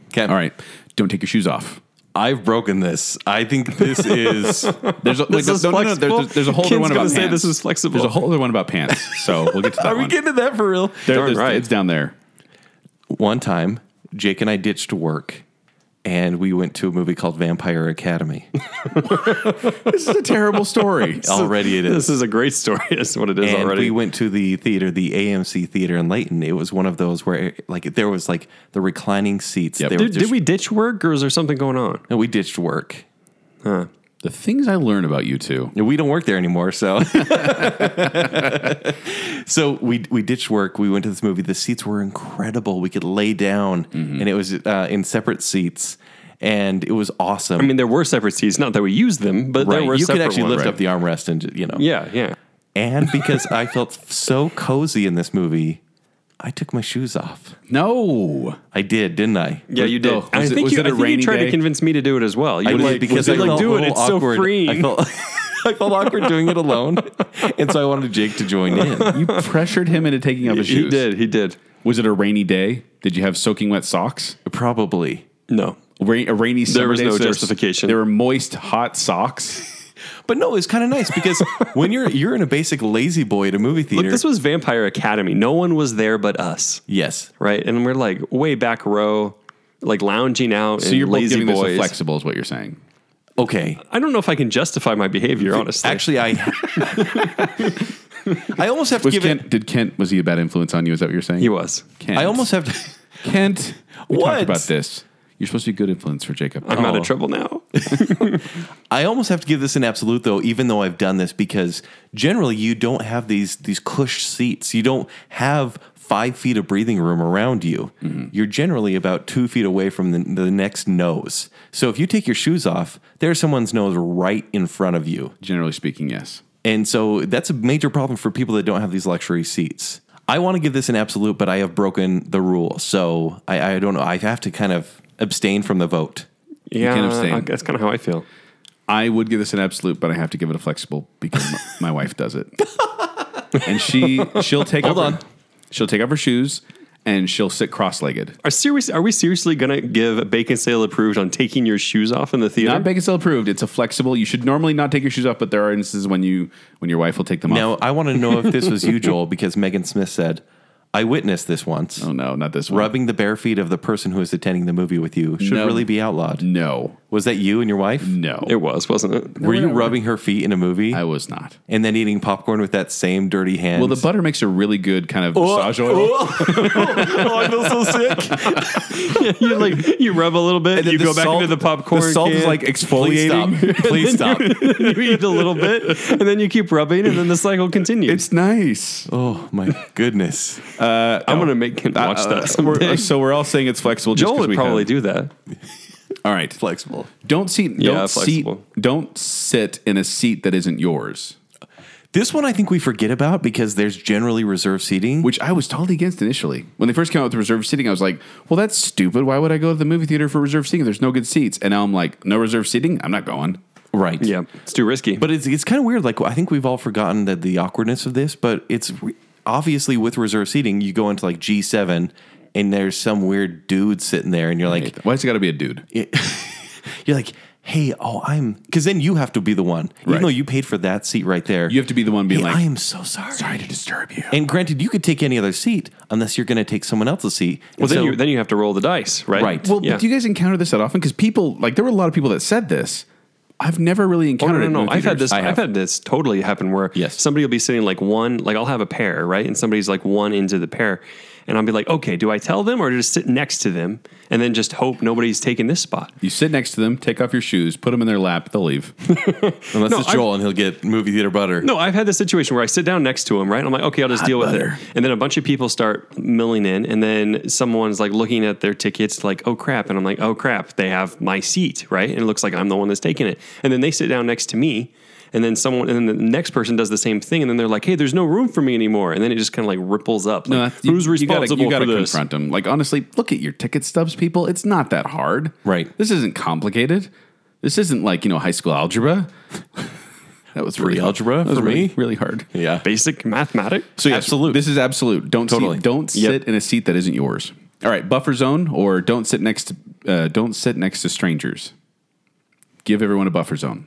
[SPEAKER 3] okay.
[SPEAKER 1] All right. Don't take your shoes off.
[SPEAKER 3] I've broken this. I think
[SPEAKER 1] <laughs>
[SPEAKER 3] this is.
[SPEAKER 1] There's a, wait,
[SPEAKER 2] is
[SPEAKER 1] no, no, no, there's,
[SPEAKER 2] flexible.
[SPEAKER 1] there's- there's a whole other
[SPEAKER 2] Ken's
[SPEAKER 1] one
[SPEAKER 2] gonna
[SPEAKER 1] about
[SPEAKER 2] say
[SPEAKER 1] pants.
[SPEAKER 2] this is flexible.
[SPEAKER 1] There's a whole other one about pants. So we'll get to that
[SPEAKER 3] are we
[SPEAKER 1] one.
[SPEAKER 3] getting to that for real?
[SPEAKER 1] There-
[SPEAKER 2] Darn
[SPEAKER 1] there's-
[SPEAKER 2] right.
[SPEAKER 1] It's down there.
[SPEAKER 3] One time, Jake and I ditched work, and we went to a movie called Vampire
[SPEAKER 2] <laughs>
[SPEAKER 3] Academy.
[SPEAKER 1] This is a terrible story.
[SPEAKER 3] Already it is.
[SPEAKER 2] This is a
[SPEAKER 1] <laughs>
[SPEAKER 2] great story. That's what it is
[SPEAKER 3] and
[SPEAKER 2] already.
[SPEAKER 3] we went to the theater, the AMC theater in Layton. It was one of those where, like, there was like the reclining seats.
[SPEAKER 1] Yep.
[SPEAKER 3] They were
[SPEAKER 2] did,
[SPEAKER 3] just-
[SPEAKER 2] did we ditch work or is there something going on?
[SPEAKER 3] No, we ditched work.
[SPEAKER 1] the things I learn about you two.
[SPEAKER 3] We don't work there anymore,
[SPEAKER 2] <laughs>
[SPEAKER 3] so so we we ditched work. We went to this movie. The seats were incredible. We could lay down,
[SPEAKER 2] Mm-hmm.
[SPEAKER 3] and it was uh, in separate seats, and it was awesome.
[SPEAKER 2] I mean, there were separate seats. Not that we used them, but there were
[SPEAKER 3] you could
[SPEAKER 2] separate
[SPEAKER 3] actually
[SPEAKER 2] ones.
[SPEAKER 3] lift up the armrest and you know,
[SPEAKER 2] Yeah, yeah.
[SPEAKER 3] and because I <laughs> felt so cozy in this movie, I took my shoes off.
[SPEAKER 1] No.
[SPEAKER 3] I did, didn't I?
[SPEAKER 2] Yeah,
[SPEAKER 1] Was-
[SPEAKER 2] you did.
[SPEAKER 1] oh,
[SPEAKER 2] I
[SPEAKER 1] was it-
[SPEAKER 2] think,
[SPEAKER 1] was
[SPEAKER 2] you,
[SPEAKER 1] it a
[SPEAKER 2] I think you
[SPEAKER 1] rainy
[SPEAKER 2] tried
[SPEAKER 1] day?
[SPEAKER 2] to convince me to do it as well. You
[SPEAKER 3] I
[SPEAKER 2] were
[SPEAKER 3] did
[SPEAKER 2] like,
[SPEAKER 3] because
[SPEAKER 2] you
[SPEAKER 3] I
[SPEAKER 2] were like
[SPEAKER 3] felt
[SPEAKER 2] do
[SPEAKER 3] a
[SPEAKER 2] it.
[SPEAKER 3] little
[SPEAKER 2] It's
[SPEAKER 3] awkward.
[SPEAKER 2] so freeing. <laughs>
[SPEAKER 3] I felt <laughs> I felt awkward doing it alone, and so I wanted Jake to join in.
[SPEAKER 1] You pressured him into taking off his
[SPEAKER 2] <laughs> he
[SPEAKER 1] shoes.
[SPEAKER 2] did. He did.
[SPEAKER 1] Was it a rainy day? Did you have soaking wet socks?
[SPEAKER 3] Probably.
[SPEAKER 2] No.
[SPEAKER 1] Rain, a rainy summer
[SPEAKER 2] was
[SPEAKER 1] day,
[SPEAKER 2] no
[SPEAKER 1] so there's-
[SPEAKER 2] justification.
[SPEAKER 1] There were moist, hot socks.
[SPEAKER 3] But no, it was kind of nice because when you're you're in a basic lazy boy at a movie theater.
[SPEAKER 2] But this was Vampire Academy. No one was there but us,
[SPEAKER 3] yes,
[SPEAKER 2] right? And we're like way back row, like lounging out.
[SPEAKER 1] So
[SPEAKER 2] and
[SPEAKER 1] you're both
[SPEAKER 2] lazy
[SPEAKER 1] giving
[SPEAKER 2] boys.
[SPEAKER 1] this a flexible, is what you're saying.
[SPEAKER 3] okay.
[SPEAKER 2] I don't know if I can justify my behavior, honestly.
[SPEAKER 3] Actually, <laughs> I I almost have to
[SPEAKER 1] Was
[SPEAKER 3] give
[SPEAKER 1] Kent?
[SPEAKER 3] it.
[SPEAKER 1] Did Kent? Was he a bad influence on you? Is that what you're saying?
[SPEAKER 2] he was.
[SPEAKER 1] Kent.
[SPEAKER 3] I almost have to.
[SPEAKER 1] Kent. We
[SPEAKER 3] What?
[SPEAKER 1] talked about this. You're supposed to be a good influence for Jacob.
[SPEAKER 2] I'm out
[SPEAKER 3] Oh.
[SPEAKER 2] of trouble now.
[SPEAKER 3] I almost have to give this an absolute though, even though I've done this because generally you don't have these these cush seats. You don't have five feet of breathing room around you. You're generally about two feet away from the, the next nose. So if you take your shoes off, there's someone's nose right in front of you.
[SPEAKER 1] Generally speaking, yes.
[SPEAKER 3] And so that's a major problem for people that don't have these luxury seats. I want to give this an absolute, but I have broken the rule. So I, I don't know. I have to kind of abstain from the vote.
[SPEAKER 2] yeah,
[SPEAKER 1] can abstain.
[SPEAKER 2] I- that's kind of how I feel.
[SPEAKER 1] I would give this an absolute, but I have to give it a flexible because my, my wife does <laughs> it, and she she'll take
[SPEAKER 3] Hold
[SPEAKER 1] off
[SPEAKER 3] on.
[SPEAKER 1] Her, she'll take off her shoes and she'll sit cross-legged.
[SPEAKER 2] Are serious? Are we seriously gonna give bacon sale approved on taking your shoes off in the theater?
[SPEAKER 1] Not bacon cell approved. It's a flexible. You should normally not take your shoes off, but there are instances when you when your wife will take them
[SPEAKER 3] Now,
[SPEAKER 1] off.
[SPEAKER 3] I want to know if this was
[SPEAKER 1] <laughs>
[SPEAKER 3] you, Joel, because Megan Smith said, I witnessed this once.
[SPEAKER 1] Oh no, not this one.
[SPEAKER 3] Rubbing the bare feet of the person who is attending the movie with you should
[SPEAKER 1] No.
[SPEAKER 3] really be outlawed.
[SPEAKER 1] No,
[SPEAKER 3] Was that you and your wife?
[SPEAKER 1] no,
[SPEAKER 2] it was, wasn't it?
[SPEAKER 3] Were you rubbing her feet in a movie
[SPEAKER 1] I was not.
[SPEAKER 3] and then eating popcorn with that same dirty hand?
[SPEAKER 1] Well, the butter makes a really good kind of massage oil.
[SPEAKER 3] oh, I feel so sick.
[SPEAKER 2] <laughs> you like you rub a little bit, you
[SPEAKER 3] the
[SPEAKER 2] go back
[SPEAKER 3] salt-
[SPEAKER 2] into the popcorn.
[SPEAKER 3] The salt is
[SPEAKER 2] can,
[SPEAKER 3] like
[SPEAKER 2] <laughs>
[SPEAKER 1] <laughs>
[SPEAKER 3] exfoliating. Please stop. Please stop.
[SPEAKER 2] you eat a little bit, and then you keep rubbing, and then the cycle continues.
[SPEAKER 1] It's nice. Uh,
[SPEAKER 3] oh
[SPEAKER 1] <laughs>
[SPEAKER 3] my goodness.
[SPEAKER 2] I'm gonna make him watch
[SPEAKER 1] Uh,
[SPEAKER 2] that.
[SPEAKER 1] <laughs> we're,
[SPEAKER 2] someday.
[SPEAKER 1] so we're all saying it's flexible. Just
[SPEAKER 2] <laughs> Joel
[SPEAKER 1] 'cause
[SPEAKER 2] would
[SPEAKER 1] we
[SPEAKER 2] probably
[SPEAKER 1] have-
[SPEAKER 2] do that.
[SPEAKER 1] All right,
[SPEAKER 3] Flexible.
[SPEAKER 1] Don't seat. Don't
[SPEAKER 2] Yeah,
[SPEAKER 1] seat.
[SPEAKER 2] flexible.
[SPEAKER 1] Don't sit in a seat that isn't yours.
[SPEAKER 3] This one I think we forget about because there's generally reserved seating.
[SPEAKER 1] Which I was totally against initially. When they first came out with reserved seating, I was like, "Well, that's stupid. Why would I go to the movie theater for reserved seating? if There's no good seats." And now I'm like, "No reserved seating? I'm not going."
[SPEAKER 3] right.
[SPEAKER 2] Yeah, it's too risky.
[SPEAKER 3] But it's it's kind of weird. Like I think we've all forgotten that the awkwardness of this, but it's re- obviously with reserved seating, you go into like G seven, and there's some weird dude sitting there, and you're like,
[SPEAKER 1] Why's it got to be a dude?
[SPEAKER 3] <laughs> you're like, hey, oh, I'm, because then you have to be the one,
[SPEAKER 1] Right.
[SPEAKER 3] even though you paid for that seat right there.
[SPEAKER 1] You have to be the one being
[SPEAKER 3] "Hey,
[SPEAKER 1] like,
[SPEAKER 3] I am so sorry.
[SPEAKER 1] "Sorry to disturb you."
[SPEAKER 3] And granted, you could take any other seat unless you're going to take someone else's seat.
[SPEAKER 2] well,
[SPEAKER 3] And
[SPEAKER 2] then
[SPEAKER 3] so-
[SPEAKER 2] you then you have to roll the dice, right?
[SPEAKER 3] Right.
[SPEAKER 1] well,
[SPEAKER 2] yeah.
[SPEAKER 1] do you guys encounter this that often? Because people like there were a lot of people that said this. I've never really
[SPEAKER 2] Oh, no,
[SPEAKER 1] encountered.
[SPEAKER 2] no,
[SPEAKER 1] it in
[SPEAKER 2] no.
[SPEAKER 1] movie
[SPEAKER 2] I've had
[SPEAKER 1] theaters.
[SPEAKER 2] this. I've had this totally happen where
[SPEAKER 3] Yes.
[SPEAKER 2] somebody will be sitting like one, like I'll have a pair, right, and somebody's like one into the pair, and I'll be like, okay, do I tell them or just sit next to them and then just hope nobody's taking this spot?
[SPEAKER 1] You sit next to them, take off your shoes, put them in their lap, they'll leave. <laughs>
[SPEAKER 3] unless
[SPEAKER 2] No,
[SPEAKER 3] it's
[SPEAKER 2] I've-
[SPEAKER 3] Joel and he'll get movie theater butter.
[SPEAKER 2] No, I've had this situation where I sit down next to him, right? I'm like, okay, I'll just deal with
[SPEAKER 1] butter.
[SPEAKER 2] it. And then a bunch of people start milling in, and then someone's like looking at their tickets, like, oh crap. And I'm like, oh crap, they have my seat, right? And it looks like I'm the one that's taking it. And then they sit down next to me, and then someone, and then the next person does the same thing, and then they're like, hey, there's no room for me anymore. And then it just kind of like ripples up.
[SPEAKER 1] No,
[SPEAKER 2] Like,
[SPEAKER 1] that's- you-
[SPEAKER 2] <laughs> who's responsible
[SPEAKER 1] You gotta, you gotta
[SPEAKER 2] for this?
[SPEAKER 1] confront them. Like honestly, look at your ticket stubs, people. It's not that hard.
[SPEAKER 3] Right.
[SPEAKER 1] This isn't complicated. This isn't like you know high school algebra. <laughs> That was
[SPEAKER 3] Free
[SPEAKER 1] really hard.
[SPEAKER 3] algebra
[SPEAKER 1] That was
[SPEAKER 3] for
[SPEAKER 1] really,
[SPEAKER 3] me?
[SPEAKER 1] really hard.
[SPEAKER 3] Yeah.
[SPEAKER 2] Basic mathematics.
[SPEAKER 3] So yes,
[SPEAKER 1] absolute. This is absolute. Don't
[SPEAKER 3] Totally.
[SPEAKER 1] sit, don't
[SPEAKER 2] Yep.
[SPEAKER 1] sit in a seat that isn't yours. All right, buffer zone or don't sit next to uh, don't sit next to strangers. Give everyone a buffer zone.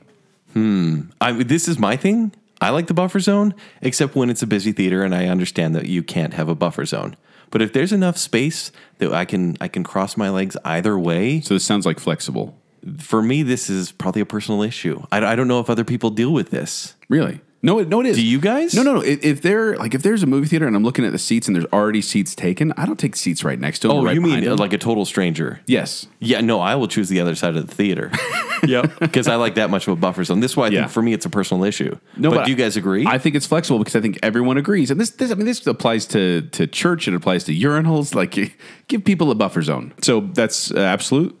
[SPEAKER 3] I, this is my thing. I like the buffer zone, except when it's a busy theater, and I understand that you can't have a buffer zone. But if there's enough space that I can I can cross my legs either way,
[SPEAKER 1] So this sounds like flexible.
[SPEAKER 3] for me this is probably a personal issue. I, I don't know if other people deal with this.
[SPEAKER 1] Really? No, it, no, it is.
[SPEAKER 3] Do you guys?
[SPEAKER 1] No, no, no. If, if there, like, if there's a movie theater and I'm looking at the seats and there's already seats taken, I don't take seats right next to them. or
[SPEAKER 3] Oh,
[SPEAKER 1] right
[SPEAKER 3] you mean
[SPEAKER 1] behind
[SPEAKER 3] uh,
[SPEAKER 1] them.
[SPEAKER 3] like a total stranger?
[SPEAKER 1] yes?
[SPEAKER 3] Yeah, no, I will choose the other side of the theater <laughs>
[SPEAKER 1] <laughs>
[SPEAKER 2] Yep.
[SPEAKER 3] because I like that much of a buffer zone. This is why I
[SPEAKER 1] Yeah.
[SPEAKER 3] think for me it's a personal issue.
[SPEAKER 1] No,
[SPEAKER 3] but,
[SPEAKER 1] but
[SPEAKER 3] do you
[SPEAKER 1] I-
[SPEAKER 3] guys agree?
[SPEAKER 1] I think it's flexible because I think everyone agrees. And this, this I mean, this applies to to church. It applies to urinals. Like, <laughs> you- give people a buffer zone. So that's uh, absolute.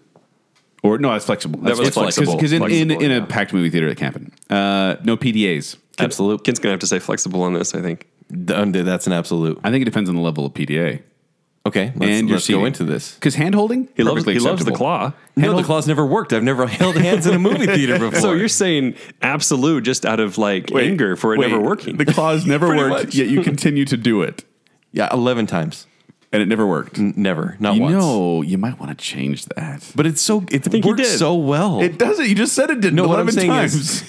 [SPEAKER 1] Or no, that's flexible. That's
[SPEAKER 2] was flexible.
[SPEAKER 1] because in, in,
[SPEAKER 2] Flexible,
[SPEAKER 1] in a
[SPEAKER 2] yeah.
[SPEAKER 1] packed movie theater, it can happen. Uh, no PDAs.
[SPEAKER 3] absolute.
[SPEAKER 2] Ken's gonna have to say flexible on this. I think.
[SPEAKER 3] Under- That's an absolute.
[SPEAKER 1] I think it depends on the level of PDA
[SPEAKER 3] Okay, let's,
[SPEAKER 1] and your
[SPEAKER 3] let's go into this.
[SPEAKER 1] because hand holding.
[SPEAKER 2] He loves. He loves the claw.
[SPEAKER 3] No, the claw's never worked. I've never <laughs> held hands in a movie <laughs> theater before.
[SPEAKER 2] So you're saying absolute just out of like anger for it never working.
[SPEAKER 1] The claws never
[SPEAKER 3] Pretty
[SPEAKER 1] worked,
[SPEAKER 3] much.
[SPEAKER 1] yet you continue to do it.
[SPEAKER 3] yeah, eleven times,
[SPEAKER 1] And it never worked.
[SPEAKER 3] N- never, not
[SPEAKER 1] you
[SPEAKER 3] once.
[SPEAKER 1] know, you might want to change that.
[SPEAKER 3] But it's so it
[SPEAKER 2] think you
[SPEAKER 3] works
[SPEAKER 2] did.
[SPEAKER 3] so well.
[SPEAKER 1] It doesn't. You just said it didn't
[SPEAKER 3] no, what I'm
[SPEAKER 1] 11
[SPEAKER 3] saying
[SPEAKER 1] times. <laughs>
[SPEAKER 3] is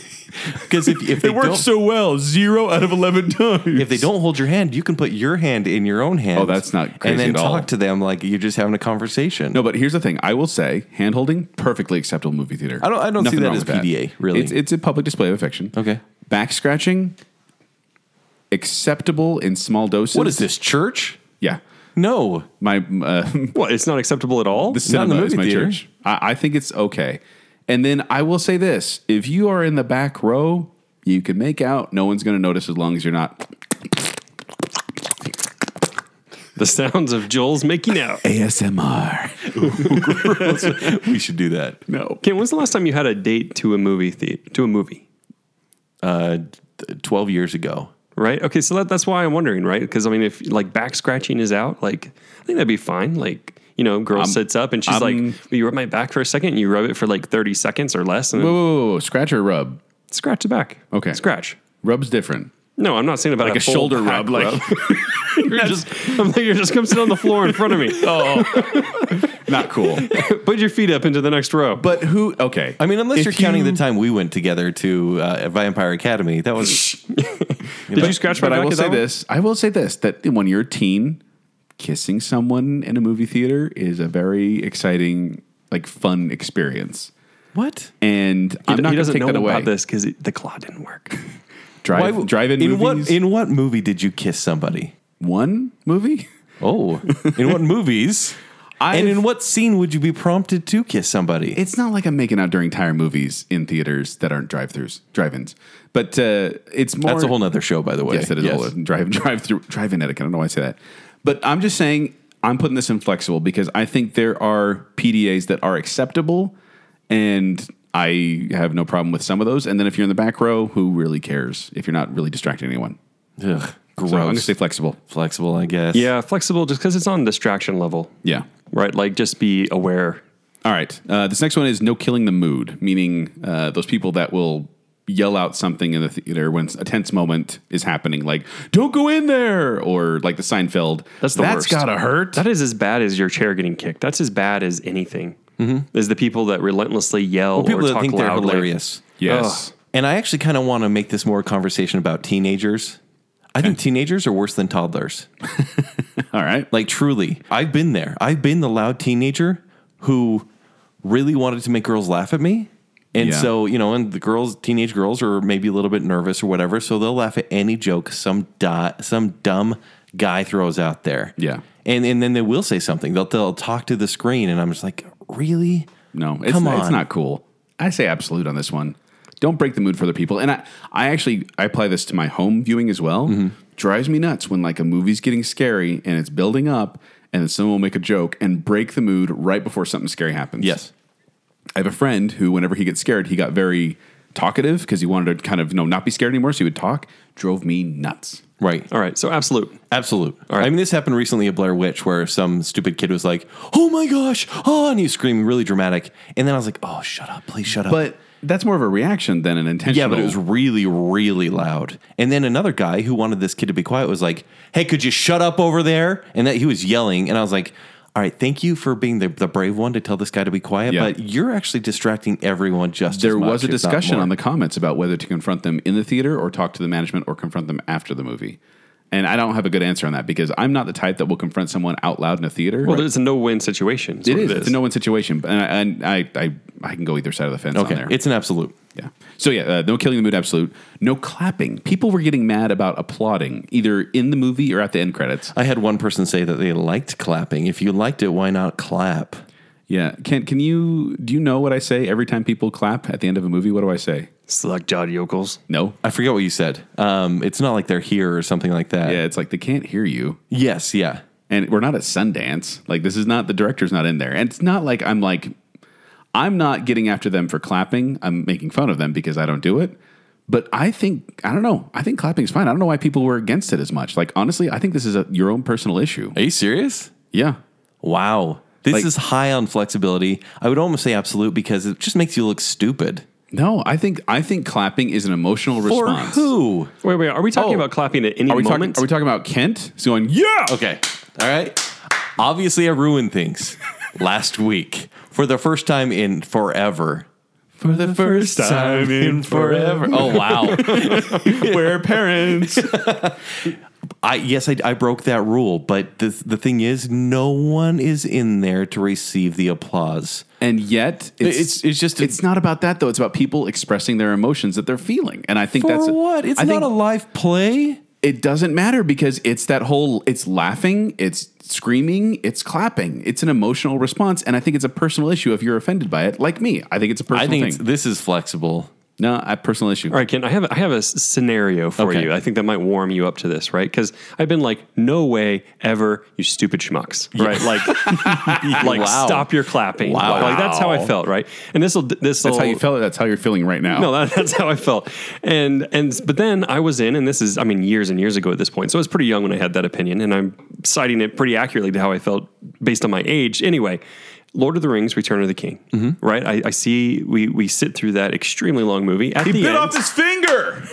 [SPEAKER 3] because if <laughs> if they
[SPEAKER 1] it worked
[SPEAKER 3] don't,
[SPEAKER 1] so well. Zero out of 11 times.
[SPEAKER 3] if they don't hold your hand, you can put your hand in your own hand.
[SPEAKER 1] Oh, that's not crazy
[SPEAKER 3] And then
[SPEAKER 1] at all.
[SPEAKER 3] talk to them like you're just having a conversation.
[SPEAKER 1] No, but here's the thing. I will say, hand holding, perfectly acceptable movie theater.
[SPEAKER 3] I don't- I don't see that
[SPEAKER 1] wrong
[SPEAKER 3] as
[SPEAKER 1] with
[SPEAKER 3] PDA, really.
[SPEAKER 1] It's, it's a public display of affection.
[SPEAKER 3] Okay.
[SPEAKER 1] Back scratching, acceptable in small doses.
[SPEAKER 3] what is this church?
[SPEAKER 1] Yeah. <laughs>
[SPEAKER 3] No,
[SPEAKER 1] My uh,
[SPEAKER 2] <laughs> what? It's not acceptable at all.
[SPEAKER 1] The cinema is
[SPEAKER 3] the movie
[SPEAKER 1] my
[SPEAKER 3] theater.
[SPEAKER 1] church. I, I think it's okay. And then I will say this: if you are in the back row, you can make out. No one's going to notice as long as you're not
[SPEAKER 2] the sounds of Joel's making out.
[SPEAKER 1] ASMR.
[SPEAKER 3] we should do that.
[SPEAKER 1] <laughs> No,
[SPEAKER 2] Ken, when's the last time you had a date to a movie theater to a movie?
[SPEAKER 3] Uh, th- Twelve years ago.
[SPEAKER 2] Right. Okay. So that, that's why I'm wondering, right? Because I mean, if like back scratching is out, like I think that'd be fine. Like you know, girl sits up and she's like,
[SPEAKER 1] I'm-
[SPEAKER 2] "Will you rub my back for a second? And you rub it for like 30 seconds or less, and then
[SPEAKER 1] whoa, whoa, whoa, whoa. scratch or rub?
[SPEAKER 2] scratch the back.
[SPEAKER 1] Okay.
[SPEAKER 2] Scratch.
[SPEAKER 1] Rub's different.
[SPEAKER 2] No, I'm not saying about
[SPEAKER 1] Like a
[SPEAKER 2] full
[SPEAKER 1] shoulder
[SPEAKER 2] back
[SPEAKER 1] rub, like-
[SPEAKER 2] <laughs> you're just, I'm like, you're just come sit on the floor in front of me.
[SPEAKER 1] <laughs>
[SPEAKER 2] oh,
[SPEAKER 1] Not cool.
[SPEAKER 2] put your feet up into the next row.
[SPEAKER 1] but who? Okay.
[SPEAKER 3] I mean, unless
[SPEAKER 1] If
[SPEAKER 3] you're counting
[SPEAKER 1] you-
[SPEAKER 3] the time we went together to uh, Vampire Academy, that was
[SPEAKER 2] did you scratch my
[SPEAKER 1] but
[SPEAKER 2] back?
[SPEAKER 1] I will
[SPEAKER 2] at that
[SPEAKER 1] say
[SPEAKER 2] one?
[SPEAKER 1] this: I will say this that when you're a teen, kissing someone in a movie theater is a very exciting, like, fun experience.
[SPEAKER 3] what?
[SPEAKER 1] And I'm
[SPEAKER 2] He
[SPEAKER 1] not going to
[SPEAKER 2] doesn't
[SPEAKER 1] take
[SPEAKER 2] know
[SPEAKER 1] that away.
[SPEAKER 2] about this because the claw didn't work.
[SPEAKER 1] Drive,
[SPEAKER 3] w-
[SPEAKER 1] drive-in
[SPEAKER 3] in
[SPEAKER 1] movies.
[SPEAKER 3] what in what movie did you kiss somebody?
[SPEAKER 1] one movie.
[SPEAKER 3] Oh, in
[SPEAKER 1] <laughs>
[SPEAKER 3] what movies?
[SPEAKER 1] I've-
[SPEAKER 3] and in what scene would you be prompted to kiss somebody?
[SPEAKER 1] It's not like I'm making out during entire movies in theaters that aren't drive-throughs, drive-ins. But uh, it's more.
[SPEAKER 3] That's a whole nother show, by the way.
[SPEAKER 1] Yes, that is a whole drive drive through drive-in etiquette. I don't know why I say that, but I'm just saying I'm putting this in flexible because I think there are PDAs that are acceptable, and I have no problem with some of those. And then if you're in the back row, who really cares if you're not really distracting anyone?
[SPEAKER 3] Ugh, gross.
[SPEAKER 1] So I'm going to stay flexible.
[SPEAKER 3] Flexible, I guess.
[SPEAKER 2] Yeah, flexible just because it's on distraction level,
[SPEAKER 1] Yeah.
[SPEAKER 2] right? Like just be aware.
[SPEAKER 1] All right. Uh, this next one is no killing the mood, meaning uh, those people that will yell out something in the theater when a tense moment is happening, like "Don't go in there," or like the Seinfeld.
[SPEAKER 2] That's the
[SPEAKER 1] That's
[SPEAKER 2] worst.
[SPEAKER 1] gotta hurt.
[SPEAKER 2] That is as bad as your chair getting kicked. That's as bad as anything. Mm-hmm. Is the people that relentlessly yell
[SPEAKER 3] People
[SPEAKER 2] or
[SPEAKER 3] that
[SPEAKER 2] talk
[SPEAKER 3] think they're
[SPEAKER 2] loudly.
[SPEAKER 3] hilarious.
[SPEAKER 1] yes.
[SPEAKER 3] And I actually kind of want to make this more a conversation about teenagers. I think teenagers are worse than toddlers.
[SPEAKER 1] All right.
[SPEAKER 3] Like truly, I've been there. I've been the loud teenager who really wanted to make girls laugh at me. And
[SPEAKER 1] Yeah.
[SPEAKER 3] so, you know, and the girls, teenage girls are maybe a little bit nervous or whatever, so they'll laugh at any joke some di- some dumb guy throws out there.
[SPEAKER 1] Yeah.
[SPEAKER 3] And and then they will say something. They'll they'll talk to the screen and I'm just like, "Really?"
[SPEAKER 1] No, it's,
[SPEAKER 3] Come
[SPEAKER 1] it's
[SPEAKER 3] on.
[SPEAKER 1] not cool. I say absolute on this one. Don't break the mood for other people. And I, I actually I apply this to my home viewing as well.
[SPEAKER 3] Mm-hmm.
[SPEAKER 1] Drives me nuts when like a movie's getting scary and it's building up and then someone will make a joke and break the mood right before something scary happens.
[SPEAKER 3] Yes.
[SPEAKER 1] I have a friend who, whenever he gets scared, he got very talkative because he wanted to kind of you know not be scared anymore. So he would talk. Drove me nuts.
[SPEAKER 3] Right.
[SPEAKER 2] All right, so absolute.
[SPEAKER 3] Absolute.
[SPEAKER 2] right.
[SPEAKER 3] I mean, this happened recently at Blair Witch where some stupid kid was like, oh my gosh, oh, and he was screaming really dramatic. And then I was like, oh, shut up, please shut up.
[SPEAKER 1] But that's more of a reaction than an intentional.
[SPEAKER 3] yeah, but it was really, really loud. And then another guy who wanted this kid to be quiet was like, hey, could you shut up over there? And that he was yelling. And I was like, all right, thank you for being the, the brave one to tell this guy to be quiet,
[SPEAKER 1] Yeah.
[SPEAKER 3] but you're actually distracting everyone just
[SPEAKER 1] there
[SPEAKER 3] as much.
[SPEAKER 1] was a
[SPEAKER 3] if not
[SPEAKER 1] discussion
[SPEAKER 3] more.
[SPEAKER 1] on the comments about whether to confront them in the theater or talk to the management or confront them after the movie. And I don't have a good answer on that because I'm not the type that will confront someone out loud in a theater.
[SPEAKER 2] Well, it's a no-win situation. is
[SPEAKER 1] it
[SPEAKER 2] what
[SPEAKER 1] is. It's a no-win situation, but- uh, and I, and I, I, I can go either side of the fence
[SPEAKER 3] Okay,
[SPEAKER 1] on there.
[SPEAKER 3] it's an absolute.
[SPEAKER 1] Yeah. So yeah, uh, no killing the mood absolute. No clapping. People were getting mad about applauding either in the movie or at the end credits.
[SPEAKER 3] I had one person say that they liked clapping. If you liked it, why not clap?
[SPEAKER 1] Yeah. Can can you do you know what I say every time people clap at the end of a movie? What do I say?
[SPEAKER 2] Select Jod yokels.
[SPEAKER 1] No.
[SPEAKER 3] I forget what you said. Um, it's not like they're here or something like that.
[SPEAKER 1] Yeah, it's like they can't hear you.
[SPEAKER 3] Yes, yeah.
[SPEAKER 1] And we're not at Sundance. Like this is not the director's not in there. And it's not like I'm like I'm not getting after them for clapping. I'm making fun of them because I don't do it. But I think I don't know. I think clapping is fine. I don't know why people were against it as much. Like honestly, I think this is a, your own personal issue.
[SPEAKER 3] Are you serious?
[SPEAKER 1] Yeah.
[SPEAKER 3] Wow. This
[SPEAKER 1] Like-
[SPEAKER 3] is high on flexibility. I would almost say absolute because it just makes you look stupid.
[SPEAKER 1] No, I think I think clapping is an emotional response.
[SPEAKER 3] For who?
[SPEAKER 2] Wait, wait. Are we talking
[SPEAKER 1] Oh.
[SPEAKER 2] about clapping at any
[SPEAKER 1] Are we talking?
[SPEAKER 2] moment?
[SPEAKER 1] Are we talking about Kent? He's going, yeah.
[SPEAKER 3] Okay. All right. Obviously, I ruined <laughs> things last week for the first time in forever.
[SPEAKER 1] For the first time in forever.
[SPEAKER 3] Oh, <laughs> wow.
[SPEAKER 1] <laughs> We're
[SPEAKER 3] <laughs>
[SPEAKER 1] parents.
[SPEAKER 3] I yes, I, I broke that rule, but the the thing is, no one is in there to receive the applause.
[SPEAKER 1] and yet, it's,
[SPEAKER 3] It's- it's just a-
[SPEAKER 1] it's not about that though. It's about people expressing their emotions that they're feeling. And I think that's
[SPEAKER 3] For what? It's
[SPEAKER 1] I
[SPEAKER 3] not
[SPEAKER 1] think
[SPEAKER 3] a live play.
[SPEAKER 1] It doesn't matter because it's that whole. It's laughing. It's screaming. It's clapping. It's an emotional response, and I think it's a personal issue if you're offended by it, like me. I think it's a personal
[SPEAKER 3] I think it's,
[SPEAKER 1] thing.
[SPEAKER 3] this is flexible.
[SPEAKER 1] no, a personal issue.
[SPEAKER 2] All right, Ken, I have I have a s- scenario for
[SPEAKER 3] Okay.
[SPEAKER 2] you. I think that might warm you up to this, right? Because I've been like, no way, ever, you stupid schmucks, right? Like,
[SPEAKER 1] <laughs>
[SPEAKER 2] like
[SPEAKER 3] Wow.
[SPEAKER 2] stop your clapping.
[SPEAKER 3] Wow.
[SPEAKER 2] Like that's how I felt, right? And this will this
[SPEAKER 1] That's how you felt. That's how you're feeling right now.
[SPEAKER 2] No, that, that's how I felt. And and but then I was in, and this is I mean years and years ago at this point, so I was pretty young when I had that opinion, and I'm citing it pretty accurately to how I felt based on my age. Anyway, Lord of the Rings: Return of the King.
[SPEAKER 1] Mm-hmm.
[SPEAKER 2] Right, I, I see we we sit through that extremely long movie. At the end,
[SPEAKER 1] his finger.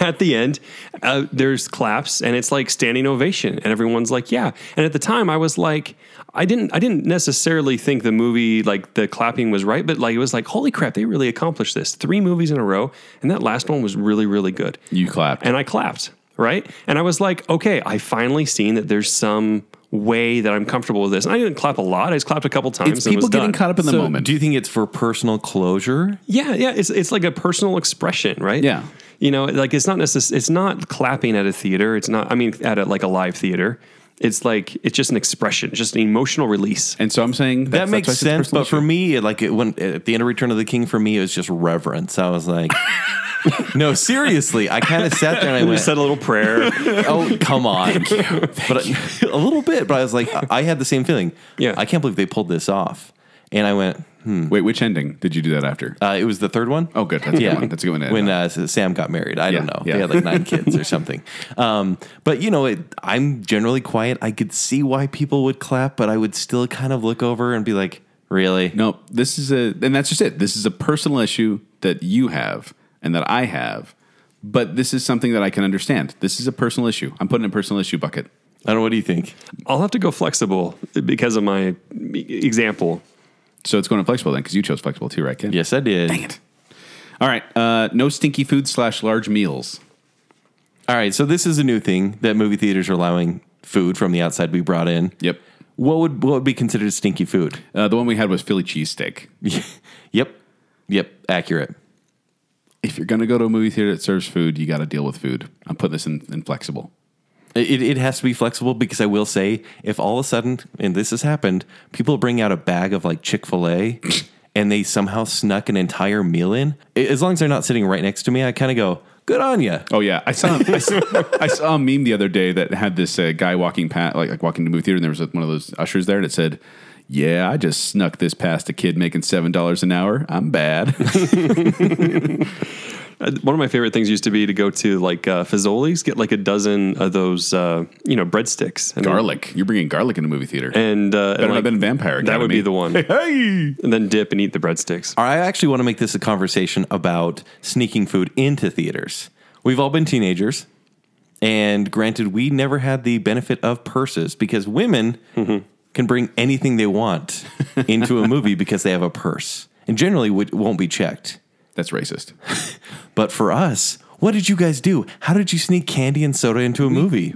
[SPEAKER 2] at the end, uh, there's claps and it's like standing ovation, and everyone's like, "Yeah." And at the time, I was like, I didn't, I didn't necessarily think the movie like the clapping was right, but like it was like, "Holy crap, they really accomplished this! Three movies in a row, and that last one was really, really good."
[SPEAKER 1] You clapped.
[SPEAKER 2] and I clapped, right? And I was like, okay, I finally seen that there's some way that I'm comfortable with this. And I didn't clap a lot; I just clapped a couple times.
[SPEAKER 1] it's
[SPEAKER 2] and was
[SPEAKER 1] people getting
[SPEAKER 2] done.
[SPEAKER 1] caught up in the
[SPEAKER 3] So
[SPEAKER 1] moment.
[SPEAKER 3] Do you think it's for personal closure?
[SPEAKER 2] Yeah, yeah, it's it's like a personal expression, right?
[SPEAKER 1] Yeah.
[SPEAKER 2] you know, like it's not necess- It's not clapping at a theater. It's not. I mean, at a, like a live theater. It's like it's just an expression, just an emotional release.
[SPEAKER 1] and so I'm saying
[SPEAKER 3] That makes sense, but for me, it, like it, when at the end of Return of the King, for me, it was just reverence. I was like, <laughs> no, seriously. I kind of sat there and I
[SPEAKER 2] I
[SPEAKER 3] went,
[SPEAKER 2] said a
[SPEAKER 1] <laughs>
[SPEAKER 2] little prayer.
[SPEAKER 3] oh, come on, but I- <laughs> a little bit. But I was like, I had the same feeling.
[SPEAKER 2] Yeah.
[SPEAKER 3] I can't believe they pulled this off. And I went,
[SPEAKER 1] wait, which ending did you do that after?
[SPEAKER 3] uh, it was the third one.
[SPEAKER 1] oh, good, that's a
[SPEAKER 3] Yeah,
[SPEAKER 1] good one. That's a good one. to end
[SPEAKER 3] When
[SPEAKER 1] on.
[SPEAKER 3] uh, Sam got married, I don't
[SPEAKER 1] Yeah,
[SPEAKER 3] know.
[SPEAKER 1] yeah.
[SPEAKER 3] They had like nine <laughs> kids or something. Um, but you know, it, I'm generally quiet. I could see why people would clap, but I would still kind of look over and be like, "Really?
[SPEAKER 1] no, this is a, and that's just it. This is a personal issue that you have and that I have, but this is something that I can understand. This is a personal issue. I'm putting a personal issue bucket.
[SPEAKER 3] I don't know. What do you think?"
[SPEAKER 2] I'll have to go flexible because of my e-, example.
[SPEAKER 1] So it's going to flexible then, because you chose flexible too, right, Ken?
[SPEAKER 3] Yes, I did.
[SPEAKER 1] Dang it. All right. Uh, no stinky food slash large meals.
[SPEAKER 3] All right, so this is a new thing that movie theaters are allowing food from the outside we brought in.
[SPEAKER 1] Yep.
[SPEAKER 3] What would what would be considered stinky food? <laughs>
[SPEAKER 1] Uh, the one we had was Philly cheesesteak.
[SPEAKER 3] yep. Yep, accurate.
[SPEAKER 1] If you're going to go to a movie theater that serves food, you got to deal with food. I'm putting this in, in flexible.
[SPEAKER 3] It, it has to be flexible because I will say, if all of a sudden, and this has happened, people bring out a bag of like Chick fil A and they somehow snuck an entire meal in, a- as long as they're not sitting right next to me, I kind of go, good on you.
[SPEAKER 1] Oh yeah, I saw I saw, I saw a meme the other day that had this uh, guy walking past, like like walking to the movie theater, and there was like, one of those ushers there, and it said, "Yeah, I just snuck this past a kid making seven dollars an hour. I'm bad."
[SPEAKER 2] Uh, One of my favorite things used to be to go to like uh, Fazoli's, get like a dozen of those, uh, you know, breadsticks and
[SPEAKER 1] Garlic. You're bringing garlic in a movie theater.
[SPEAKER 2] And, uh,
[SPEAKER 1] Better
[SPEAKER 2] and
[SPEAKER 1] not
[SPEAKER 2] like,
[SPEAKER 1] been Vampire
[SPEAKER 2] That would
[SPEAKER 1] Academy.
[SPEAKER 2] be the
[SPEAKER 1] <laughs>
[SPEAKER 2] one.
[SPEAKER 1] hey,
[SPEAKER 2] And then dip and eat the breadsticks.
[SPEAKER 3] I actually want to make this a conversation about sneaking food into theaters. We've all been teenagers, and granted, we never had the benefit of purses because women
[SPEAKER 2] Mm-hmm.
[SPEAKER 3] can bring anything they
[SPEAKER 2] <laughs>
[SPEAKER 3] want into a movie because they have a purse and generally would- won't be checked.
[SPEAKER 1] that's racist.
[SPEAKER 3] But for us, what did you guys do? How did you sneak candy and soda into a movie?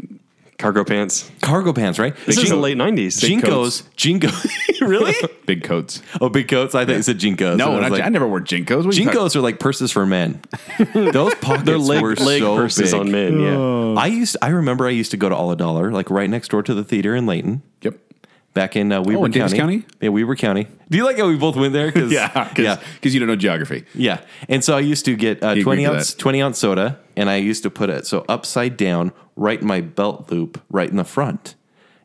[SPEAKER 2] Cargo pants.
[SPEAKER 3] Cargo pants, right?
[SPEAKER 2] Mm. This is
[SPEAKER 3] Jin-
[SPEAKER 2] the late 90s. Big coats.
[SPEAKER 3] Jinkos. Jinkos. <laughs>
[SPEAKER 2] <laughs>
[SPEAKER 3] really?
[SPEAKER 1] Big coats.
[SPEAKER 3] Oh, big coats. I thought you said Jinkos.
[SPEAKER 1] No,
[SPEAKER 3] And I was
[SPEAKER 1] not,
[SPEAKER 3] like,
[SPEAKER 1] I never wore jinkos. What are you talking-
[SPEAKER 3] Jinkos are like purses for men. <laughs> Those pockets
[SPEAKER 2] Their leg,
[SPEAKER 3] were
[SPEAKER 2] leg
[SPEAKER 3] so
[SPEAKER 2] purses
[SPEAKER 3] big.
[SPEAKER 2] on men. Yeah.
[SPEAKER 1] Oh.
[SPEAKER 3] I used. I remember I used to go to All a Dollar, like right next door to the theater in Layton,
[SPEAKER 1] Yep. <laughs>
[SPEAKER 3] back in uh, Weber
[SPEAKER 1] Oh, in Davis County?
[SPEAKER 3] Yeah, Weber County. Do you like how we both went there? Cause,
[SPEAKER 1] Yeah, cause,
[SPEAKER 3] yeah,
[SPEAKER 1] 'cause you don't know geography.
[SPEAKER 3] yeah. And so I used to get uh,
[SPEAKER 1] He agreed
[SPEAKER 3] twenty
[SPEAKER 1] to
[SPEAKER 3] ounce
[SPEAKER 1] that.
[SPEAKER 3] twenty ounce soda, and I used to put it so upside down, right in my belt loop, right in the front,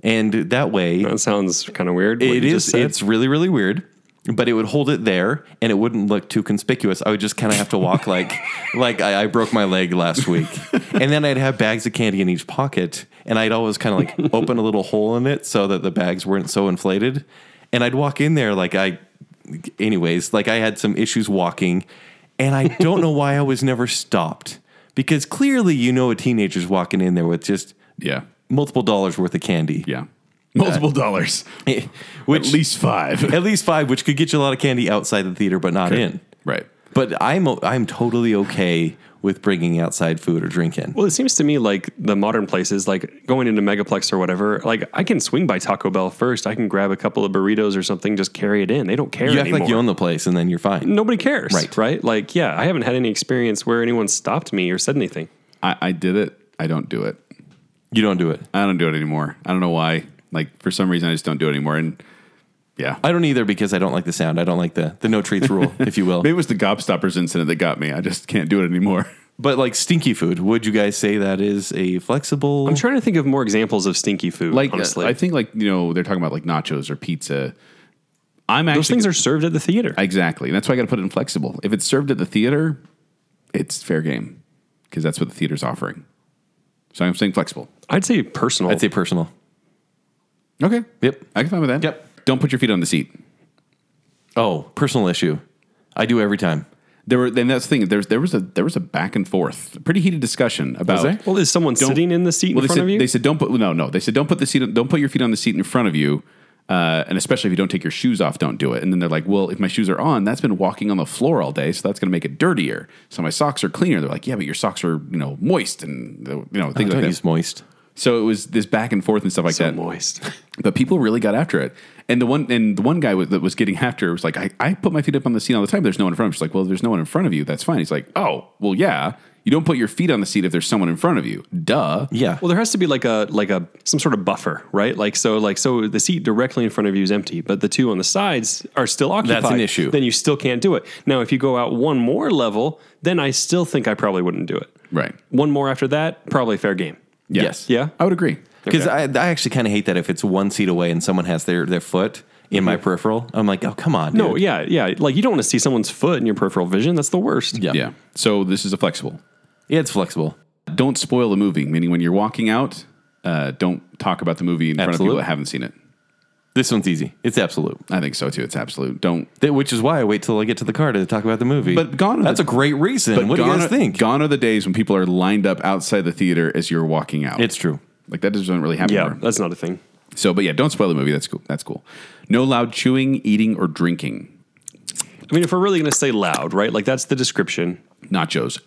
[SPEAKER 3] and that way
[SPEAKER 2] That sounds kind of weird. what
[SPEAKER 3] It
[SPEAKER 2] you
[SPEAKER 3] is.
[SPEAKER 2] just said.
[SPEAKER 3] It's really, really weird. But it would hold it there, and it wouldn't look too conspicuous. I would just kind of have to walk
[SPEAKER 2] <laughs>
[SPEAKER 3] like, like I, I broke my leg last week, and then I'd have bags of candy in each pocket, and I'd always kind of
[SPEAKER 2] <laughs>
[SPEAKER 3] like open a little hole in it so that the bags weren't so inflated, and I'd walk in there like I, anyways, like I had some issues walking, and I don't know why I was never stopped because clearly you know a teenager's walking in there with just
[SPEAKER 1] Yeah.
[SPEAKER 3] multiple dollars worth of candy,
[SPEAKER 1] Yeah. Multiple dollars.
[SPEAKER 3] <laughs> which
[SPEAKER 1] At least
[SPEAKER 3] <laughs>
[SPEAKER 1] five.
[SPEAKER 3] at least five, which could get you a lot of candy outside the theater, but not in.
[SPEAKER 1] right.
[SPEAKER 3] But I'm o- I'm totally okay with bringing outside food or drink in.
[SPEAKER 2] Well, it seems to me like the modern places, like going into Megaplex or whatever, like I can swing by Taco Bell first. I can grab a couple of burritos or something, just carry it in. They don't care
[SPEAKER 3] you act
[SPEAKER 2] anymore.
[SPEAKER 3] like you own the place, and then you're fine.
[SPEAKER 2] Nobody cares,
[SPEAKER 3] Right.
[SPEAKER 2] Right? Like, yeah, I haven't had any experience where anyone stopped me or said anything.
[SPEAKER 1] I, I did it. I don't do it.
[SPEAKER 3] You don't do it.
[SPEAKER 1] I don't do it anymore. I don't know why. Like for some reason, I just don't do it anymore. And yeah,
[SPEAKER 3] I don't either because I don't like the sound. I don't like the the no treats
[SPEAKER 2] <laughs>
[SPEAKER 3] rule, if you will.
[SPEAKER 1] maybe it was the Gobstoppers incident that got me. I just can't do it anymore.
[SPEAKER 3] But like stinky food, would you guys say that is a flexible?
[SPEAKER 2] I'm trying to think of more examples of stinky
[SPEAKER 1] <laughs>
[SPEAKER 2] food.
[SPEAKER 3] uh,
[SPEAKER 1] Like
[SPEAKER 2] honestly,
[SPEAKER 1] I think like you know they're talking about like nachos or pizza. I'm actually
[SPEAKER 2] those things are served at the theater.
[SPEAKER 1] <laughs> exactly. That's why I got to put it in flexible. If it's served at the theater, it's fair game because that's what the theater's offering. So I'm saying flexible.
[SPEAKER 2] I'd say personal.
[SPEAKER 3] I'd say personal.
[SPEAKER 1] Okay.
[SPEAKER 3] Yep.
[SPEAKER 1] I can find with that.
[SPEAKER 3] Yep.
[SPEAKER 1] Don't put your feet on the seat.
[SPEAKER 3] Oh, personal issue. I do every time.
[SPEAKER 1] There were then that's the thing. There's there was a there was a back and forth, pretty heated discussion about.
[SPEAKER 3] there?
[SPEAKER 2] well, is someone
[SPEAKER 1] Don't-
[SPEAKER 2] sitting in the seat
[SPEAKER 1] well, they
[SPEAKER 2] in front
[SPEAKER 1] said,
[SPEAKER 2] of you?
[SPEAKER 1] They said don't put no no. They said don't put the seat don't put your feet on the seat in front of you, uh, and especially if you don't take your shoes off, don't do it. And then they're like, well, if my shoes are on, that's been walking on the floor all day, so that's going to make it dirtier. So my socks are cleaner. They're like, yeah, but your socks are you know moist and uh, you
[SPEAKER 2] Oh,
[SPEAKER 1] know things
[SPEAKER 3] Don't
[SPEAKER 1] like
[SPEAKER 3] use
[SPEAKER 1] that.
[SPEAKER 3] moist.
[SPEAKER 1] So it was this back and forth and stuff like
[SPEAKER 2] so
[SPEAKER 1] that
[SPEAKER 2] moist.
[SPEAKER 1] but people really got after it. And the one and the one guy was, that was getting after it was like, I, I put my feet up on the seat all the time. There's no one in front of me. She's like, well, there's no one in front of you. That's fine. He's like, oh, well, yeah. You don't put your feet on the seat if there's someone in front of you. Duh.
[SPEAKER 3] Yeah.
[SPEAKER 2] Well, there has to be like a like a some sort of buffer, right? Like so, like so, the seat directly in front of you is empty, but the two on the sides are still occupied.
[SPEAKER 3] an issue.
[SPEAKER 2] Then you still can't do it. Now, if you go out one more level, then I still think I probably wouldn't do it.
[SPEAKER 1] Right.
[SPEAKER 2] One more after that, probably fair game.
[SPEAKER 1] Yeah.
[SPEAKER 3] Yes.
[SPEAKER 2] Yeah.
[SPEAKER 1] I would agree.
[SPEAKER 3] Because I, I actually kind of hate that if it's one seat away and someone has their, their foot in my peripheral, I'm like, oh, come on.
[SPEAKER 2] Mm-hmm. No,
[SPEAKER 3] dude.
[SPEAKER 2] yeah, yeah. Like you don't want to see someone's foot in your peripheral vision. That's the worst.
[SPEAKER 3] Yeah.
[SPEAKER 1] Yeah. So this is a flexible.
[SPEAKER 3] yeah, it's flexible.
[SPEAKER 1] Don't spoil the movie, meaning when you're walking out, uh, don't talk about the movie in front of people
[SPEAKER 3] Absolute.
[SPEAKER 1] that haven't seen it.
[SPEAKER 3] This one's easy. It's absolute.
[SPEAKER 1] I think so too. It's absolute. Don't.
[SPEAKER 3] That- which is why I wait till I get to the car to talk about the movie.
[SPEAKER 1] But gone are
[SPEAKER 3] That's
[SPEAKER 1] the-
[SPEAKER 3] a great reason. What do you
[SPEAKER 1] gone
[SPEAKER 3] guys
[SPEAKER 1] are-
[SPEAKER 3] think?
[SPEAKER 1] Gone are the days when people are lined up outside the theater as you're walking out.
[SPEAKER 3] It's true.
[SPEAKER 1] like that doesn't really happen.
[SPEAKER 2] Yeah,
[SPEAKER 1] anymore.
[SPEAKER 2] that's not a thing.
[SPEAKER 1] So, but yeah, don't spoil the movie. That's cool. That's cool. No loud chewing, eating, or drinking.
[SPEAKER 2] I mean, if we're really going to say loud, right? Like that's the description.
[SPEAKER 1] Nachos.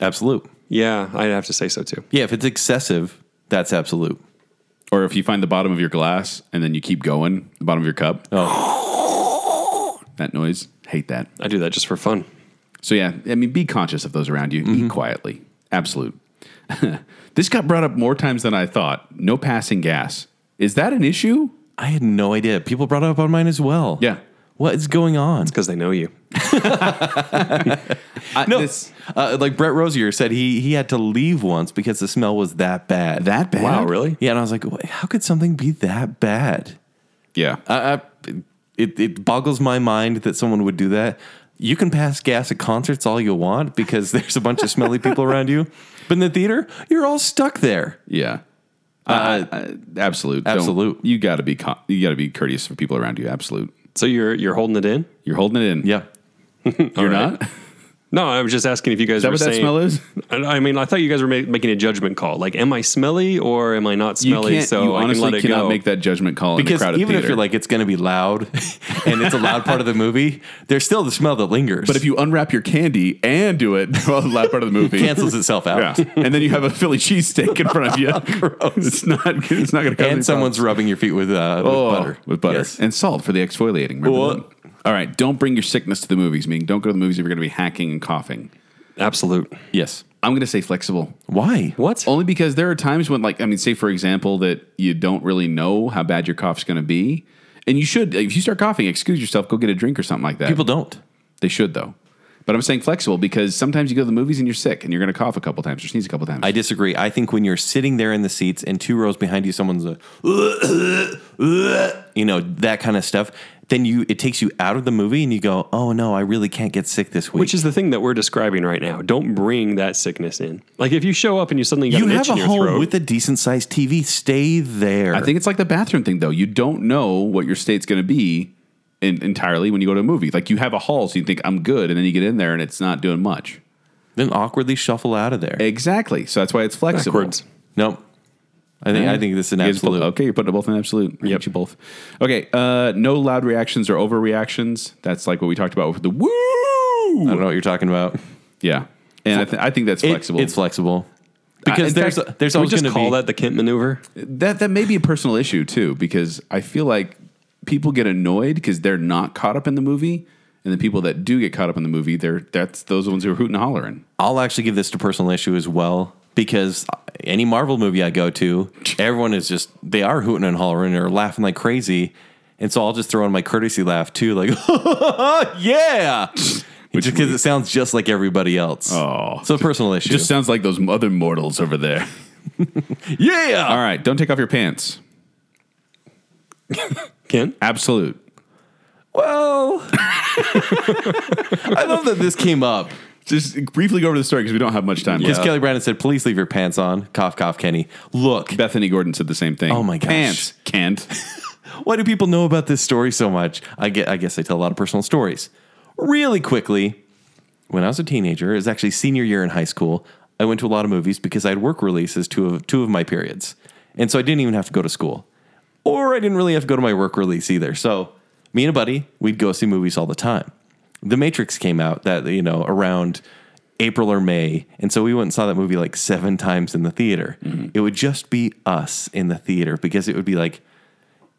[SPEAKER 3] Absolute.
[SPEAKER 2] Yeah, I'd have to say so too.
[SPEAKER 3] Yeah, if it's excessive, that's absolute.
[SPEAKER 1] Or if you find the bottom of your glass and then you keep going, the bottom of your cup. Oh.
[SPEAKER 3] Oh.
[SPEAKER 1] That noise. Hate that.
[SPEAKER 2] I do that just for fun.
[SPEAKER 1] So, yeah, I mean, be conscious of those around you. Eat quietly. Absolute. <laughs> this got brought up more times than I thought. No passing gas. Is that an issue?
[SPEAKER 3] I had no idea. People brought it up on mine as well.
[SPEAKER 1] Yeah.
[SPEAKER 3] What is going on?
[SPEAKER 2] Because they know you.
[SPEAKER 1] I,
[SPEAKER 3] No,
[SPEAKER 1] this-
[SPEAKER 3] uh, like Brett Rosier said, he he had to leave once because the smell was that bad.
[SPEAKER 1] that bad?
[SPEAKER 2] Wow, really?
[SPEAKER 3] Yeah, and I was like, "Wait, how could something be that bad?
[SPEAKER 1] Yeah.
[SPEAKER 3] Uh, I, I, it, it boggles my mind that someone would do that. you can pass gas at concerts all you want because <laughs> there's a bunch of smelly people around you. But in the theater, you're all stuck there.
[SPEAKER 1] Yeah. Uh, uh, absolute, Don't-
[SPEAKER 3] absolute.
[SPEAKER 1] You got to be co- you got to be courteous for people around you. Absolute.
[SPEAKER 2] So you're you're holding it in?
[SPEAKER 1] You're holding it in.
[SPEAKER 3] Yeah.
[SPEAKER 1] You're not. Is
[SPEAKER 2] No, I was just asking if you guys
[SPEAKER 1] that
[SPEAKER 2] were
[SPEAKER 1] what that
[SPEAKER 2] saying-
[SPEAKER 1] smell is?
[SPEAKER 2] I I mean, I thought you guys were ma- making a judgment call. Like, am I smelly or am I not smelly? so
[SPEAKER 1] you
[SPEAKER 2] I can
[SPEAKER 1] honestly
[SPEAKER 2] let it
[SPEAKER 1] cannot
[SPEAKER 2] go.
[SPEAKER 1] make that judgment call in the
[SPEAKER 3] Because
[SPEAKER 1] crowded
[SPEAKER 3] even if
[SPEAKER 1] theater.
[SPEAKER 3] you're like, it's going to be loud <laughs> and it's a loud part of the movie, there's still the smell that lingers.
[SPEAKER 1] but if you unwrap your candy and do it <laughs> while the loud part of the movie
[SPEAKER 3] cancels itself out.
[SPEAKER 1] Yeah. <laughs> and then you have a Philly cheesesteak in front of you. It's not. It's not going to. cause any
[SPEAKER 3] And someone's rubbing your feet with, uh,
[SPEAKER 1] Oh,
[SPEAKER 3] with butter.
[SPEAKER 1] With butter.
[SPEAKER 3] Yes.
[SPEAKER 1] And salt for the exfoliating. Remember
[SPEAKER 3] Well-
[SPEAKER 1] that? All right. Don't bring your sickness to the movies, meaning don't go to the movies if you're going to be hacking and coughing.
[SPEAKER 2] absolute.
[SPEAKER 3] yes.
[SPEAKER 1] I'm going to say flexible.
[SPEAKER 3] Why?
[SPEAKER 2] What?
[SPEAKER 1] Only because there are times when, like, I mean, say, for example, that you don't really know how bad your cough's going to be. And you should, if you start coughing, excuse yourself, go get a drink or something like that.
[SPEAKER 3] People don't.
[SPEAKER 1] they should, though. But I'm saying flexible because sometimes you go to the movies and you're sick and you're going to cough a couple times or sneeze a couple times.
[SPEAKER 3] I disagree. I think when you're sitting there in the seats and two rows behind you, someone's a, <laughs> you know, that kind of stuff. Then you, it takes you out of the movie, and you go, "Oh no, I really can't get sick this week."
[SPEAKER 2] Which is the thing that we're describing right now. Don't bring that sickness in. Like, if you show up and you suddenly got
[SPEAKER 3] you
[SPEAKER 2] an
[SPEAKER 3] have
[SPEAKER 2] itch
[SPEAKER 3] a
[SPEAKER 2] in your
[SPEAKER 3] home
[SPEAKER 2] throat,
[SPEAKER 3] with a decent sized TV. Stay there.
[SPEAKER 1] I think it's like the bathroom thing, though. You don't know what your state's going to be in, entirely when you go to a movie. Like you have a hall, so you think I'm good, and then you get in there and it's not doing much.
[SPEAKER 3] then awkwardly shuffle out of there.
[SPEAKER 1] Exactly. So that's why it's flexible.
[SPEAKER 2] backwards.
[SPEAKER 3] nope. I think I think this is an
[SPEAKER 1] You guys both-
[SPEAKER 3] absolute.
[SPEAKER 1] okay, you're putting both in absolute. I got you both. Okay. Uh, no loud reactions or overreactions. That's like what we talked about with the woo.
[SPEAKER 3] I don't know what you're talking about.
[SPEAKER 1] Yeah, and I, th- I think that's
[SPEAKER 3] It-
[SPEAKER 1] flexible.
[SPEAKER 3] it's flexible because
[SPEAKER 1] in
[SPEAKER 3] there's
[SPEAKER 1] fact,
[SPEAKER 3] there's
[SPEAKER 2] Can we
[SPEAKER 3] always
[SPEAKER 2] just
[SPEAKER 3] going to
[SPEAKER 2] call
[SPEAKER 3] be
[SPEAKER 2] that the Kent maneuver?
[SPEAKER 1] that that may be a personal issue too, because I feel like people get annoyed because they're not caught up in the movie, and the people that do get caught up in the movie, they're that's those ones who are hooting and hollering.
[SPEAKER 3] I'll actually give this to personal issue as well because any Marvel movie I go to, everyone is just they are hooting and hollering or laughing like crazy, and so I'll just throw in my courtesy laugh too, like <laughs>
[SPEAKER 1] <laughs>
[SPEAKER 3] yeah, just because it sounds just like everybody else.
[SPEAKER 1] Oh.
[SPEAKER 3] so personal issue.
[SPEAKER 1] Just sounds like those other mortals over there. <laughs>
[SPEAKER 3] yeah,
[SPEAKER 1] All right, don't take off your pants.
[SPEAKER 2] Kent?
[SPEAKER 1] Absolute.
[SPEAKER 3] well, <laughs> I love that this came up.
[SPEAKER 1] Just briefly go over the story because we don't have much time
[SPEAKER 3] Because
[SPEAKER 1] left.
[SPEAKER 3] Kelly Brandon said, "Please leave your pants on." Cough, cough, Kenny. Look,
[SPEAKER 1] Bethany Gordon said the same thing.
[SPEAKER 3] Oh my gosh.
[SPEAKER 1] Pants, <laughs> Kent.
[SPEAKER 3] Why do people know about this story so much? I get I guess I tell a lot of personal stories. Really quickly, when I was a teenager, it was actually senior year in high school, I went to a lot of movies because I had work releases two of two of my periods. And so I didn't even have to go to school. Or I didn't really have to go to my work release either. So me and a buddy, we'd go see movies all the time. The Matrix came out that, you know, around April or May. And so we went and saw that movie like seven times in the theater.
[SPEAKER 1] Mm-hmm.
[SPEAKER 3] It would just be us in the theater because it would be like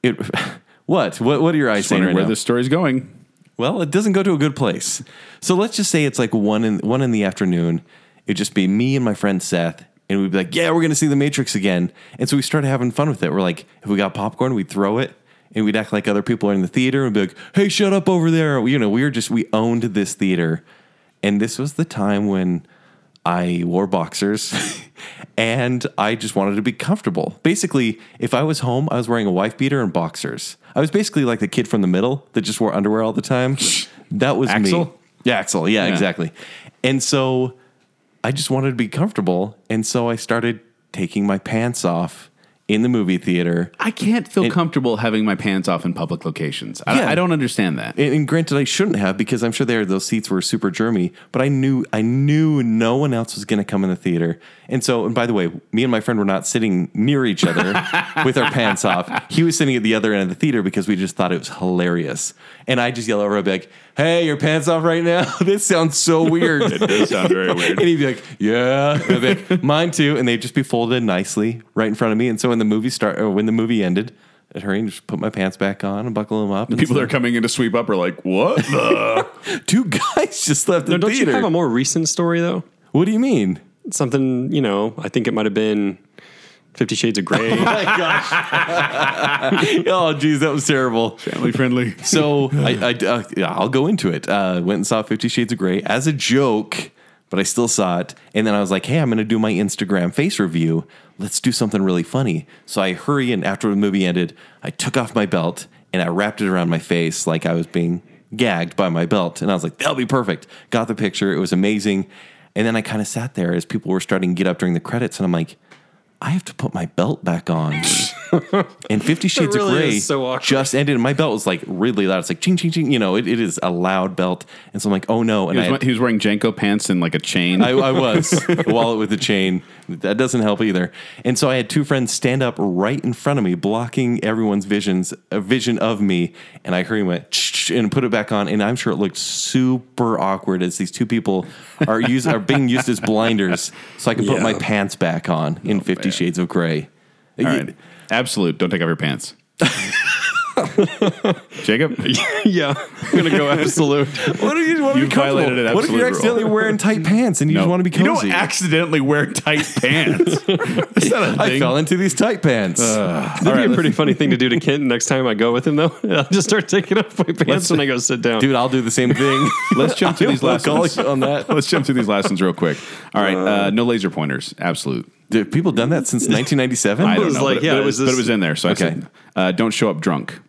[SPEAKER 3] it <laughs> what what what are your eyes
[SPEAKER 1] Just
[SPEAKER 3] saying
[SPEAKER 1] wondering
[SPEAKER 3] right
[SPEAKER 1] where
[SPEAKER 3] now?
[SPEAKER 1] this story's going.
[SPEAKER 3] well it doesn't go to a good place so let's just say it's like one in one in the afternoon it'd just be me and my friend seth and we'd be like yeah we're gonna see the matrix again and so we started having fun with it we're like if we got popcorn we'd throw it and we'd act like other people are in the theater and be like hey shut up over there you know we were just we owned this theater and this was the time when I wore boxers and I just wanted to be comfortable. Basically, if I was home, I was wearing a wife beater and boxers. I was basically like the kid from the middle that just wore underwear all the time. That was me.
[SPEAKER 1] Axel?
[SPEAKER 3] Yeah, Axel. Yeah,
[SPEAKER 1] Yeah.
[SPEAKER 3] exactly. And so I just wanted to be comfortable. And so I started taking my pants off in the movie theater.
[SPEAKER 1] I can't feel comfortable having my pants off in public locations. I,
[SPEAKER 3] Yeah.
[SPEAKER 1] I don't understand that. <laughs>
[SPEAKER 3] And, and granted, I shouldn't have because I'm sure there those seats were super germy. But I knew I knew no one else was going to come in the theater. And so, and by the way, me and my friend were not sitting near
[SPEAKER 1] <laughs>
[SPEAKER 3] each other with our pants off. He was sitting at the other end of the theater because we just thought it was hilarious. And I just yell over, I'd be like, "Hey, your pants off right now? <laughs> this sounds so
[SPEAKER 1] <laughs>
[SPEAKER 3] weird."
[SPEAKER 1] does sound very <laughs>
[SPEAKER 3] And he'd be like, "Yeah," And I'd be like, "Mine too." And they'd just be folded nicely right in front of me. And so when the movie start, or when the movie ended, I'd hurry and just put my pants back on and buckle them up. And
[SPEAKER 1] People that are coming in to sweep up are like, what the?
[SPEAKER 3] Two guys <laughs> just left the
[SPEAKER 2] No, don't
[SPEAKER 3] theater.
[SPEAKER 2] you have a more recent story, though?
[SPEAKER 3] what do you
[SPEAKER 2] <laughs>
[SPEAKER 3] mean?
[SPEAKER 2] Something, you know, I think it might have been Fifty Shades
[SPEAKER 3] <laughs>
[SPEAKER 2] of Grey.
[SPEAKER 3] My gosh. <laughs> oh, geez, that was
[SPEAKER 2] <laughs>
[SPEAKER 3] terrible.
[SPEAKER 1] Family friendly.
[SPEAKER 3] So I, I uh, yeah, I'll go into it. Uh, went and saw Fifty Shades of Grey as a joke, but I still saw it. And then I was like, hey, I'm going to do my Instagram face review. Let's do something really funny. So I hurry and after the movie ended, I took off my belt and I wrapped it around my face like I was being gagged by my belt. And I was like, that'll be perfect. Got the picture. It was amazing. And then I kind of sat there as people were starting to get up during the credits. And I'm like, I have to put my belt back
[SPEAKER 2] <laughs>
[SPEAKER 3] on. and Fifty Shades
[SPEAKER 2] really
[SPEAKER 3] of Grey
[SPEAKER 2] is so awkward.
[SPEAKER 3] just ended. And my belt was like really loud. It's like ching, ching, ching. You know, it, it is a loud belt. And so I'm like, oh no. And
[SPEAKER 1] He
[SPEAKER 3] I,
[SPEAKER 1] was, he was wearing Janko pants and like a chain.
[SPEAKER 3] <laughs> I, I was a wallet with a chain. That doesn't help either. And so I had two friends stand up right in front of me, blocking everyone's visions, a vision of me. And I heard him went "Shh," and put it back on. And I'm sure it looked super awkward as these two people are used are being used as blinders, so I can put
[SPEAKER 2] Yeah.
[SPEAKER 3] my pants back on in Fifty
[SPEAKER 1] Oh, man.
[SPEAKER 3] Shades of Grey.
[SPEAKER 1] All right. Absolute. Don't take off your pants. Jacob,
[SPEAKER 2] yeah, I'm gonna go absolute.
[SPEAKER 3] What if you want
[SPEAKER 1] be You comfortable? violated an
[SPEAKER 3] What
[SPEAKER 1] absolute
[SPEAKER 3] if you're
[SPEAKER 1] rule.
[SPEAKER 3] accidentally wearing tight pants and <laughs> you just want to be
[SPEAKER 1] You
[SPEAKER 3] cozy?
[SPEAKER 1] don't accidentally wear tight <laughs> pants. That's not a
[SPEAKER 3] I
[SPEAKER 1] thing. Uh,
[SPEAKER 3] <laughs> fell into these tight pants.
[SPEAKER 2] That'd be a pretty funny thing to do to Kent next time I go with him, though. <laughs> I'll just start taking off my pants when I go sit down.
[SPEAKER 3] Dude, I'll do the
[SPEAKER 1] <laughs>
[SPEAKER 3] same thing.
[SPEAKER 1] Let's jump to
[SPEAKER 3] I
[SPEAKER 1] these
[SPEAKER 3] will
[SPEAKER 1] last
[SPEAKER 3] call
[SPEAKER 1] ones.
[SPEAKER 3] you on that.
[SPEAKER 1] uh, Let's jump to these last ones real quick. All right. Uh, no laser pointers. Absolute.
[SPEAKER 3] Dude, have people done
[SPEAKER 1] <laughs>
[SPEAKER 3] that since 1997?
[SPEAKER 1] I don't
[SPEAKER 2] was
[SPEAKER 1] know.
[SPEAKER 2] like,
[SPEAKER 1] but,
[SPEAKER 2] yeah,
[SPEAKER 1] but it was,
[SPEAKER 2] is
[SPEAKER 1] but it
[SPEAKER 2] this-
[SPEAKER 1] was in there. So
[SPEAKER 3] Okay.
[SPEAKER 1] I said, uh, don't show up drunk.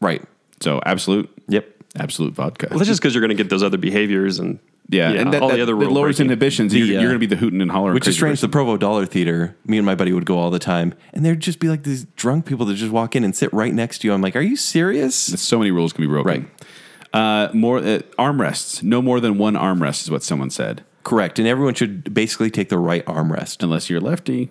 [SPEAKER 3] Right.
[SPEAKER 1] So absolute.
[SPEAKER 3] Yep.
[SPEAKER 1] Absolute vodka.
[SPEAKER 2] Well, that's just because you're going to get those other behaviors and
[SPEAKER 1] yeah, and that,
[SPEAKER 2] all
[SPEAKER 1] that-
[SPEAKER 2] the other
[SPEAKER 1] that
[SPEAKER 2] rule
[SPEAKER 1] lowers
[SPEAKER 2] breaking.
[SPEAKER 1] inhibitions. you're
[SPEAKER 3] uh,
[SPEAKER 1] you're going to be the hooting and hollering,
[SPEAKER 3] Which is
[SPEAKER 1] crazy
[SPEAKER 3] strange.
[SPEAKER 1] person.
[SPEAKER 3] The Provo Dollar Theater, me and my buddy would go all the time, and there'd just be like these drunk people that just walk in and sit right next to you. I'm like, are you serious?
[SPEAKER 1] So many rules can be broken. Right. Uh, more uh, armrests. No more than one armrest is what someone said.
[SPEAKER 3] Correct. And everyone should basically take the right armrest.
[SPEAKER 1] Unless you're lefty,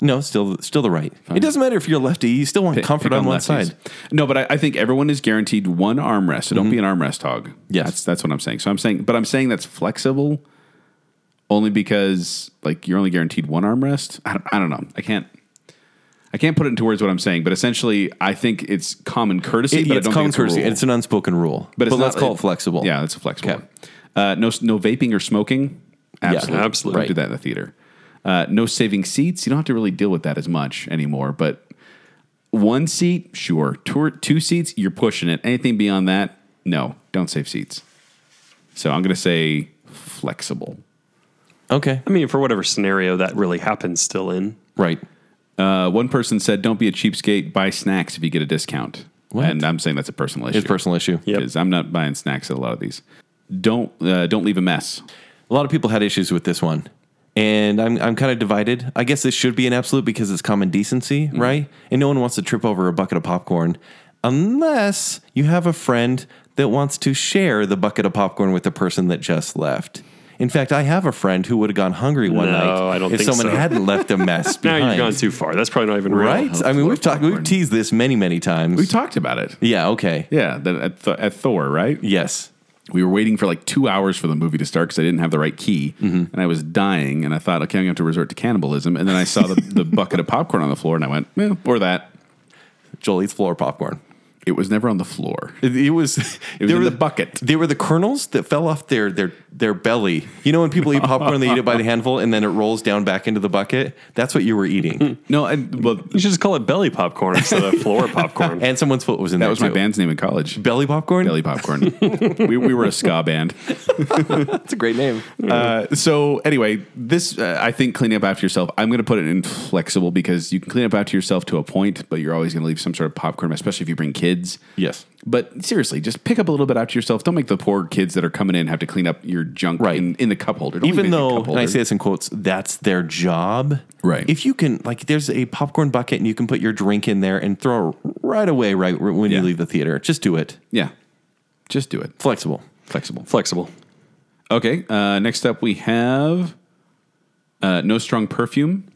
[SPEAKER 3] No, still still the right. It doesn't matter if you're lefty, you still want comfort
[SPEAKER 1] pick
[SPEAKER 3] on, one
[SPEAKER 1] lefties.
[SPEAKER 3] side. Mm-hmm.
[SPEAKER 1] No, but I, I think everyone is guaranteed one armrest. So don't be an armrest hog.
[SPEAKER 3] Yes.
[SPEAKER 1] that's that's what I'm saying. So I'm saying, but I'm saying that's flexible, only because like you're only guaranteed one armrest. I don't, I don't know. I can't. I can't put it into words what I'm saying, but essentially, I think it's common courtesy.
[SPEAKER 3] It-
[SPEAKER 1] but
[SPEAKER 3] it's
[SPEAKER 1] I don't
[SPEAKER 3] common
[SPEAKER 1] think a
[SPEAKER 3] courtesy.
[SPEAKER 1] rule.
[SPEAKER 3] and It's an unspoken rule. But,
[SPEAKER 1] it's
[SPEAKER 3] let's
[SPEAKER 1] not-
[SPEAKER 3] call it, flexible.
[SPEAKER 1] Yeah, it's a flexible.
[SPEAKER 3] Okay.
[SPEAKER 1] one. Uh, no, no vaping or smoking. Absolutely,
[SPEAKER 2] absolutely.
[SPEAKER 1] Don't do that in the theater. Uh, no saving seats. You don't have to really deal with that as much anymore. But one seat, sure. Two, two seats, you're pushing it. Anything beyond that, no. Don't save seats. So I'm going to say flexible.
[SPEAKER 3] Okay.
[SPEAKER 2] I mean, for whatever scenario that really happens, still in.
[SPEAKER 3] Right.
[SPEAKER 1] Uh, one person said, "Don't be a cheapskate. Buy snacks if you get a discount."
[SPEAKER 3] What?
[SPEAKER 1] And I'm saying that's a personal issue.
[SPEAKER 3] It's a personal issue.
[SPEAKER 2] Yep.
[SPEAKER 1] because I'm not buying snacks at a lot of these. Don't uh, don't leave a mess.
[SPEAKER 3] A lot of people had issues with this one. And I'm, I'm kind of divided. I guess this should be an absolute because it's common decency, right? And no one wants to trip over a bucket of popcorn unless you have a friend that wants to share the bucket of popcorn with the person that just left. In fact, I have a friend who would have gone hungry one
[SPEAKER 2] No,
[SPEAKER 3] night
[SPEAKER 2] I don't
[SPEAKER 3] if
[SPEAKER 2] think
[SPEAKER 3] someone
[SPEAKER 2] so.
[SPEAKER 3] hadn't left a mess
[SPEAKER 2] Now
[SPEAKER 3] behind.
[SPEAKER 2] you've gone too far. That's probably not even real.
[SPEAKER 3] right? I mean, we've talked, we've teased this many, many times.
[SPEAKER 1] We talked about it.
[SPEAKER 3] yeah. Okay.
[SPEAKER 1] Yeah, that at, Th- at Thor, right?
[SPEAKER 3] Yes.
[SPEAKER 1] We were waiting for like two hours for the movie to start because I didn't have the right key, and I was dying. And I thought, okay, I'm going to have to resort to cannibalism. And then I <laughs> saw the, the bucket of popcorn on the floor, and I went, eh, or that.
[SPEAKER 3] Joel eats floor popcorn.
[SPEAKER 1] It was never on the floor.
[SPEAKER 3] It, it was.
[SPEAKER 1] It was
[SPEAKER 3] there
[SPEAKER 1] in
[SPEAKER 3] were-
[SPEAKER 1] the bucket.
[SPEAKER 3] They were the kernels that fell off their their their belly. You know when people eat popcorn, they eat it
[SPEAKER 1] <laughs>
[SPEAKER 3] by the handful, and then it rolls down back into the bucket. That's what you were eating.
[SPEAKER 1] No, and well,
[SPEAKER 2] You should just call it belly popcorn instead of
[SPEAKER 3] <laughs>
[SPEAKER 2] floor popcorn.
[SPEAKER 3] and someone's foot was in
[SPEAKER 1] that
[SPEAKER 3] there.
[SPEAKER 1] was my
[SPEAKER 3] too.
[SPEAKER 1] band's name in <laughs> college.
[SPEAKER 3] Belly popcorn.
[SPEAKER 1] Belly popcorn. we, we were a ska band.
[SPEAKER 3] That's a great name.
[SPEAKER 1] Uh, so anyway, this uh, I think cleaning up after yourself. I'm going to put it in flexible because you can clean up after yourself to a point, but you're always going to leave some sort of popcorn, especially if you bring kids.
[SPEAKER 3] Yes.
[SPEAKER 1] But seriously, just pick up a little bit after yourself. Don't make the poor kids that are coming in have to clean up your junk
[SPEAKER 3] Right.
[SPEAKER 1] in, in the cup holder. Don't leave it
[SPEAKER 3] Even
[SPEAKER 1] in the
[SPEAKER 3] though,
[SPEAKER 1] cup
[SPEAKER 3] and I
[SPEAKER 1] holder.
[SPEAKER 3] say this in quotes, that's their job.
[SPEAKER 1] Right.
[SPEAKER 3] If you can, like, there's a popcorn bucket, and you can put your drink in there and throw it right away, right when
[SPEAKER 1] Yeah.
[SPEAKER 3] you leave the theater. Just do it.
[SPEAKER 1] yeah, just do it.
[SPEAKER 3] Flexible.
[SPEAKER 1] Flexible.
[SPEAKER 2] Flexible.
[SPEAKER 1] Okay. Uh, next up, we have uh, no strong perfume.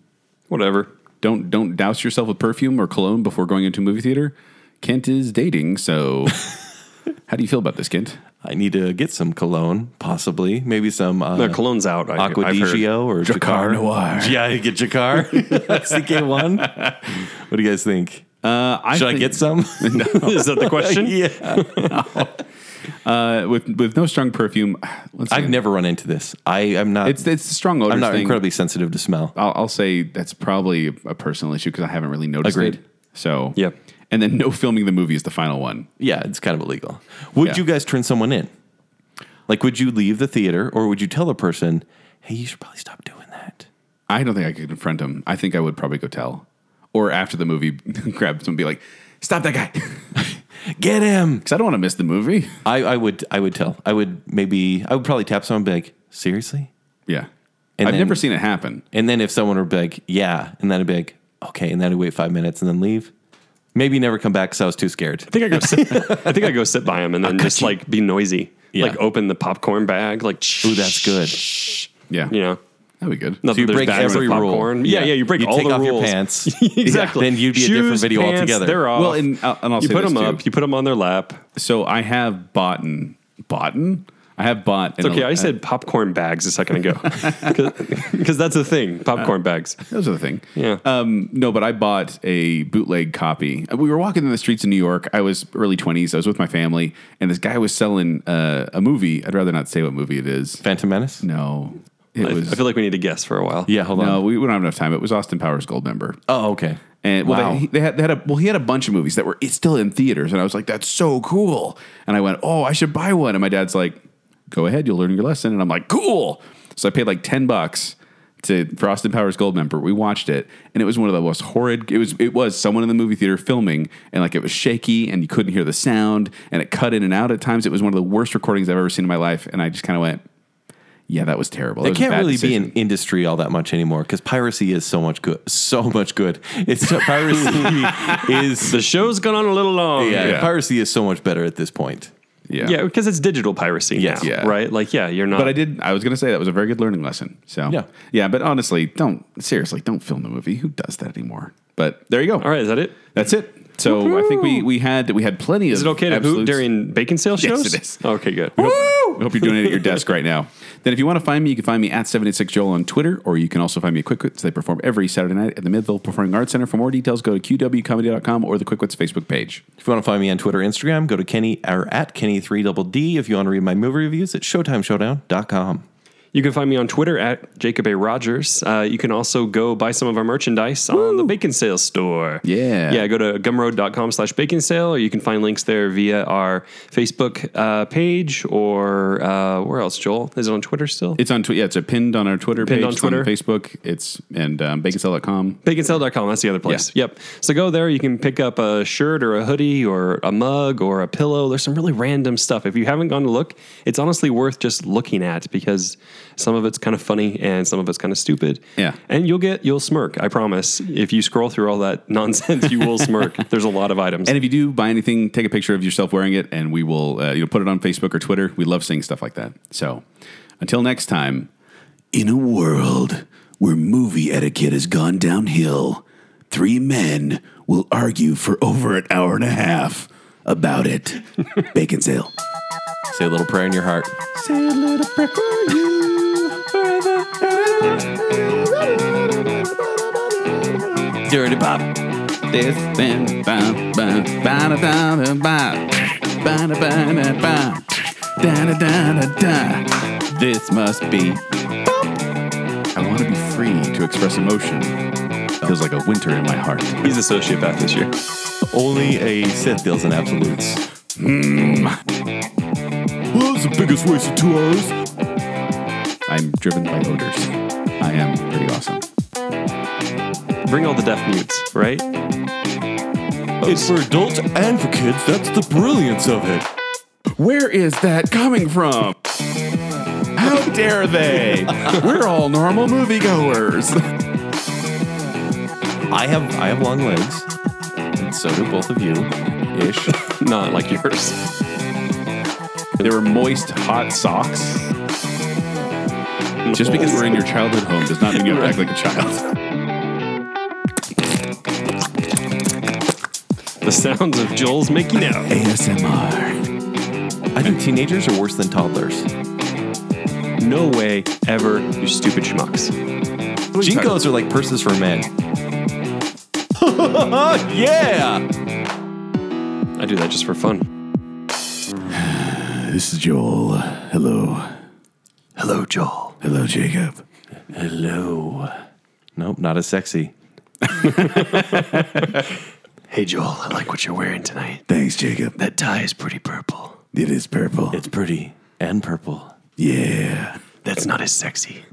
[SPEAKER 2] Whatever.
[SPEAKER 1] Don't don't douse yourself with perfume or cologne before going into a movie theater. Kent is dating,
[SPEAKER 3] <laughs>
[SPEAKER 1] so how do you feel about this, Kent?
[SPEAKER 3] I need to get some cologne, possibly, maybe some uh,
[SPEAKER 2] No, cologne's out. I,
[SPEAKER 3] Aqua
[SPEAKER 2] I've heard.
[SPEAKER 3] Digio or
[SPEAKER 1] Drakkar
[SPEAKER 3] Drakkar
[SPEAKER 1] Noir.
[SPEAKER 3] Yeah, you get
[SPEAKER 1] <laughs>
[SPEAKER 3] Jakar. CK1. What do you guys think?
[SPEAKER 1] Uh, I
[SPEAKER 3] Should I
[SPEAKER 1] think- <laughs>
[SPEAKER 3] get some? <laughs>
[SPEAKER 2] Is that the question?
[SPEAKER 3] yeah.
[SPEAKER 1] uh, with with no strong perfume? <sighs> Let's see.
[SPEAKER 3] I've never run into this. I, I'm not.
[SPEAKER 1] It's it's the strong odor.
[SPEAKER 3] I'm not
[SPEAKER 1] thing.
[SPEAKER 3] incredibly sensitive to smell.
[SPEAKER 1] I'll, I'll say that's probably a personal issue because I haven't really noticed
[SPEAKER 3] Agreed.
[SPEAKER 1] it. So
[SPEAKER 2] Yeah.
[SPEAKER 1] and then no filming the movie is the final one.
[SPEAKER 3] Yeah, it's kind of illegal. Would
[SPEAKER 1] Yeah.
[SPEAKER 3] you guys turn someone in? Like, would you leave the theater, or would you tell the person, "Hey, you should probably stop doing that"?
[SPEAKER 1] I don't think I could confront him. I <laughs> think I would probably go tell, or after the movie, grab someone and be like, "Stop that guy." <laughs>
[SPEAKER 3] Get him.
[SPEAKER 1] Because I don't want to miss the movie. <laughs>
[SPEAKER 3] I, I would I would tell. I would maybe I would probably tap someone and be like, seriously?
[SPEAKER 1] Yeah.
[SPEAKER 3] And
[SPEAKER 1] I've
[SPEAKER 3] then-
[SPEAKER 1] never seen it happen.
[SPEAKER 3] And then if someone would be like, yeah, and then I'd be like, okay, and then I'd wait five minutes and then leave. Maybe never come back because I was too scared.
[SPEAKER 2] I think I go.
[SPEAKER 3] <laughs>
[SPEAKER 2] Sit, I think I go sit by him and then just like be noisy.
[SPEAKER 3] Yeah.
[SPEAKER 2] Like open the popcorn bag. Like
[SPEAKER 3] Ooh, that's good.
[SPEAKER 1] Yeah.
[SPEAKER 2] You know.
[SPEAKER 1] That'd be good.
[SPEAKER 2] Not
[SPEAKER 3] So you
[SPEAKER 2] that there's
[SPEAKER 3] break
[SPEAKER 2] bags of
[SPEAKER 3] every rule.
[SPEAKER 2] popcorn. Yeah, yeah, you break
[SPEAKER 3] You
[SPEAKER 2] all
[SPEAKER 3] take
[SPEAKER 2] the
[SPEAKER 3] off your
[SPEAKER 2] rules. <laughs>
[SPEAKER 3] pants.
[SPEAKER 2] exactly.
[SPEAKER 3] Yeah. Then you'd be a different video
[SPEAKER 2] pants,
[SPEAKER 3] altogether.
[SPEAKER 2] They're off.
[SPEAKER 1] Well, and I'll- and I'll
[SPEAKER 2] you
[SPEAKER 1] say
[SPEAKER 2] put
[SPEAKER 1] this
[SPEAKER 2] them
[SPEAKER 1] too.
[SPEAKER 2] up. You put them on their lap.
[SPEAKER 1] So I have bought bought I have bought.
[SPEAKER 2] It's okay. I said popcorn bags a
[SPEAKER 1] <laughs>
[SPEAKER 2] second ago because that's the
[SPEAKER 1] Uh,
[SPEAKER 2] thing. Popcorn bags.
[SPEAKER 1] Those are the thing.
[SPEAKER 2] Yeah.
[SPEAKER 1] Um, no, but I bought a bootleg copy. Uh, We were walking in the streets of New York. I was early 20s. I was with my family, and this guy was selling uh, a movie. I'd rather not say what movie it is.
[SPEAKER 3] Phantom Menace?
[SPEAKER 1] No. It
[SPEAKER 2] I,
[SPEAKER 1] was.
[SPEAKER 2] I feel like we need to guess for a while.
[SPEAKER 3] Yeah, hold
[SPEAKER 1] no,
[SPEAKER 3] on.
[SPEAKER 1] we, we don't have enough time. It was Austin Powers Gold member.
[SPEAKER 3] Oh, okay.
[SPEAKER 1] And well,
[SPEAKER 3] Wow.
[SPEAKER 1] they, they had they had a well, he had a bunch of movies that were it's still in theaters, and I was like, "That's so cool!" And I went, "Oh, I should buy one." And my dad's like, "Go ahead, you'll learn your lesson." And I'm like, "Cool!" So I paid like ten bucks to for Austin Powers Gold member. We watched it, and it was one of the most horrid. It was it was someone in the movie theater filming, and like it was shaky, and you couldn't hear the sound, and it cut in and out at times. It was one of the worst recordings I've ever seen in my life, and I just kind of went, "Yeah, that was terrible." That
[SPEAKER 3] It
[SPEAKER 1] was a
[SPEAKER 3] can't
[SPEAKER 1] bad
[SPEAKER 3] really
[SPEAKER 1] decision."
[SPEAKER 3] be an industry all that much anymore because piracy is so much good. So much good. It's
[SPEAKER 2] <laughs>
[SPEAKER 3] piracy is
[SPEAKER 2] The show's gone on a little long.
[SPEAKER 3] yeah,
[SPEAKER 1] Yeah.
[SPEAKER 3] piracy is so much better at this point.
[SPEAKER 2] Yeah, because it's digital piracy
[SPEAKER 3] Yes.
[SPEAKER 2] now,
[SPEAKER 1] Yeah.
[SPEAKER 2] right? Like, yeah, you're not.
[SPEAKER 1] But I did. I was going to say that was a very good learning lesson. So
[SPEAKER 3] Yeah.
[SPEAKER 1] yeah. But honestly, don't seriously don't film the movie. Who does that anymore? But there you go.
[SPEAKER 2] All right, is that it?
[SPEAKER 1] that's it. So I think we we had we had plenty
[SPEAKER 2] Is
[SPEAKER 1] of.
[SPEAKER 2] it okay to boot
[SPEAKER 1] absolutes.
[SPEAKER 2] during bacon sale
[SPEAKER 1] Yes,
[SPEAKER 2] shows?
[SPEAKER 1] it is.
[SPEAKER 2] Okay, good.
[SPEAKER 1] I hope you're doing it at your desk right now. Then, if you want to find me, you can find me at 76 Joel on Twitter, or you can also find me at Quick Wits. They perform every Saturday night at the Midville Performing Arts Center. For more details, go to qwcomedy.com or the Quick Wits Facebook page.
[SPEAKER 3] If you want to find me on Twitter, Instagram, go to Kenny or at Kenny3DD. If you want to read my movie reviews, it's ShowtimeShowdown.com.
[SPEAKER 2] You can find me on Twitter at Jacob A. Rogers. Uh, you can also go buy some of our merchandise on the Bacon Sale store.
[SPEAKER 1] Yeah.
[SPEAKER 2] Yeah, go to gumroad.com slash bacon sale, or you can find links there via our Facebook uh, page or uh, where else, Joel? Is it on Twitter still?
[SPEAKER 1] It's on Twitter. Yeah, it's a pinned on our Twitter
[SPEAKER 2] Pinned
[SPEAKER 1] page,
[SPEAKER 2] on
[SPEAKER 1] it's on
[SPEAKER 2] Twitter.
[SPEAKER 1] Facebook. It's and um, baconcell.com.
[SPEAKER 2] BaconSale.com. That's the other place. Yep. So go there. You can pick up a shirt or a hoodie or a mug or a pillow. There's some really random stuff. If you haven't gone to look, it's honestly worth just looking at because some of it's kind of funny and some of it's kind of stupid.
[SPEAKER 1] Yeah.
[SPEAKER 2] And you'll get, you'll smirk, I promise. If you scroll through all that nonsense, you will smirk.
[SPEAKER 3] <laughs>
[SPEAKER 2] There's a lot of items.
[SPEAKER 1] And if you do buy anything, take a picture of yourself wearing it, and we will uh, you know put it on Facebook or Twitter. We love seeing stuff like that. So until next time, in a world where movie etiquette has gone downhill, three men will argue for over an hour and a half about it. Bacon sale.
[SPEAKER 3] Say a little prayer in your heart.
[SPEAKER 1] Say a little prayer for you.
[SPEAKER 3] Dirty Pop.
[SPEAKER 1] This and ba- ba- ba- da- da- da- ba. Ba- da- ba- da- ba. Da- da- da- da- da. This must be. I want to be free to express emotion. Feels like a winter in my heart.
[SPEAKER 2] He's a sociopath this year.
[SPEAKER 3] Only a Sith deals in absolutes.
[SPEAKER 1] Well, that's the biggest waste of two hours. I'm driven by odors. I am pretty awesome.
[SPEAKER 2] Bring all the deaf mutes, right?
[SPEAKER 3] It's for adults and for kids. That's the brilliance of it.
[SPEAKER 1] Where is that coming from? How dare they? We're all normal moviegoers.
[SPEAKER 3] I have I have long legs, and so do both of you, ish.
[SPEAKER 2] Not like yours.
[SPEAKER 1] There were moist, hot socks. Just because we're in your childhood home does not mean you have to act like a <laughs> child.
[SPEAKER 2] <laughs> the sounds of Joel's making out.
[SPEAKER 1] ASMR.
[SPEAKER 3] I think teenagers are worse than toddlers.
[SPEAKER 2] No way ever, you stupid schmucks.
[SPEAKER 3] Jinkos are like purses for men. <laughs> yeah.
[SPEAKER 2] I do that just for fun.
[SPEAKER 1] This is Joel. Hello. Hello, Joel. Hello, Jacob.
[SPEAKER 3] Hello. Nope, not as sexy.
[SPEAKER 2] Hey Joel, I like what you're wearing tonight.
[SPEAKER 1] Thanks, Jacob.
[SPEAKER 2] That tie is pretty purple.
[SPEAKER 1] It is purple.
[SPEAKER 3] It's pretty and purple.
[SPEAKER 1] yeah.
[SPEAKER 2] That's not as sexy.